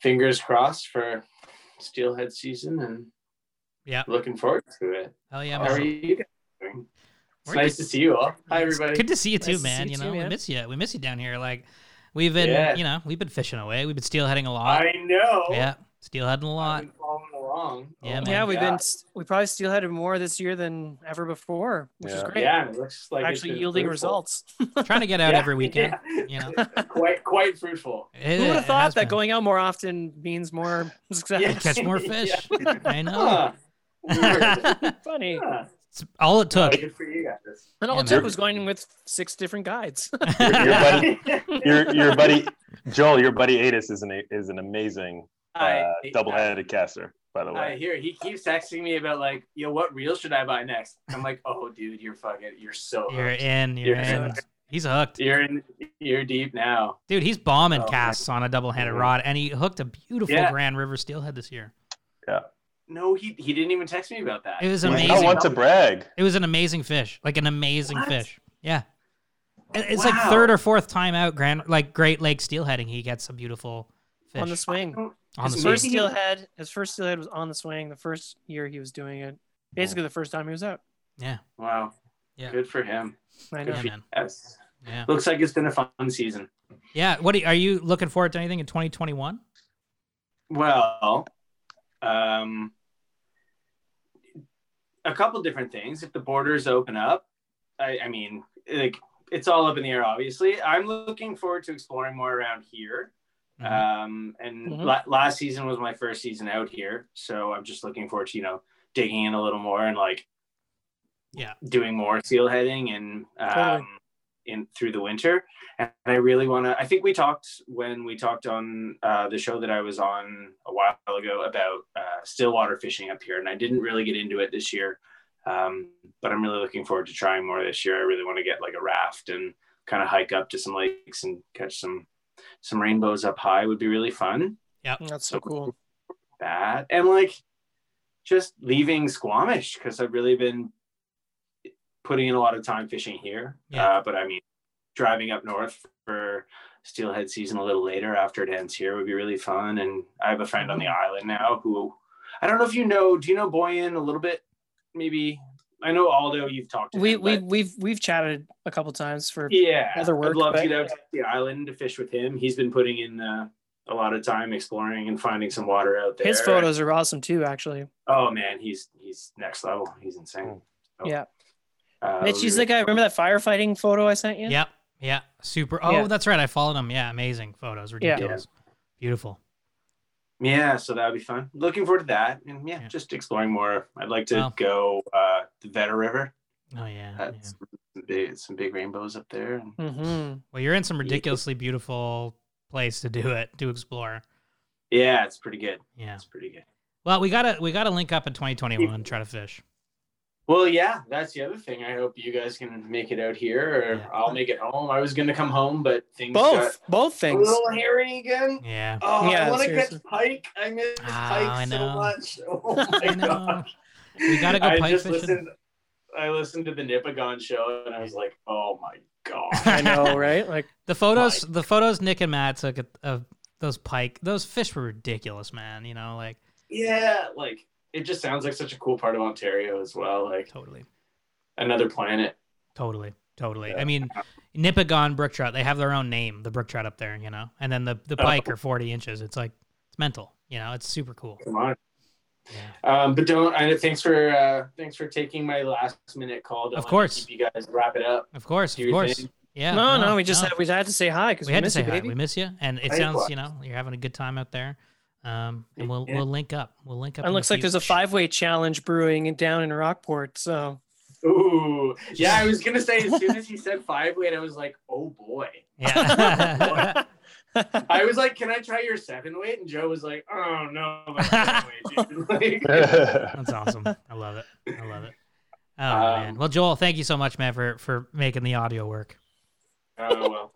S8: fingers crossed for steelhead season and
S1: Yeah.
S8: looking forward to it.
S1: Hell yeah,
S8: How are
S1: man.
S8: you guys doing? It's
S1: We're
S8: nice to see you all. Hi, everybody.
S1: Good to see you
S4: Nice
S1: too,
S4: to see
S1: man.
S4: you
S1: you
S4: too,
S1: know, we
S4: man.
S1: miss you. We miss you down here. Like we've been,
S8: Yeah.
S1: you know, we've been fishing away. We've been steelheading a lot.
S8: I know.
S1: Yeah, steelheading a
S8: I've
S1: lot.
S8: been following along. Oh
S1: Yeah, man.
S8: my
S4: Yeah, we've been
S8: God.
S4: we probably steelheaded more this year than ever before, which is
S6: Yeah.
S4: great.
S8: Yeah, it looks like it's
S4: Actually
S8: been
S4: yielding
S8: fruitful.
S4: results.
S1: Trying to get out
S8: Yeah,
S1: every weekend.
S8: yeah.
S1: You know,
S8: quite quite fruitful.
S1: It-
S4: Who would
S1: it
S4: have thought
S1: has
S4: that
S1: been.
S4: going out more often means more success?
S8: Yeah.
S1: catch more fish? I know.
S8: Huh. Uh, Weird.
S4: Funny.
S8: Huh.
S1: It's all it took.
S8: Good for you guys.
S4: And all
S1: Yeah,
S4: it
S1: man.
S4: took was going with six different guides.
S6: Your, your buddy, your, your buddy, Joel, your buddy Adis is an is an amazing uh,
S8: I,
S6: double-headed caster, by the
S8: I
S6: way.
S8: hear he keeps texting me about like, yo, what reel should I buy next? I'm like, oh, dude, you're fucking, you're so,
S1: You're
S8: hooked.
S1: in. You're
S8: Yeah.
S1: in. He's hooked,
S8: you're in, you're deep now.
S1: dude. He's bombing
S8: Oh, man.
S1: casts on a double-handed
S6: Mhm.
S1: rod, and he hooked a beautiful
S8: Yeah.
S1: Grand River steelhead this year.
S8: No, he he didn't even text me about that.
S1: It was
S6: I
S1: amazing.
S6: don't want to brag.
S1: It was an amazing fish, like an amazing
S8: What?
S1: fish. Yeah, It- it's like
S8: Wow.
S1: third or fourth time out, Grand like Great Lake steelheading. He gets a beautiful fish
S4: on the swing.
S1: on the
S4: his
S1: swing.
S4: first steelhead, his first steelhead was on the swing. The first year he was doing it, basically the first time he was out.
S8: Wow.
S1: Yeah.
S8: Good for him.
S4: I know.
S1: Yeah, man.
S8: Yes.
S1: Yeah,
S8: Looks like it's been a fun season.
S1: yeah. What do you- are you looking forward to? Anything in 2021?
S8: Well, um, a couple different things. If the borders open up, I, I mean, like it's all up in the air. Obviously, I'm looking forward to exploring more around here.
S1: Mhm.
S8: Um, and
S4: Mhm.
S8: la- last season was my first season out here, so I'm just looking forward to you know digging in a little more and like
S1: Yeah.
S8: doing more seal heading and um,
S4: Totally.
S8: in through the winter. And I really want to. I think we talked when we talked on uh, the show that I was on a while ago about uh, stillwater fishing up here, and I didn't really get into it this year. Um, but I'm really looking forward to trying more this year. I really want to get like a raft and kind of hike up to some lakes and catch some some rainbows up high would be really fun.
S4: That's so cool.
S8: That and like just leaving Squamish because I've really been putting in a lot of time fishing here.
S1: Yeah.
S8: Uh, but I mean, driving up north for steelhead season a little later after it ends here would be really fun. And I have a friend on the
S4: Mm-hmm.
S8: island now who I don't know if you know. Do you know Boyan a little bit? Maybe I know Aldo. You've talked to
S4: We
S8: him,
S4: we
S8: but-
S4: we've we've chatted a couple times for
S8: yeah
S4: other work,
S8: i'd love
S4: but-
S8: to get out to the island to fish with him he's been putting in uh, a lot of time exploring and finding some water out there
S4: his photos are awesome too. Actually,
S8: oh man he's he's next level he's
S1: Hmm.
S8: insane So,
S4: Yeah.
S8: uh,
S4: Mitch, he's the
S8: really-
S4: guy. Remember that firefighting photo I sent you?
S1: Yep. Yeah. Super. Oh,
S4: Yeah.
S1: that's right. I followed him. Yeah. Amazing photos.
S4: Yeah.
S1: Ridiculous. Beautiful.
S8: yeah so that would be fun looking forward to that and yeah,
S1: Yeah.
S8: just exploring more i'd like to
S1: Wow.
S8: go uh the vetter river
S1: Oh yeah. yeah.
S8: that's some big some big rainbows up there and
S4: Mm-hmm.
S1: Well, you're in some ridiculously beautiful place to do it to explore.
S8: yeah it's pretty good
S1: Yeah.
S8: it's pretty good
S1: Well, we gotta we gotta link up in 2021 and try to fish.
S8: Well, yeah, that's the other thing. I hope you guys can make it out here, or
S1: Yeah.
S8: I'll make it home. I was gonna come home, but things
S4: Both both
S8: got a
S4: things.
S8: little hairy again.
S1: Yeah.
S8: Oh,
S4: Yeah,
S8: I want to
S4: seriously.
S8: catch pike. I miss
S1: Ah, I
S8: pike so
S1: know.
S8: much. Oh my
S1: I know.
S8: gosh.
S1: We gotta go
S8: I
S1: pike
S8: just
S1: fishing.
S8: listened. I listened to the Nipagon show, and I was like, oh my god.
S4: I know, right? Like
S1: The photos the photos Nick and Matt took of- of those pike those fish were ridiculous, man. You know, like
S8: yeah, like it just sounds like such a cool part of Ontario as well. Like
S1: totally,
S8: another planet.
S1: totally, totally.
S8: Yeah.
S1: I mean, Nipigon brook trout they have their own name, the brook trout up there. You know, and then the the
S8: Oh.
S1: pike are 40 inches. It's like it's mental. You know, it's super cool.
S8: Come on.
S1: Yeah.
S8: Um, but don't. I, thanks for uh, thanks for taking my last minute call. Don't
S1: Of
S8: let me
S1: course.
S8: keep you guys wrap it up.
S1: Of course,
S8: Do
S1: of
S8: your
S1: course.
S8: thing.
S1: Yeah.
S4: no, no, we just had we had to say hi because
S1: we
S4: we,
S1: had to
S4: miss
S1: say
S4: you,
S1: hi.
S4: baby.
S1: We miss you, and it sounds you know you're having a good time out there. Um, and we'll
S8: Yeah.
S1: we'll link up. We'll link up.
S4: and
S1: in the
S4: looks like there's a
S1: future.
S4: five way challenge brewing in- down in Rockport. So
S8: Ooh, yeah. I was gonna say as soon as he said five weight, I was like, oh boy.
S1: Yeah.
S8: I was like, can I try your seven weight? And Joe was like, oh no, my seven weight, dude." Like,
S6: Oh,
S1: That's awesome. I love it. I love it. Oh
S8: Um,
S1: man. Well, Joel, thank you so much, man, for for making the audio work.
S8: oh well.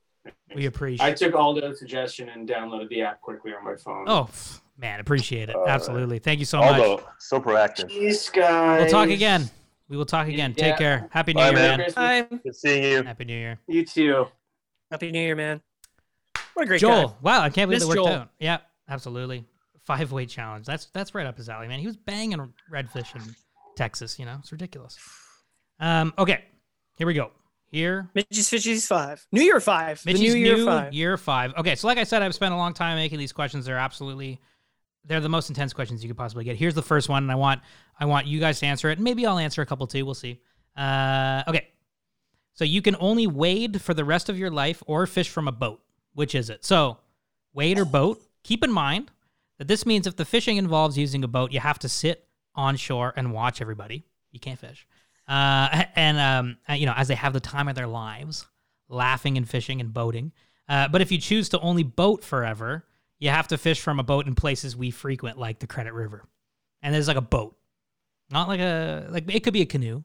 S1: We appreciate.
S8: I took Aldo's suggestion and downloaded the app quickly on my phone.
S1: oh pff, man, appreciate it.
S6: Uh,
S1: Absolutely. Thank you so much.
S6: Although so proactive.
S8: Jeez, guys.
S1: We'll talk again. We will talk again. Take
S8: Yeah.
S1: care. Happy New
S6: Bye,
S1: Year,
S6: man.
S1: man.
S8: Hi.
S4: Hi,
S6: Good seeing you.
S1: Happy New Year,
S8: You too.
S4: happy New Year, man. What a great
S1: Joel.
S4: guy.
S1: Wow, I can't believe
S4: Miss
S1: it worked
S4: Joel.
S1: out. Yeah, absolutely. Five way challenge. That's that's right up his alley, man. He was banging redfish in Texas. You know, it's ridiculous. Um. Okay. Here we go. Here
S4: Mitch's Fishies five. New Year five. The
S1: Mitchie's
S4: new Year five.
S1: year five. Okay, so like I said, I've spent a long time making these questions. They're absolutely they're the most intense questions you could possibly get. Here's the first one, and I want I want you guys to answer it. Maybe I'll answer a couple too. We'll see. Uh, okay, so you can only wade for the rest of your life or fish from a boat. Which is it? So wade or boat. Keep in mind that this means if the fishing involves using a boat, you have to sit on shore and watch everybody. You can't fish. uh, and um, uh, you know, as they have the time of their lives, laughing and fishing and boating. Uh, but if you choose to only boat forever, you have to fish from a boat in places we frequent, like the Credit River, and there's like a boat, not like a like it could be a canoe,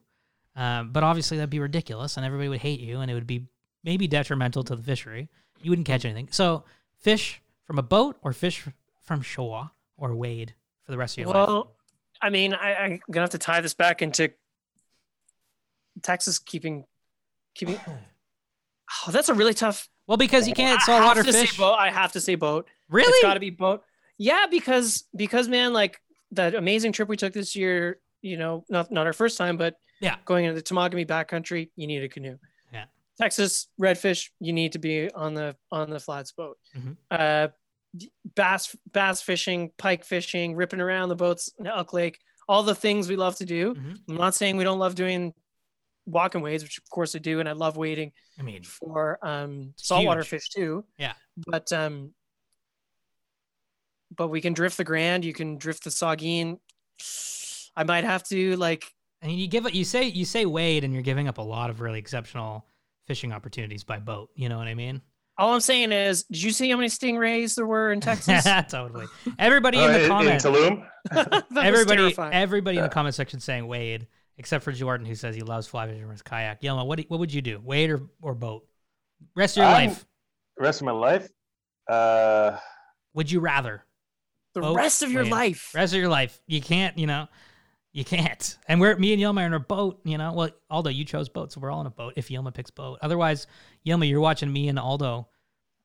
S1: um, but obviously that'd be ridiculous, and everybody would hate you, and it would be maybe detrimental to the fishery. You wouldn't catch anything. So fish from a boat or fish from shore or wade for the rest of your life.
S4: Well, I mean, I, I'm gonna have to tie this back into Texas keeping keeping. Oh, that's a really tough.
S1: Well, because you can't
S4: I
S1: saltwater
S4: have to say
S1: fish.
S4: boat. I have to say boat.
S1: Really?
S4: It's got to be boat. Yeah, because because man, like that amazing trip we took this year. You know, not not our first time, but
S1: Yeah.
S4: going into the Tamagami backcountry, you need a canoe.
S1: Yeah.
S4: Texas redfish, you need to be on the on the flats boat.
S1: Mhm.
S4: Uh, bass bass fishing, pike fishing, ripping around the boats in Elk Lake, all the things we love to do.
S1: Mhm.
S4: I'm not saying we don't love doing walking wades, which of course I do, and I love wading
S1: I mean,
S4: for um,
S1: It's
S4: saltwater
S1: huge.
S4: fish too.
S1: Yeah.
S4: But um, but we can drift the Grand. You can drift the Saugeen. I might have to like
S1: and you give it. You say you say wade, and you're giving up a lot of really exceptional fishing opportunities by boat. You know what I mean?
S4: All I'm saying is, did you see how many stingrays there were in Texas? that
S1: totally. Everybody in
S6: Oh,
S1: the
S6: in, in
S1: comments.
S6: Tulum?
S4: was
S1: Everybody,
S4: terrifying.
S1: everybody in the
S6: Yeah.
S1: comment section saying wade, except for Jordan, who says he loves fly fishing versus kayak. Yelma, what do- what would you do? Wade or, or boat? Rest of your
S6: I'm-
S1: life.
S6: The rest of my life? Uh,
S1: Would you rather?
S4: the
S1: boat
S4: rest of your
S1: wade.
S4: life.
S1: Rest of your life. You can't. You know. You can't. And we're me and Yelma are in a boat. You know. Well, Aldo, you chose boat, so we're all in a boat. If Yelma picks boat, otherwise, Yelma, you're watching me and Aldo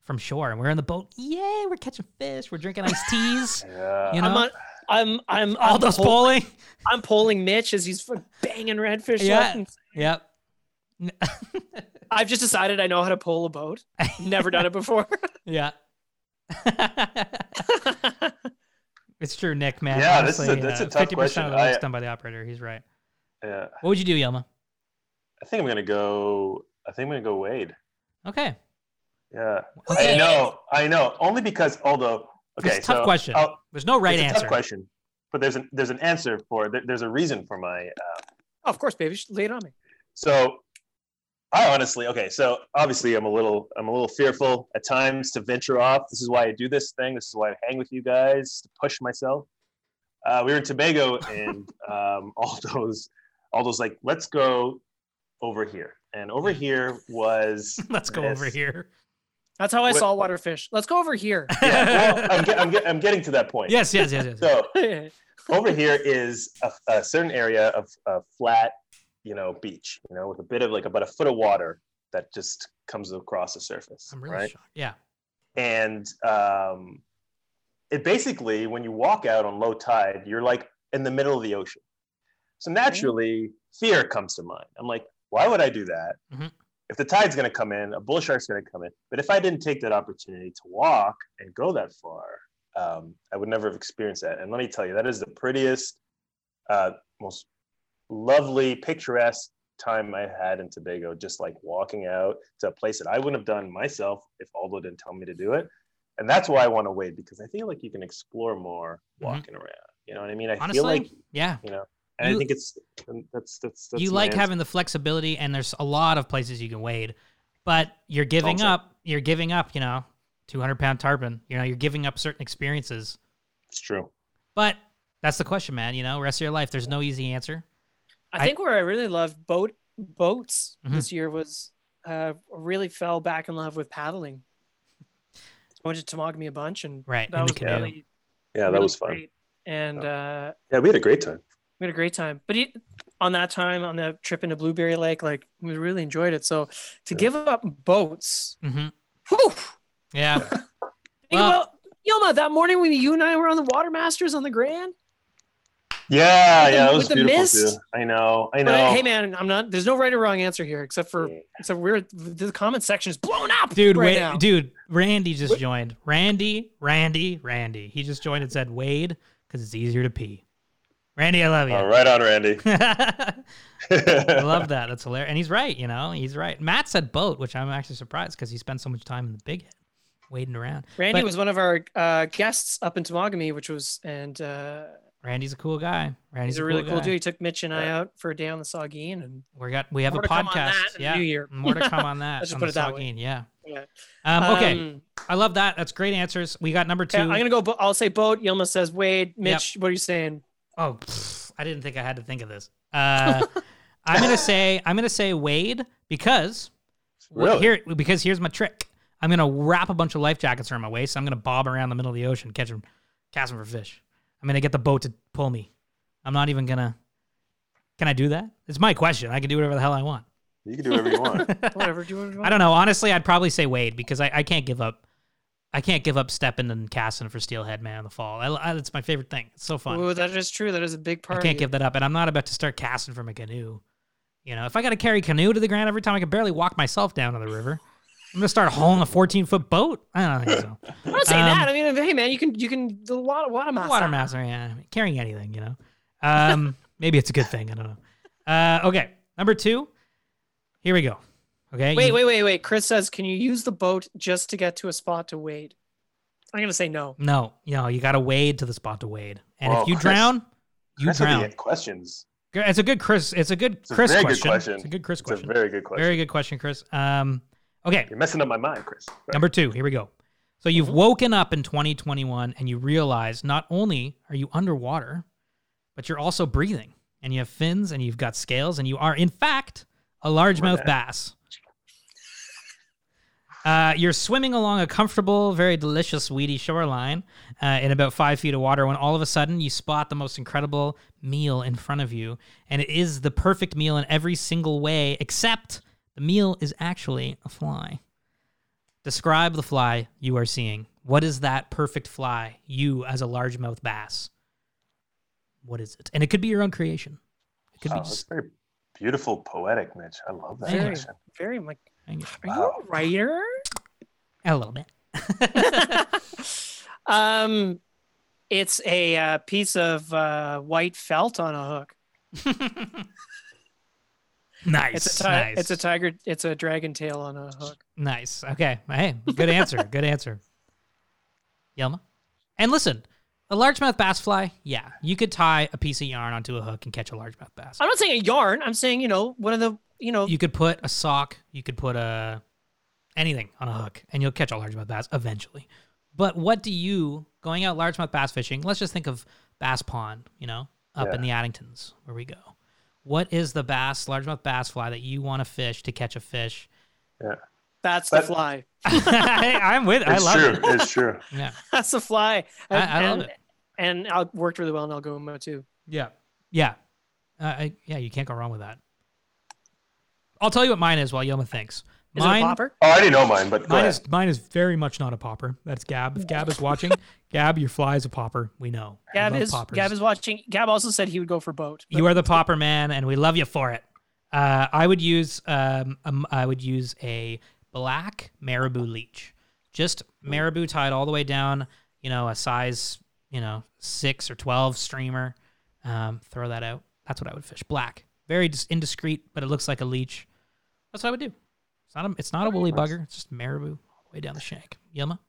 S1: from shore, and we're in the boat. Yay! We're catching fish. We're drinking iced teas.
S6: yeah.
S1: You know.
S4: I'm on, I'm I'm I'm,
S1: Aldo's
S4: pol-
S1: bowling.
S4: I'm polling Mitch as he's f- banging redfish.
S1: Yeah.
S4: left and-
S1: Yep.
S4: I've just decided I know how to pole a boat. Never done it before.
S1: Yeah. it's true, Nick, man.
S6: Yeah, this
S1: Honestly,
S6: is a- that's a tough
S1: 50% of
S6: question.
S1: the work's
S6: I-
S1: done by the operator. He's right.
S6: yeah.
S1: What would you do, Yelma?
S6: I think I'm gonna go. I think I'm gonna go Wade.
S1: Okay.
S6: Yeah.
S1: Okay.
S6: I know. I know. Only because although. Okay.
S1: it's a tough
S6: so
S1: question.
S6: I'll-
S1: There's no right
S6: it's a
S1: answer.
S6: Tough question. But there's an there's an answer for there, there's a reason for my
S4: of course, baby, lay it on me.
S6: So I honestly, okay, so obviously I'm a little I'm a little fearful at times to venture off. This is why I do this thing. This is why I hang with you guys to push myself. Uh, we were in Tobago and um, all those all those like let's go over here. And over here was
S1: Let's go over
S6: this-
S1: here.
S4: That's how I
S6: What-
S4: saltwater fish. Let's go over here.
S6: Yeah, well, I'm, get, I'm, get, I'm getting to that point.
S1: Yes, yes, yes, yes.
S6: So
S4: yeah.
S6: over here is a, a certain area of a flat, you know, beach, you know, with a bit of like about a foot of water that just comes across the surface,
S1: I'm really
S6: right?
S1: shocked. Yeah.
S6: And um, it basically, when you walk out on low tide, you're like in the middle of the ocean. So naturally, fear comes to mind. I'm like, why would I do that?
S1: Mhm.
S6: If the tide's going to come in, a bull shark's going to come in. But if I didn't take that opportunity to walk and go that far, um, I would never have experienced that. And let me tell you, that is the prettiest, uh, most lovely, picturesque time I had in Tobago, just like walking out to a place that I wouldn't have done myself if Aldo didn't tell me to do it. And that's why I want to wait because I feel like you can explore more
S1: Mhm.
S6: walking around. You know what I mean? I
S1: Honestly,
S6: feel like
S1: yeah.
S6: and
S1: You-
S6: I think it's and that's that's, that's
S1: you
S6: my
S1: like
S6: answer.
S1: having the flexibility, and there's a lot of places you can wade, but you're giving
S6: Also.
S1: up. You're giving up. You know, 200 pound tarpon. You know, you're giving up certain experiences
S6: it's true.
S1: But that's the question, man. You know, rest of your life, there's no easy answer. I-
S4: I think where I really loved boat boats
S1: Mhm.
S4: this year was uh really fell back in love with paddling. I went to Tamagami a bunch and
S1: Right.
S4: that
S1: in the
S4: was
S1: canoe.
S4: really
S6: Yeah, that
S4: really
S6: was fun.
S4: great. And uh
S6: Yeah, we had a great time.
S4: we had a great time. But it, on that time on the trip into Blueberry Lake, like we really enjoyed it. So to
S6: Yeah.
S4: give up boats,
S1: Mhm.
S4: whew,
S1: Yeah.
S4: think
S1: Well-
S4: about Yoma, that morning when you and I were on the Water Masters on the Grand.
S6: Yeah, yeah,
S4: With the-
S6: that
S4: with
S6: was
S4: the
S6: beautiful
S4: mist?
S6: too. I know, I know.
S4: But hey man, I'm not there's no right or wrong answer here except for except we're the comment section is blown up
S1: Dude,
S4: right
S1: wait,
S4: now.
S1: dude, Randy just joined. Randy, Randy, Randy. He just joined and said Wade because it's easier to pee. Randy, I love you.
S6: Oh, right on, Randy.
S1: I love that. That's hilarious. And he's right, you know, he's right. Matt said boat, which I'm actually surprised because he spent so much time in the big head wading around.
S4: Randy
S1: But-
S4: was one of our uh, guests up in Tamagami, which was and uh,
S1: Randy's a cool guy. Randy's
S4: He's a really cool
S1: guy.
S4: dude. He took Mitch and I out for a day on the Saugeen, and
S1: We got we have
S4: More
S1: a
S4: to come
S1: podcast.
S4: on that in the
S1: yeah,
S4: new year.
S1: more to come on that.
S4: Let's just
S1: on
S4: put
S1: the
S4: it that way.
S1: Saugeen, Yeah.
S4: Yeah.
S1: Um, okay,
S4: Um,
S1: I love that. That's great answers. We got number two.
S4: yeah, I'm gonna go. Bo- I'll say boat. Yilma says Wade. Mitch, what are you saying?
S1: Oh, pfft, I didn't think I had to think of this. Uh, I'm gonna say I'm gonna say Wade because
S6: Really?
S1: here because here's my trick. I'm gonna wrap a bunch of life jackets around my waist. I'm gonna bob around the middle of the ocean, catch 'em- cast 'em for fish. I'm gonna get the boat to pull me. I'm not even gonna. Can I do that? It's my question. I can do whatever the hell I want.
S6: You can do whatever you want.
S4: Whatever. Do you want to
S1: I don't know. Honestly, I'd probably say Wade because I, I can't give up. I can't give up stepping and casting for Steelhead Man in the fall. I, I, it's my favorite thing. It's so fun.
S4: Ooh, that is true. That is a big part.
S1: I can't give that up, and I'm not about to start casting from a canoe. You know, if I got to carry canoe to the ground every time, I can barely walk myself down to the river. I'm gonna start hauling a 14 foot boat. I don't think so.
S4: I'm not saying
S1: Um,
S4: that. I mean, hey man, you can you can the water water master.
S1: Water master, yeah, carrying anything, you know. Um, maybe it's a good thing. I don't know. Uh, okay, number two. Here we go. Okay.
S4: Wait,
S1: you-
S4: wait, wait, wait. Chris says, can you use the boat just to get to a spot to wade? I'm gonna say no.
S1: No, no, you got to wade to the spot to wade, and
S6: Whoa,
S1: if you
S6: Chris.
S1: drown, you
S6: That's what
S1: drown.
S6: they had questions.
S1: Good- It's a good Chris. It's a good
S6: a
S1: Chris
S6: very good
S1: question.
S6: question.
S1: It's a good Chris
S6: It's a
S1: question.
S6: very good question.
S1: Very good question, Chris. Um, okay,
S6: You're messing up my mind, Chris.
S1: number two. Here we go. So you've woken up in 2021 and you realize not only are you underwater, but you're also breathing, and you have fins, and you've got scales, and you are in fact a largemouth bass. Uh, you're swimming along a comfortable, very delicious, weedy shoreline uh, in about five feet of water when all of a sudden you spot the most incredible meal in front of you. And it is the perfect meal in every single way, except the meal is actually a fly. Describe the fly you are seeing. What is that perfect fly, you as a largemouth bass? What is it? And it could be your own creation. It could
S6: Wow,
S1: be
S6: oh, that's
S1: just.
S6: very beautiful, poetic, Mitch. I love that
S1: Very.
S6: question.
S4: Very much.
S1: hang on,
S4: Are you a writer?
S1: A little bit.
S4: um, it's a uh, piece of uh, white felt on a hook.
S1: Nice.
S4: It's a ti-
S1: nice.
S4: it's a tiger. It's a dragon tail on a hook.
S1: Nice. Okay. Hey, good answer. good answer. Yelma. And listen, a largemouth bass fly, yeah, you could tie a piece of yarn onto a hook and catch a largemouth bass.
S4: I'm not saying a yarn. I'm saying you know one of the you know
S1: You could put a sock, you could put a anything on a hook, and you'll catch a largemouth bass eventually. But what do you going out largemouth bass fishing? Let's just think of Bass Pond, you know, up in the Addingtons where we go. What is the bass largemouth bass fly that you want to fish to catch a fish?
S4: that's the
S6: But-
S4: fly.
S1: I, am with. I
S6: It's
S1: love
S6: true.
S1: it.
S6: It's true.
S1: Yeah.
S4: That's the fly.
S1: I- I love
S4: and,
S1: it.
S4: And I worked really well in Algomo too.
S1: Yeah. Yeah. Uh, I, yeah, you can't go wrong with that. I'll tell you what mine is while Yoma thinks.
S4: Is
S1: mine,
S4: it a popper?
S6: Oh, I didn't know mine, but go
S1: Mine
S6: ahead.
S1: is mine is very much not a popper. That's Gab. If Gab is watching, Gab, your fly is a popper. We know. We
S4: Gab
S1: love
S4: is
S1: poppers.
S4: Gab is watching. Gab also said he would go for boat. but
S1: You are the popper man, and we love you for it. Uh, I would use um, um, I would use a black marabou leech, just marabou tied all the way down. You know, a size you know six or twelve streamer. Um, throw that out. That's what I would fish. Black, very dis- indiscreet, but it looks like a leech. That's what I would do. It's not a it's not a woolly bugger. It's just marabou all the way down the shank. Yuma.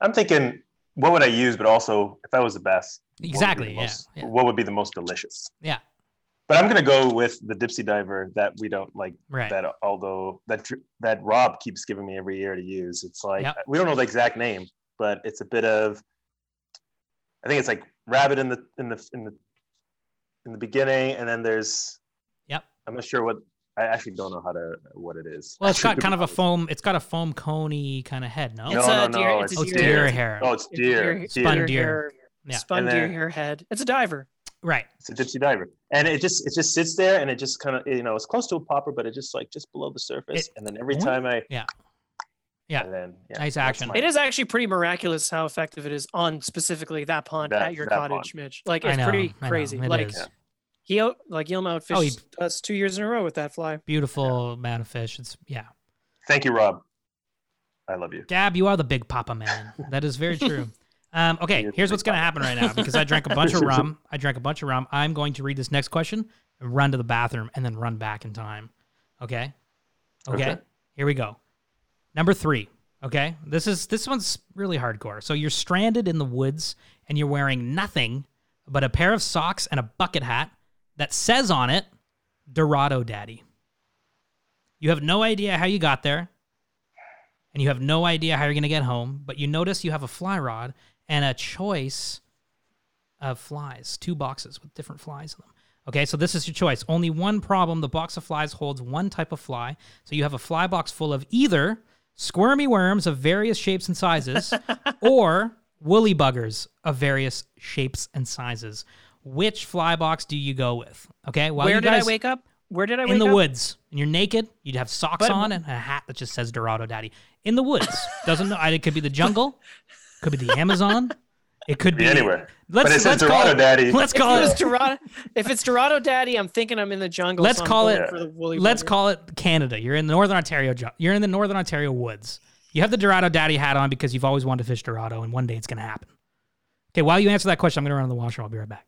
S6: I'm thinking, what would I use? But also, if I was the best, what would be
S1: Exactly.
S6: the
S1: Yeah.
S6: most-
S1: Yeah.
S6: What would be the most delicious?
S1: Yeah.
S6: But I'm gonna go with the Dipsy Diver that we don't like.
S1: Right.
S6: That although that tr- that Rob keeps giving me every year to use. It's like
S1: Yep.
S6: we don't know the exact name, but it's a bit of. I think it's like rabbit in the in the in the in the beginning, and then there's.
S1: Yep.
S6: I'm not sure what I actually don't know how to what it is.
S1: Well, it's
S6: I should
S1: got kind of a
S6: be-
S1: foam. It's got a foam coney kind of head. No.
S4: It's
S6: no,
S4: a
S6: no,
S4: deer-
S6: no,
S4: it's a
S1: oh,
S4: deer-
S1: deer hair.
S6: Oh, it's
S4: it's
S6: deer.
S4: deer-
S1: Spun deer.
S4: hair-
S1: Yeah.
S4: Spun
S6: And
S4: deer
S6: then-
S4: hair head. It's a diver.
S1: Right.
S6: It's a gypsy diver, and it just it just sits there, and it just kind of you know it's close to a popper, but it just like just below the surface,
S1: It-
S6: and then every
S1: Really?
S6: time I
S1: Yeah. Yeah.
S6: and then yeah,
S1: Nice
S6: that's
S1: action.
S6: my-
S4: It is actually pretty miraculous how effective it is on specifically that pond
S6: That-
S4: at your
S6: that
S4: cottage,
S6: pond.
S4: Mitch. Like
S1: I
S4: it's
S1: know,
S4: pretty
S1: I know,
S4: crazy.
S1: it
S4: like
S1: is.
S6: Yeah.
S4: he out, like Yilma outfished
S1: Oh, he-
S4: us two years in a row with that fly.
S1: beautiful amount of fish. It's yeah.
S6: Thank you, Rob. I love you.
S1: Gab, you are the big papa man. That is very true. Um, okay,
S6: You're
S1: here's
S6: the
S1: what's
S6: big
S1: gonna happen right now because I drank a bunch of rum. I drank a bunch of rum. I'm going to read this next question, run to the bathroom, and then run back in time. Okay. Okay.
S6: Okay.
S1: Here we go. Number three. Okay. This is this one's really hardcore. So you're stranded in the woods and you're wearing nothing but a pair of socks and a bucket hat that says on it Dorado Daddy. You have no idea how you got there, and you have no idea how you're going to get home, but you notice you have a fly rod and a choice of flies, two boxes with different flies in them. Okay, so this is your choice. Only one problem the box of flies holds one type of fly. So you have a fly box full of either squirmy worms of various shapes and sizes or woolly buggers of various shapes and sizes. Which fly box do you go with? Okay, while
S4: Where
S1: you
S4: did I
S1: guys-
S4: wake up? Where did I wake
S1: in the
S4: up?
S1: woods and you're naked you'd have socks
S4: But-
S1: on and a hat that just says dorado daddy in the woods doesn't know it could be the jungle could be the amazon it could be
S6: Be anywhere.
S1: let's,
S6: but it says
S1: let's call
S6: Dorado
S1: it-
S6: Daddy.
S1: let's
S4: If
S1: call
S4: it was
S1: it
S4: Dorado, if it's Dorado Daddy, I'm thinking I'm in the jungle.
S1: Let's
S4: so I'm
S1: call
S4: going
S1: it-
S4: For the woolly
S1: let's
S4: bugger.
S1: call it canada you're in the northern ontario ju- you're in the northern ontario woods you have the dorado daddy hat on because you've always wanted to fish dorado and one day it's going to happen okay while you answer that question i'm going to run to the washroom i'll be right back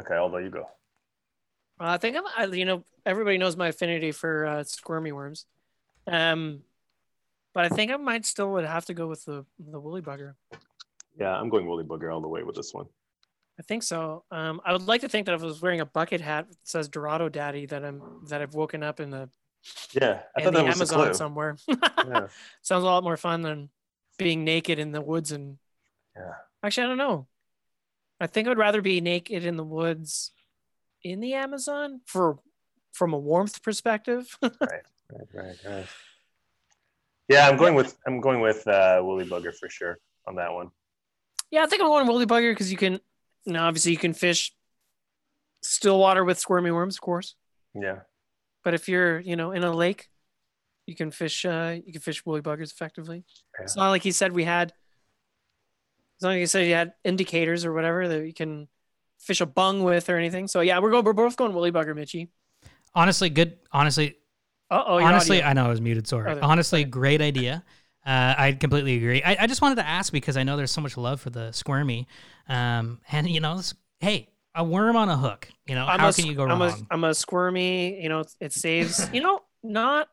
S6: Okay, although you go.
S4: Uh, I think I'm, I, you know everybody knows my affinity for uh, squirmy worms, um, but I think I might still would have to go with the the woolly bugger.
S6: Yeah, I'm going Woolly Booger all the way with this one.
S4: I think so. Um, I would like to think that if I was wearing a bucket hat that says Dorado Daddy, that I'm that I've woken up in the
S6: Yeah, I
S4: in
S6: thought
S4: the
S6: that was the
S4: Amazon
S6: clue.
S4: somewhere.
S6: Yeah.
S4: Sounds a lot more fun than being naked in the woods and.
S6: Yeah.
S4: Actually, I don't know. I think I'd rather be naked in the woods, in the Amazon for from a warmth perspective.
S6: Right, right, right. Yeah, I'm going with I'm going with uh, Woolly Bugger for sure on that one.
S4: Yeah, I think I'm going woolly bugger because you can. Now, obviously, you can fish still water with squirmy worms, of course.
S6: Yeah,
S4: But if you're, you know, in a lake, you can fish. Uh, you can fish woolly buggers effectively. It's not like he said we had. It's not like he said you had indicators or whatever that you can fish a bung with or anything. So yeah, we're going. We're both going woolly bugger, Mitchy.
S1: honestly good honestly
S4: Uh oh.
S1: honestly, I know I was muted. Sorry.
S4: Oh, there-
S1: honestly, great idea. Uh, I completely agree. I, I just wanted to ask because I know there's so much love for the squirmy, um, and you know, this, hey, a worm on a hook. You know, how
S4: a
S1: can
S4: squ-
S1: you go
S4: I'm
S1: wrong?
S4: A, I'm a squirmy. You know, it saves. you know, not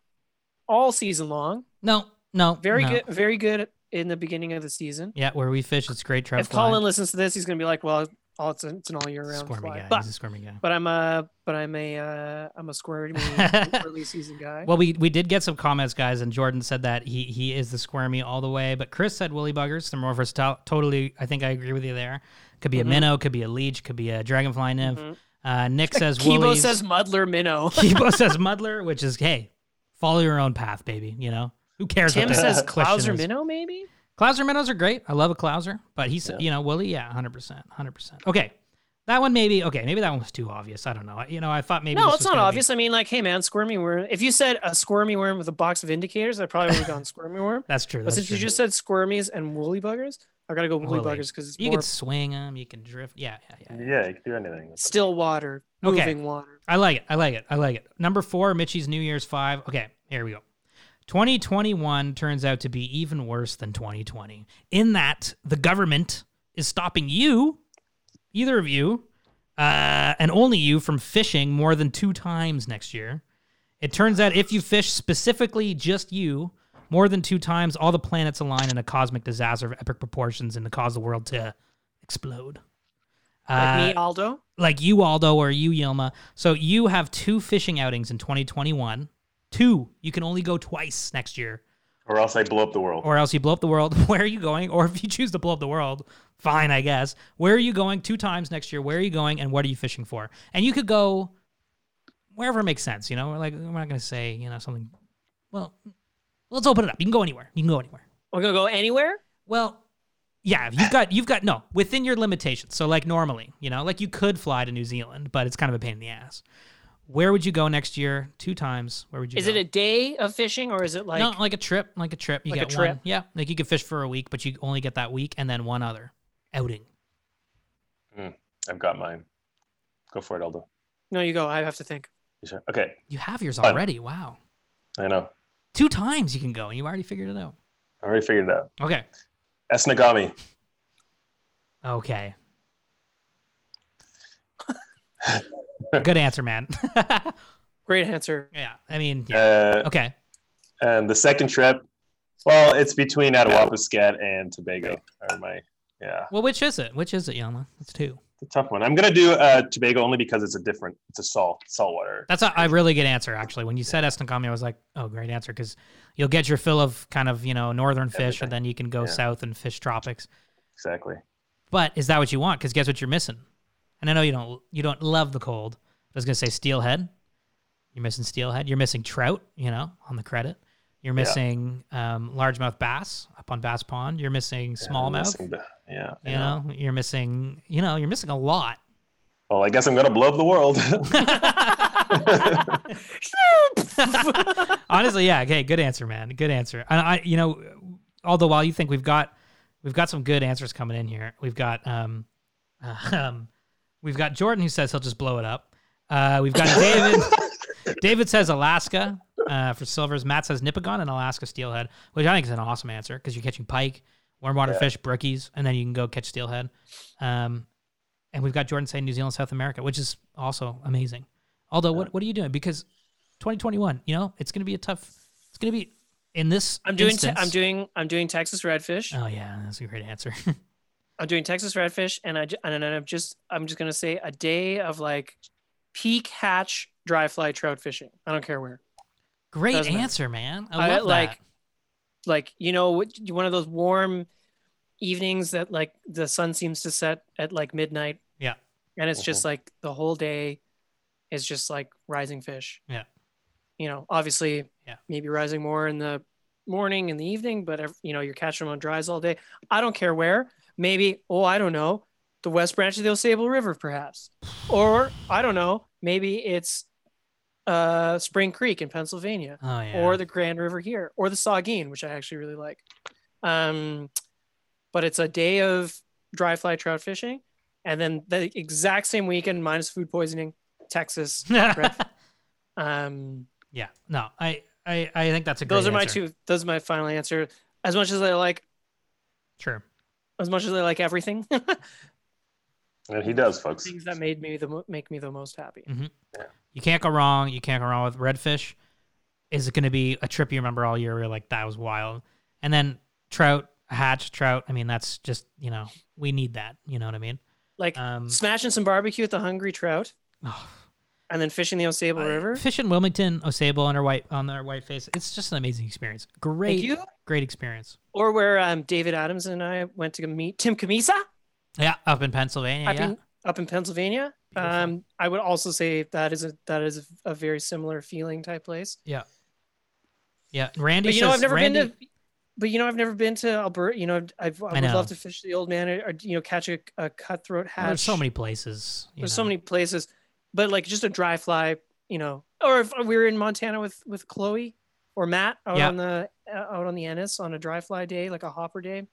S4: all season long.
S1: no, no,
S4: Very
S1: no.
S4: good. Very good in the beginning of the season.
S1: Yeah, where we fish, it's great trout
S4: if
S1: fly.
S4: Colin listens to this, he's gonna be like, "Well, all it's, an- it's an all year round
S1: squirmy
S4: fly."
S1: guy.
S4: But,
S1: He's a squirmy guy.
S4: but I'm a but I'm a uh, I'm a squirmy early season guy.
S1: Well, we, we did get some comments, guys, and Jordan said that he he is the squirmy all the way, but Chris said woolly buggers. Some more of us to- totally, I think I agree with you there. Could be
S4: Mhm.
S1: a minnow, could be a leech, could be a dragonfly nymph.
S4: Mhm.
S1: Uh, Nick says
S4: Kibo
S1: woolies.
S4: says muddler minnow.
S1: Kibo says muddler, which is hey, follow your own path, baby. You know who cares? what
S4: Tim
S1: the
S4: says
S1: question
S4: clouser
S1: is.
S4: minnow, maybe.
S1: Clouser minnows are great. I love a clouser, but he said, you know, Willie, yeah, hundred percent, hundred percent. Okay, that one maybe. Okay, maybe that one was too obvious. I don't know. You know, I thought maybe.
S4: no,
S1: this
S4: it's
S1: was
S4: not
S1: gonna be-
S4: obvious. I mean, like, hey man, squirmy worm. If you said a squirmy worm with a box of indicators, I probably would have gone squirmy worm.
S1: That's true.
S4: But
S1: That's
S4: since
S1: true.
S4: you just said squirmies and woolly buggers, I gotta go woolly,
S1: Woolly.
S4: buggers because it's
S1: you
S4: more
S1: can swing them, you can drift. Yeah, yeah, yeah.
S6: yeah, you can do anything.
S4: still water,
S1: Okay.
S4: moving water.
S1: I like it. I like it. I like it. Number four, Mitchy's New Year's five. Okay, here we go. 2021 turns out to be even worse than 2020 in that the government is stopping you, either of you, uh, and only you, from fishing more than two times next year. It turns out if you fish specifically just you more than two times, all the planets align in a cosmic disaster of epic proportions and to cause the world to explode.
S4: Like
S1: Uh,
S4: me, Aldo.
S1: like you Aldo or you Yilma. So you have two fishing outings in 2021. Two. You can only go twice next year,
S6: Or else I blow up the world.
S1: or else you blow up the world. Where are you going? Or if you choose to blow up the world, fine, I guess. Where are you going two times next year? Where are you going, and what are you fishing for? And you could go wherever it makes sense. You know, like we're not going to say you know something. Well, let's open it up. You can go anywhere. You can go anywhere.
S4: We're gonna go anywhere.
S1: Well, yeah, you've got you've got no within your limitations. So like normally, you know, like you could fly to New Zealand, but it's kind of a pain in the ass. Where would you go next year? Two times. Where would you?
S4: Is
S1: go?
S4: it a day of fishing or is it like?
S1: no, like a trip, like a trip. You
S4: Like a
S1: get
S4: trip?
S1: one. Yeah, like you could fish for a week, but you only get that week and then one other outing.
S6: I've got mine. Go for it, Aldo.
S4: no, you go. I have to think.
S6: You sure? Okay,
S1: You have yours
S6: Fun.
S1: already. Wow,
S6: I know.
S1: two times you can go, and you already figured it out.
S6: I already figured it out.
S1: Okay,
S6: Esnagami.
S1: okay. Good answer, man.
S4: Great answer.
S1: yeah, I mean, yeah.
S6: Uh,
S1: okay.
S6: and the second trip, well, it's between Attawapiskat and Tobago. Are my yeah.
S1: Well, which is it? Which is it, Yama? It's two.
S6: a tough one. I'm gonna do uh, Tobago only because it's a different. It's a salt saltwater.
S1: That's a, a really good answer, actually. When you said Estancami, I was like, oh, great answer, because you'll get your fill of kind of, you know, northern fish, and then you can go
S6: Yeah.
S1: south and fish tropics.
S6: Exactly.
S1: But is that what you want? Because guess what you're missing? And I know you don't you don't love the cold. I was gonna say steelhead. You're missing steelhead. You're missing trout. You know, on the credit. You're missing um, largemouth bass up on Bass Pond. You're missing smallmouth.
S6: Missing the- Yeah.
S1: you know, you're missing. You know, you're missing a lot.
S6: Well, I guess I'm gonna blow up the world.
S1: Honestly, yeah. Okay, good answer, man. Good answer. And I, you know, although while you think we've got, we've got some good answers coming in here. We've got, um, um, we've got Jordan who says he'll just blow it up. Uh, we've got David. David says Alaska uh, for silvers. Matt says Nipigon and Alaska steelhead, which I think is an awesome answer because you're catching pike, warm water
S6: Yeah.
S1: fish, brookies, and then you can go catch steelhead. Um, and we've got Jordan saying New Zealand, South America, which is also amazing. Although, what what are you doing? Because 2021, you know, it's going to be a tough. It's going to be in this.
S4: I'm doing. Te-
S1: Instance,
S4: I'm doing. I'm doing Texas redfish.
S1: Oh yeah, that's a great answer.
S4: I'm doing Texas redfish, and I ju- and then I'm just. I'm just gonna say a day of like peak hatch dry fly trout fishing. I don't care where.
S1: great
S4: Doesn't it?
S1: answer, man. I
S4: I
S1: love
S4: like-
S1: that.
S4: like you know what- one of those warm evenings that like the sun seems to set at like midnight
S1: Yeah.
S4: and it's just like the whole day is just like rising fish
S1: Yeah.
S4: you know obviously
S1: Yeah.
S4: maybe rising more in the morning and the evening but ev- you know you're catching them on dries all day i don't care where maybe oh i don't know the west branch of the Osable river perhaps or i don't know maybe it's uh spring creek in pennsylvania
S1: Oh yeah.
S4: or the Grand River here, or the Saugeen, which I actually really like. Um, but it's a day of dry fly trout fishing, and then the exact same weekend, minus food poisoning, Texas. Red- um,
S1: yeah. No, I, I I think that's a great.
S4: those are my
S1: answer.
S4: two. Those are my final answer. As much as I like,
S1: Sure.
S4: as much as I like everything,
S6: and he does, folks.
S4: things that made me the mo- make me the most happy.
S1: You can't go wrong. You can't go wrong with redfish. Is it going to be a trip you remember all year? Where you're like, that was wild. And then trout, hatch trout. I mean, that's just you know we need that. You know what I mean?
S4: Like
S1: Um,
S4: smashing some barbecue at the Hungry Trout,
S1: oh,
S4: and then fishing the Osable
S1: I-
S4: River.
S1: fish in Wilmington, Osable on our white on our white face. It's just an amazing experience. Great,
S4: you.
S1: great experience.
S4: Or where um, David Adams and I went to meet Tim Kamisa.
S1: Yeah, up in Pennsylvania.
S4: up
S1: yeah.
S4: in up in Pennsylvania.
S1: Beautiful.
S4: Um, I would also say that is a that is a very similar feeling type place.
S1: yeah, Randy.
S4: But you know,
S1: says-
S4: I've never
S1: Randy,
S4: been to. But you know, I've never been to Alberta. You know, I've- I've, I would
S1: know.
S4: love to fish the old man or or, you know catch a, a cutthroat hatch.
S1: There's so many places. you
S4: There's
S1: know.
S4: so many places, but like just a dry fly. You know, or if we were in Montana with with Chloe or Matt out
S1: Yeah.
S4: on the uh, out on the Ennis on a dry fly day, like a hopper day.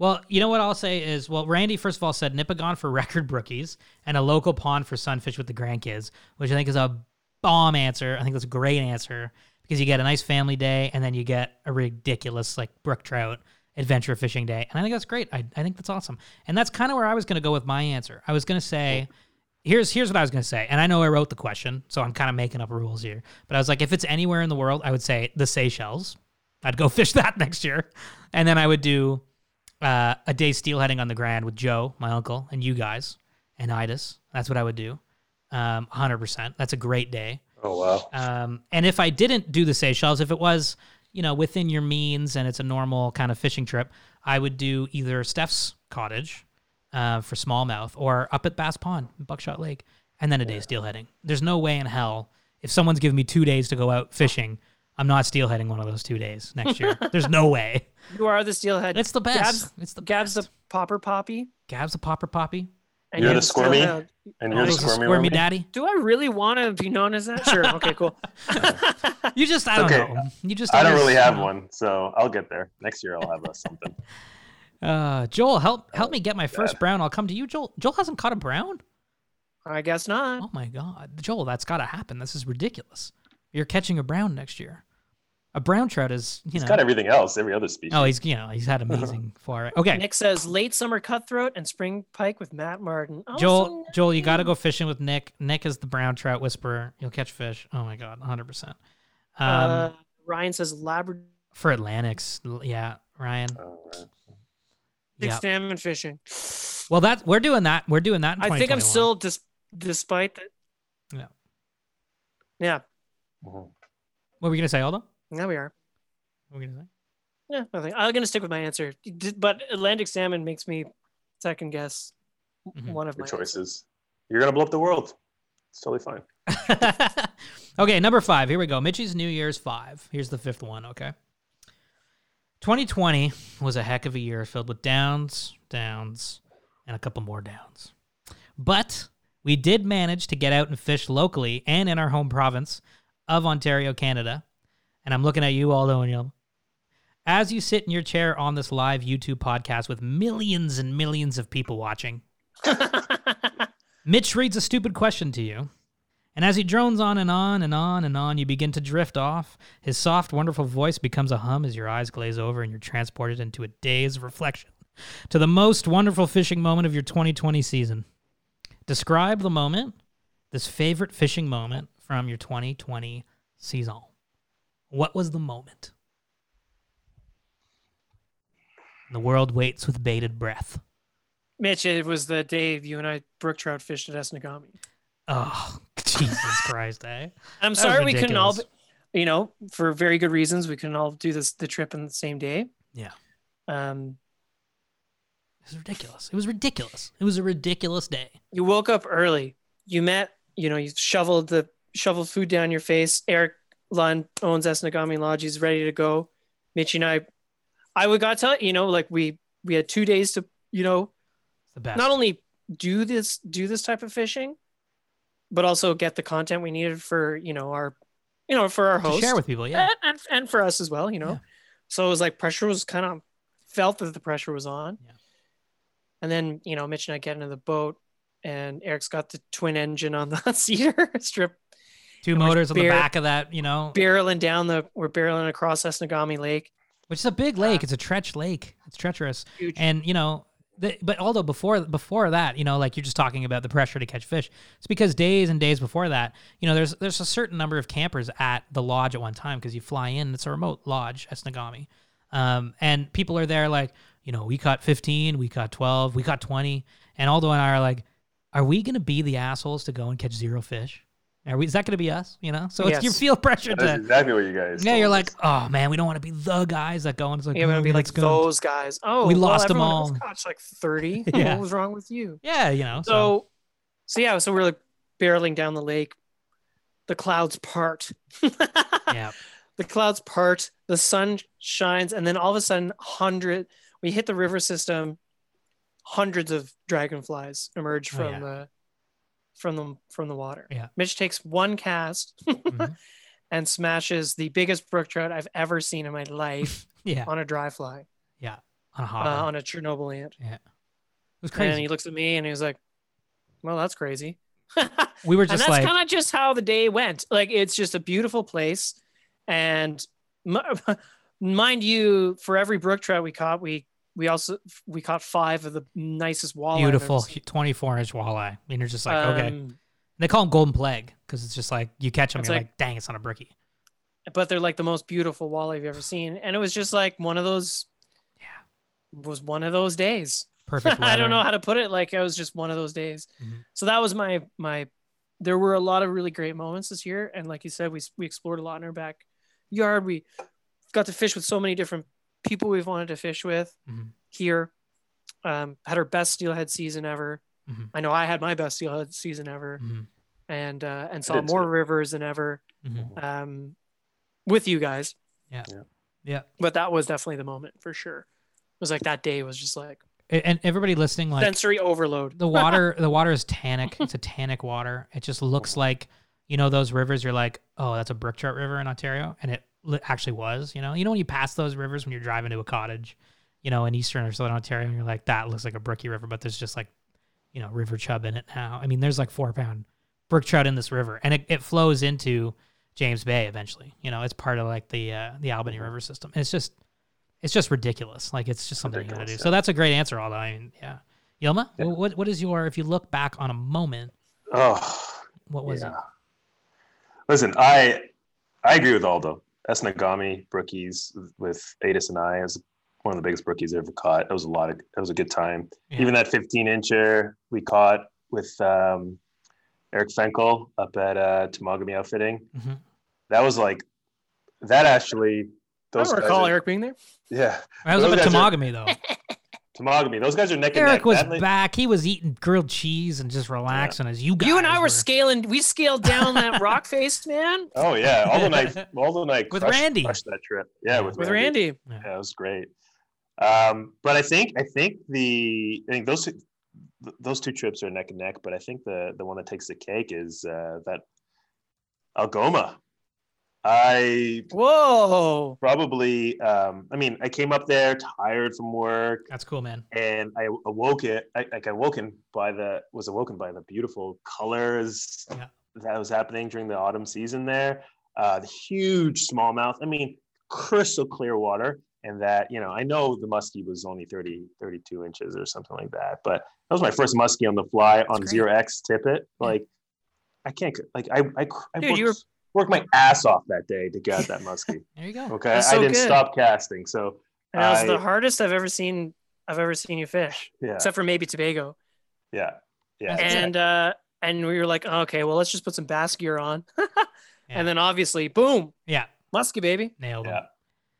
S1: Well, you know what I'll say is, well, Randy first of all said Nipigon for record brookies and a local pond for sunfish with the grandkids, which I think is a bomb answer. I think that's a great answer because you get a nice family day and then you get a ridiculous like brook trout adventure fishing day, and I think that's great. I, I think that's awesome, and that's kind of where I was going to go with my answer. I was going to say. Here's here's what I was gonna say, and I know I wrote the question, so I'm kind of making up rules here. But I was like, if it's anywhere in the world, I would say the Seychelles. I'd go fish that next year, and then I would do uh, a day steelheading on the Grand with Joe, my uncle, and you guys, and Idas. That's what I would do. Um, 100%. That's a great day.
S6: Oh wow.
S1: Um, and if I didn't do the Seychelles, if it was, you know, within your means and it's a normal kind of fishing trip, I would do either Steph's cottage uh, for smallmouth or up at Bass Pond, Buckshot Lake, and then a day steelheading. There's no way in hell if someone's giving me two days to go out fishing, I'm not steelheading one of those two days next year. There's no way.
S4: You are the steelhead.
S1: It's the best.
S4: Gabs,
S1: it's the
S4: Gab's
S1: best.
S4: the popper poppy.
S1: Gab's a popper poppy.
S4: and
S6: You're
S4: you're
S6: the squirmy?
S4: steelhead.
S6: And
S1: Oh,
S6: you're the
S1: he's a
S6: squirmy,
S1: squirmy
S6: wormy?
S1: daddy.
S4: Do I really want to be known as that? Sure. Okay, cool.
S1: You just, I don't
S6: Okay.
S1: know. You just,
S6: I don't
S1: always-
S6: really have one, so I'll get there next year. I'll have a something.
S1: Uh, Joel, help, help me get my first brown. I'll come to you, Joel. Joel hasn't caught a brown.
S4: I guess not.
S1: Oh my God, Joel, that's got to happen. This is ridiculous. You're catching a brown next year. A brown trout is, you
S6: He's
S1: know.
S6: got everything else. Every other species.
S1: oh, he's, you know, he's had amazing foray. Okay,
S4: Nick says late summer cutthroat and spring pike with Matt Martin. Oh, so
S1: Joel,
S4: nice.
S1: Joel, you got to go fishing with Nick. Nick is the brown trout whisperer. You'll catch fish. Oh my God, 100. percent Um,
S4: uh, Ryan says Labrador.
S1: for Atlantics, l- yeah, Ryan.
S6: Oh, right.
S4: Six
S1: Yeah.
S4: salmon fishing.
S1: Well, that we're doing that. We're doing that. In
S4: I think I'm
S1: 2021.
S4: still dis- despite that.
S1: Yeah.
S4: Yeah.
S6: Mm-hmm.
S1: What were you gonna say, Aldo? What
S4: Now we are.
S1: were you gonna say?
S4: Yeah, nothing. I'm gonna stick with my answer. D- But Atlantic salmon makes me second guess
S1: Mhm.
S4: one of
S6: Your
S4: my
S6: choices. You're gonna blow up the world. It's totally fine.
S1: okay, number five. Here we go. Mitchy's New Year's five. Here's the fifth one. Okay. 2020 was a heck of a year filled with downs, downs, and a couple more downs. But we did manage to get out and fish locally and in our home province of Ontario, Canada. And I'm looking at you, Aldo, and you as you sit in your chair on this live YouTube podcast with millions and millions of people watching, Mitch reads a stupid question to you. And as he drones on and on and on and on, you begin to drift off. His soft, wonderful voice becomes a hum as your eyes glaze over and you're transported into a day's reflection to the most wonderful fishing moment of your 2020 season. Describe the moment, this favorite fishing moment from your 2020 season. What was the moment? The world waits with bated breath.
S4: Mitch, it was the day you and I brook trout fished at Esnagami.
S1: Oh, Jesus Christ, eh?
S4: I'm
S1: was
S4: sorry we couldn't all,
S1: ridiculous.
S4: be- you know, for very good reasons, we couldn't all do this the trip on the same day.
S1: Yeah.
S4: Um,
S1: It was ridiculous. It was ridiculous. It was a ridiculous day.
S4: you woke up early. You met, you know, you shoveled the shoveled food down your face. Eric Lund owns Esnagami Lodge. He's ready to go. Mitch and I, I would got to you know, like we we had two days to you know
S1: It's the best.
S4: not only do this do this type of fishing, but also get the content we needed for you know our you know for our
S1: to
S4: host
S1: share with people, yeah.
S4: and, and and for us as well, you know.
S1: Yeah.
S4: So it was like pressure was kind of felt that the pressure was on.
S1: Yeah.
S4: And then you know Mitch and I get into the boat, and Eric's got the twin engine on the hot cedar strip,
S1: Two motors on the
S4: beer-
S1: back of that, you know,
S4: barreling down the we're barreling across Esnagami Lake.
S1: which is a big lake. It's a trench lake. It's treacherous,
S4: Huge.
S1: and you know, the, but although before before that, you know, like you're just talking about the pressure to catch fish. It's because days and days before that, you know, there's there's a certain number of campers at the lodge at one time because you fly in. It's a remote lodge at Snagami, um, and people are there like, you know, we caught 15, we caught 12, we caught 20, and Aldo and I are like, are we gonna be the assholes to go and catch zero fish? Are we, is that going to be us? You know, so it's, you
S4: Yes.
S1: feel pressure to
S6: That's exactly what you guys.
S1: yeah, you're
S6: told
S1: like,
S6: us.
S1: oh man, we don't want to be the guys that go and it's like,
S4: Yeah, we're
S1: "Oh,
S4: gonna be like
S1: let's go."
S4: those guys. Oh,
S1: We
S4: well,
S1: lost 'em
S4: everyone
S1: all."
S4: else Caught like thirty.
S1: Yeah.
S4: What was wrong with you?
S1: Yeah, you know. So,
S4: So, so yeah, so we're like barreling down the lake. The clouds part.
S1: yeah,
S4: The clouds part. The sun shines, and then all of a sudden, hundred we hit the river system. Hundreds of dragonflies emerge
S1: Oh,
S4: from
S1: yeah.
S4: the from the from the water.
S1: Yeah.
S4: Mitch takes one cast
S1: Mhm.
S4: and smashes the biggest brook trout I've ever seen in my life
S1: yeah,
S4: on a dry fly
S1: on a
S4: uh,
S1: hot one.
S4: on a Chernobyl ant.
S1: it was
S4: And
S1: crazy.
S4: he looks at me and he was like, "Well, that's crazy."
S1: We were just
S4: and that's
S1: like,
S4: kind of just how the day went. Like it's just a beautiful place, and m- mind you, for every brook trout we caught, we we also we caught five of the nicest walleye. I've ever
S1: beautiful
S4: seen.
S1: 24 inch walleye, and you're just like, okay.
S4: Um,
S1: They call them golden plague because it's just like you catch them,
S4: It's
S1: you're like,
S4: like-
S1: dang, it's on a brookie.
S4: but they're like the most beautiful walleye you've ever seen, and it was just like one of those. Yeah, was one of those days.
S1: Perfect.
S4: I don't
S1: weather.
S4: know how to put it. Like it was just one of those days.
S6: Mm-hmm.
S1: Mhm.
S4: So that was my my. There were a lot of really great moments this year, and like you said, we we explored a lot in our backyard. We got to fish with so many different people we've wanted to fish with
S6: Mm-hmm.
S1: Mhm.
S4: here. Um, had our best steelhead season ever.
S6: Mm-hmm.
S1: Mhm.
S4: I know I had my best steelhead season ever,
S1: Mhm.
S4: and uh, and saw
S6: did too.
S4: more rivers than ever
S1: Mhm.
S4: um, with you guys.
S1: Yeah.
S4: But that was definitely the moment for sure. It was like that day was just like,
S1: And- And everybody listening, like,
S4: sensory overload.
S1: the water the water is tannic it's a tannic water it just looks like you know those rivers you're like oh that's a brook trout river in ontario and it li- actually was you know you know when you pass those rivers when you're driving to a cottage you know in eastern or southern ontario and you're like that looks like a brookie river but there's just like you know river chub in it now i mean there's like four pound brook trout in this river and it, it flows into james bay eventually you know it's part of like the uh, the
S6: Mm-hmm.
S1: albany river system and it's just it's just ridiculous like it's just something you gotta do
S6: Ridiculous,
S1: so that's a great answer although i mean yeah Yelma, wh- what what is your if you look back on a moment,
S6: oh,
S1: what was it?
S6: Yeah. Listen, I I agree with Aldo. Esnagami, Brookies with Adis and I is one one of the biggest brookies I ever caught. That was a lot of that was a good time.
S1: Yeah.
S6: Even that 15 incher we caught with um, Eric Fenkel up at uh, Tamagami Outfitting.
S1: Mhm.
S6: That was like that actually.
S4: I
S6: Those
S4: don't
S6: guys
S4: recall
S6: are-
S4: Eric being there.
S6: Yeah,
S1: I was up
S6: Those
S1: at
S6: guys are-
S1: Tamagami though.
S6: Tamagami. Those guys are neck and neck.
S1: Eric was
S6: That la-
S1: back. He was eating grilled cheese and just relaxing as you guys.
S4: You and I were,
S1: were
S4: scaling. We scaled down that rock face, man,
S6: Oh yeah, Alden and I, Alden and I
S1: With
S6: crushed-
S1: Randy.
S6: crushed that trip. Yeah, with,
S4: with Randy.
S6: Yeah, it was great. Um, but I think I think the I think those two- th- those two trips are neck and neck. But I think the the one that takes the cake is uh, that Algoma. I
S4: Whoa.
S6: probably um, I mean I came up there tired from work
S1: That's cool, man.
S6: and I awoke it. I, I got woken by the was awoken by the beautiful colors
S1: Yeah.
S6: that was happening during the autumn season there. Uh, the huge smallmouth. I mean, crystal clear water. And that, you know, I know the muskie was only 30, 32 inches or something like that, but that was my first muskie on the fly on
S1: great.
S6: zero X tippet. Like, I can't, like, I, I, cr- I
S4: Dude,
S6: worked,
S4: you
S6: worked my ass off that day to get that muskie.
S1: There you go.
S6: Okay.
S4: That's
S6: I
S4: so
S6: didn't
S4: good.
S6: stop casting. So,
S4: And that was
S6: I-
S4: the hardest I've ever seen. I've ever seen you fish,
S6: yeah.
S4: except for maybe Tobago.
S6: Yeah. Yeah.
S1: That's
S4: and uh, and we were like, "Oh, okay, well, let's just put some bass gear on,
S1: Yeah.
S4: and then obviously, boom,
S1: Yeah,
S4: muskie baby.
S1: nailed it.
S6: Yeah.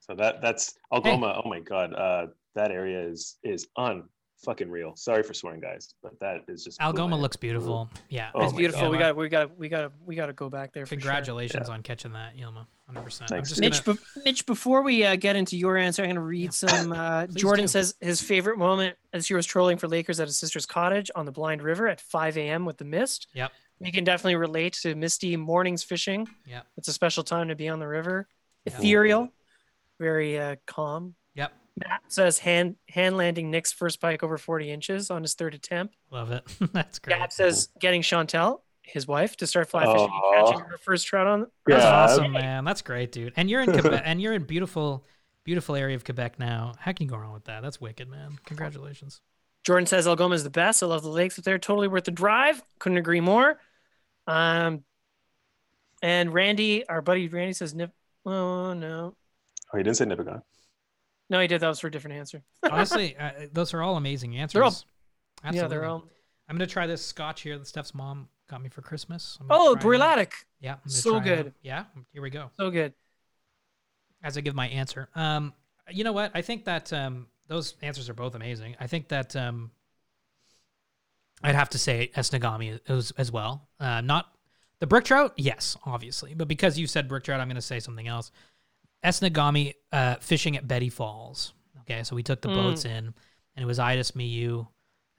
S6: So that that's Algoma. Oh my god, uh, that area is is un fucking real. Sorry for swearing, guys, but that is just
S1: Algoma
S6: cool.
S1: looks beautiful. Yeah,
S6: Oh
S4: it's
S6: my
S4: beautiful.
S6: God.
S4: We got we got we got we got to go back there. for sure.
S1: Congratulations on catching that, Yilma. 100%. I'm
S6: Thanks,
S1: just
S6: dude.
S1: gonna,
S4: Mitch, be- Mitch, before we uh, get into your answer, I'm going to read some. Uh,
S1: Please
S4: Jordan
S1: do.
S4: says his favorite moment as he was trolling for Lakers at his sister's cottage on the Blind River at 5 a.m. with the mist.
S1: Yep.
S4: We can definitely relate to misty mornings fishing.
S1: Yep.
S4: It's a special time to be on the river.
S1: Yeah.
S4: Ethereal, very uh, calm.
S1: Yep.
S4: Matt says hand hand landing Nick's first pike over 40 inches on his third attempt.
S1: love it. That's great.
S4: Gab says getting Chantel, his wife, to start fly fishing and
S6: Aw.
S4: catching her first trout on.
S1: That's
S6: Yeah.
S1: awesome, man. That's great, dude. And you're in Quebec, and you're in beautiful, beautiful area of Quebec now. How can you go wrong with that? That's wicked, man. Congratulations.
S4: Jordan says Algoma is the best. I love the lakes up there. Totally worth the drive. Couldn't agree more. Um, and Randy, our buddy Randy says, "Nip." Oh no,
S6: Oh, you didn't say Nipigon.
S4: no, he did. That was for a different answer.
S1: Honestly, uh, those are all amazing answers.
S4: all-
S1: Absolutely.
S4: Yeah, they're all.
S1: I'm gonna try this scotch here that Steph's mom got me for Christmas. I'm gonna try
S4: Oh,
S1: that.
S4: Brilatic,
S1: Yeah, I'm gonna
S4: So
S1: try that.
S4: good.
S1: Yeah, here we go.
S4: so good.
S1: as I give my answer. Um, you know what? I think that um, those answers are both amazing. I think that um, I'd have to say Esnagami as, as well. Uh, not the brick trout, yes, obviously, but because you said brick trout, I'm going to say something else. Esnagami uh, fishing at Betty Falls. Okay, so we took the
S4: Mm.
S1: boats in, and it was Idis, me, you,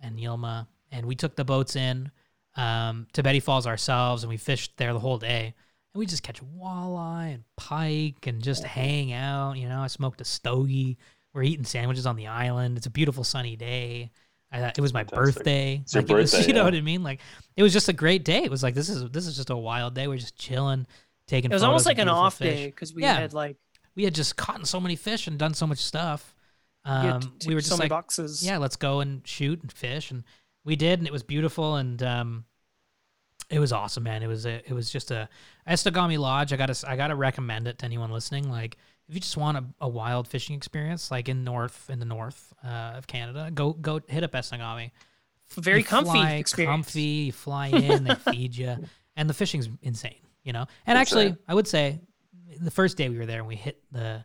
S1: and Yilma, and we took the boats in um, to Betty Falls ourselves, and we fished there the whole day and we just catch walleye and pike and just hang out. You know, I smoked a stogie. We're eating sandwiches on the island. It's a beautiful sunny day. I thought it was my
S6: Fantastic.
S1: birthday.
S6: It's your
S1: Like, it was-
S6: birthday,
S1: you know
S6: yeah.
S1: what I mean? Like it was just a great day. It was like this is this is just a wild day. We're just chilling, taking.
S4: It was
S1: photos
S4: almost
S1: of
S4: like an
S1: beautiful
S4: off
S1: fish.
S4: day because we
S1: Yeah.
S4: had like
S1: We had just caught so many fish and done so much stuff.
S4: we, had
S1: Um,
S4: t-
S1: we were
S4: so
S1: just
S4: many
S1: like,
S4: boxes.
S1: yeah, let's go and shoot and fish, and we did, and it was beautiful, and um, it was awesome, man. It was a, it was just a Estagami Lodge. I gotta, s- I gotta recommend it to anyone listening. Like, if you just want a, a wild fishing experience, like in north in the north uh, of Canada, go go hit up Estagami.
S4: very
S1: You
S4: comfy
S1: fly
S4: experience.
S1: Comfy, you fly in, they feed you, and the fishing's insane. You know, and actually,
S6: Insane.
S1: I would say the first day we were there, and we hit the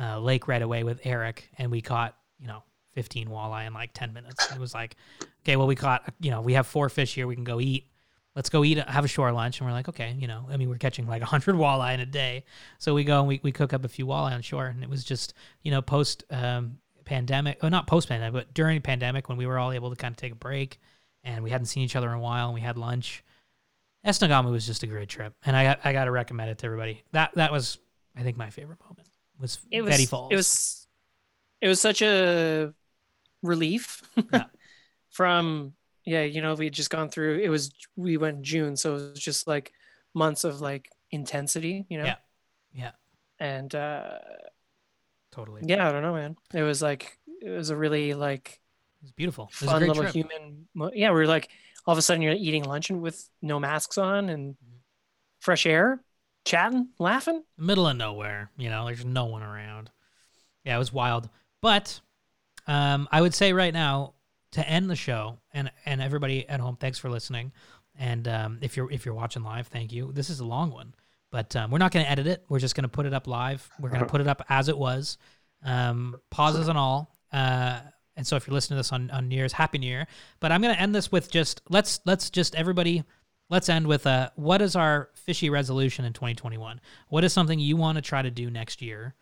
S1: uh, lake right away with Eric, and we caught you know 15 walleye in like 10 minutes. It was like, okay, well, we caught you know we have four fish here, we can go eat. Let's go eat, have a shore lunch, and we're like, okay, you know, I mean, we're catching like 100 walleye in a day, so we go and we, we cook up a few walleye on shore, and it was just you know post um, pandemic, well, not post pandemic, but during pandemic when we were all able to kind of take a break, and we hadn't seen each other in a while, and we had lunch. Esnagami was just a great trip, and I I gotta recommend it to everybody. That that was I think my favorite moment was,
S4: It was.
S1: Betty Falls.
S4: It was. It was such a relief
S1: Yeah.
S4: from yeah. You know, we had just gone through. It was we went in June, so it was just like months of like intensity. You know.
S1: Yeah. Yeah.
S4: And uh,
S1: totally.
S4: yeah, I don't know, man. It was like it was a really like
S1: It was beautiful. It was a
S4: fun
S1: great
S4: little
S1: trip.
S4: human. Mo- yeah, we were like all of a sudden you're eating lunch and with no masks on and
S1: Mm-hmm.
S4: fresh air, chatting, laughing.
S1: Middle of nowhere, you know, there's no one around. Yeah, it was wild. But um, I would say right now to end the show, and and everybody at home, thanks for listening. And um, if you're if you're watching live, thank you. This is a long one, but um, we're not going to edit it. We're just going to put it up live. We're going to put it up as it was, um, pauses and all. Uh, and so if you're listening to this on on New Year's, Happy New Year. But I'm going to end this with just let's let's just everybody. Let's end with uh, what is our fishy resolution in 2021? What is something you want to try to do next year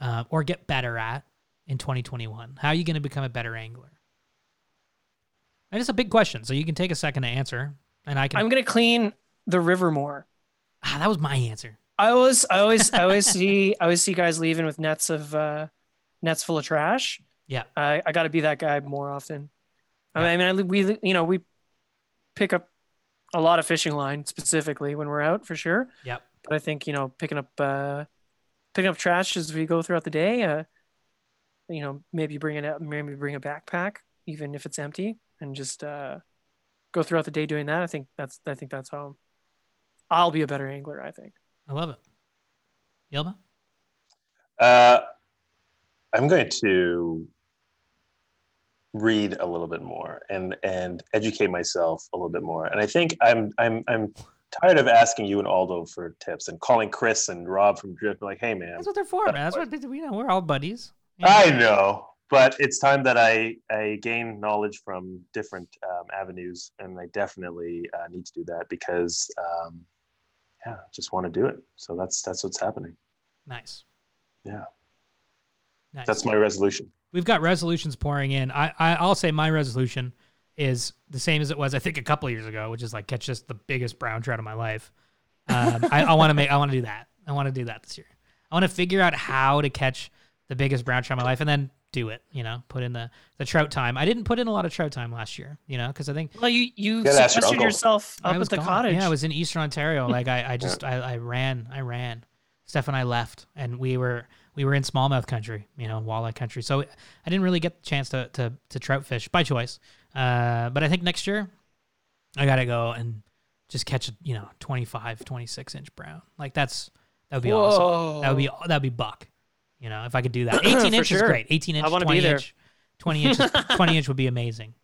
S1: uh, or get better at in 2021? How are you going to become a better angler? And it's a big question, so you can take a second to answer, and I can.
S4: I'm gonna clean the river more.
S1: ah, that was my answer.
S4: I always, I always, I always see, I always see guys leaving with nets of uh, nets full of trash.
S1: Yeah.
S4: I, I got to be that guy more often. I mean, I mean, we, you know, we pick up a lot of fishing line specifically when we're out for sure.
S1: Yep.
S4: But I think you know, picking up, uh, picking up trash as we go throughout the day. Uh, you know, maybe bring it out, maybe bring a backpack, even if it's empty, and just uh, go throughout the day doing that. I think that's, I think that's how I'll be a better angler. I think.
S1: I love it. Yelba?
S6: Uh, I'm going to read a little bit more and and educate myself a little bit more. And I think I'm I'm I'm tired of asking you and Aldo for tips and calling Chris and Rob from Drift like, hey man,
S1: That's what they're for, man. That's what we know. We're all buddies.
S6: I know, but it's time that I I gain knowledge from different um, avenues, and I definitely uh, need to do that because um, yeah, just want to do it. So that's that's what's happening.
S1: Nice.
S6: Yeah.
S1: Nice.
S6: That's my resolution.
S1: We've got resolutions pouring in. I, I I'll say my resolution is the same as it was. I think a couple years ago, which is like catch just the biggest brown trout of my life. Um, I, I want to make. I want to do that. I want to do that this year. I want to figure out how to catch the biggest brown trout of my life, and then do it. You know, put in the the trout time. I didn't put in a lot of trout time last year. You know, because I think
S4: Well, you you
S6: gotta ask your
S4: sequestered
S6: uncle.
S4: yourself up
S1: I was
S4: at the
S1: gone.
S4: cottage.
S1: Yeah, I was in Eastern Ontario. Like I, I just I, I ran, I ran. Steph and I left, and we were we were in smallmouth country, you know, walleye country. So I didn't really get the chance to to, to trout fish by choice. Uh, but I think next year I gotta go and just catch you know 25, 26 inch brown. Like that's that would be awesome. That would be that would be buck. You know, if I could do that, eighteen
S4: For
S1: inch is
S4: sure.
S1: great. Eighteen inch,
S4: I wanna be
S1: twenty
S4: there.
S1: inch, twenty inch, is- twenty inch would be amazing.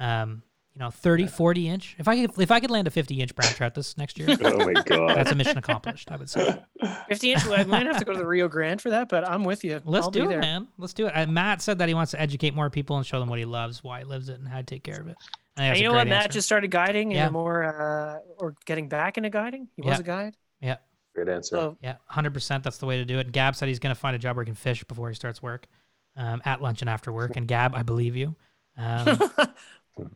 S1: Um, you know 30 40 inch if i could if i could land a 50 inch brown trout this next year
S6: Oh my god.
S1: that's a mission accomplished i would say
S4: Fifty inch. I might have to go to the Rio Grande for that, but I'm with you.
S1: let's
S4: I'll
S1: do
S4: be
S1: it
S4: there.
S1: man let's do it Uh, matt said that he wants to educate more people and show them what he loves why he loves it and how to take care of it I think
S4: And
S1: that's a
S4: you know
S1: great
S4: what? Matt
S1: answer.
S4: just started guiding
S1: Yeah.
S4: and more uh, or getting back into guiding. He
S1: Yeah.
S4: was a guide.
S1: yeah
S6: Great answer.
S4: So
S1: yeah 100% that's the way to do it gab said he's going to find a job where he can fish before he starts work um, at lunch and after work and gab i believe you um,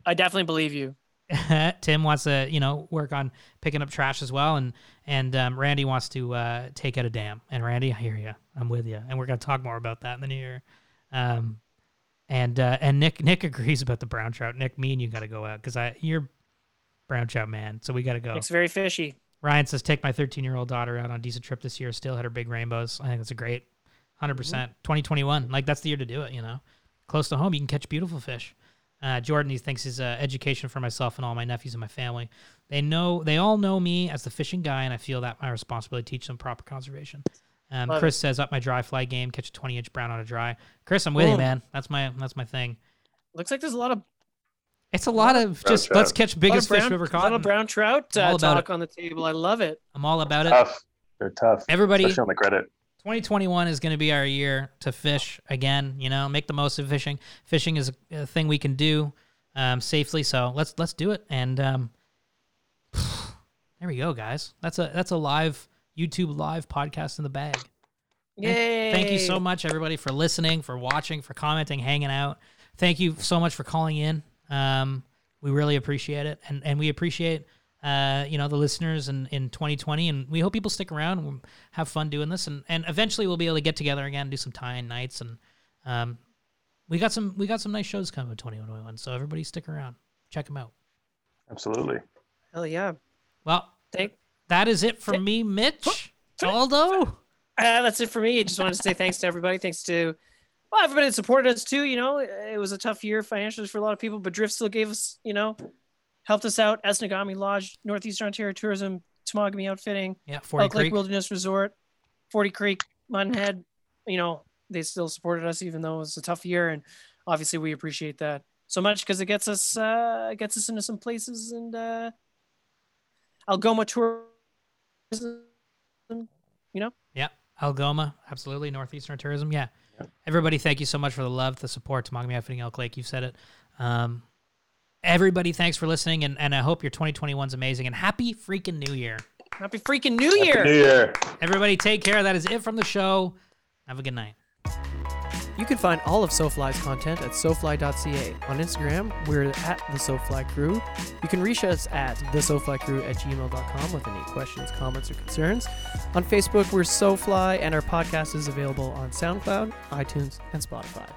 S4: I definitely believe you.
S1: Tim wants to, you know, work on picking up trash as well, and and um, Randy wants to uh, take out a dam. And Randy, I hear you. I'm with you, and we're gonna talk more about that in the new year. Um, and uh, and Nick Nick agrees about the brown trout. Nick, me and you gotta go out because I you're brown trout man, so we gotta go.
S4: It's very fishy.
S1: Ryan says take my 13 year old daughter out on a decent trip this year. Still had her big rainbows. I think that's a great 100 percent
S4: Mm-hmm.
S1: 2021. Like that's the year to do it. You know, close to home, you can catch beautiful fish. Uh, Jordan, he thinks is uh, education for myself and all my nephews and my family. They know they all know me as the fishing guy, and I feel that my responsibility to teach them proper conservation. Um,
S4: Love
S1: Chris says up my dry fly game, catch a 20 inch brown on a dry. Chris, I'm with you,
S4: Boom.
S1: man. That's my that's my thing.
S4: Looks like there's a lot of
S1: It's a lot of just
S6: trout.
S1: let's catch biggest
S4: lot
S1: fish
S4: of
S1: we've ever
S4: brown, lot of
S1: caught.
S4: brown trout
S1: I'm all
S4: uh,
S1: about
S4: talk on the table. I love it.
S1: I'm all about it.
S6: tough. They're tough.
S1: Everybody,
S6: Especially on the credit.
S1: 2021 is going to be our year to fish again. You know, make the most of fishing. Fishing is a, a thing we can do um, safely, so let's let's do it. And um, there we go, guys. That's a that's a live YouTube live podcast in the bag.
S4: Yay!
S1: Thank you so much, everybody, for listening, for watching, for commenting, hanging out. Thank you so much for calling in. Um, we really appreciate it, and and we appreciate uh, you know the listeners in, in 2020, and we hope people stick around and have fun doing this, and and eventually we'll be able to get together again, do some tie-in nights, and um, we got some we got some nice shows coming in 2021. So everybody stick around, check them out.
S6: Absolutely.
S4: Hell yeah!
S1: Well,
S4: Thank.
S1: that is it for me, Mitch. Aldo.
S4: Uh, that's it for me. I just wanted to say thanks to everybody. Thanks to well, everybody that supported us too. You know, it was a tough year financially for a lot of people, but Drift still gave us, you know, helped us out. Esnagami Lodge, Northeastern Ontario Tourism, Tamagami Outfitting,
S1: Yeah, 40
S4: Elk Lake
S1: Creek.
S4: Wilderness Resort, Forty Creek, Muttonhead. You know,
S11: they still supported us even though it was a tough year, and obviously we appreciate that so much because it gets us uh, it gets us into some places and uh, Algoma tourism, you know.
S1: Yeah, Algoma, absolutely. Northeastern tourism, yeah. Everybody, thank you so much for the love, the support to Mogami Outfitting Elk Lake. You've said it. Um, everybody, thanks for listening, and, and I hope your 2021's amazing. And happy freaking New Year.
S11: Happy freaking New Year!
S6: New Year.
S1: Everybody, take care. That is it from the show. Have a good night.
S4: You can find all of SoFly's content at SoFly.ca. On Instagram, we're at the SoFly Crew. You can reach us at the SoFly Crew at gmail.com with any questions, comments, or concerns. On Facebook, we're SoFly, and our podcast is available on SoundCloud, iTunes, and Spotify.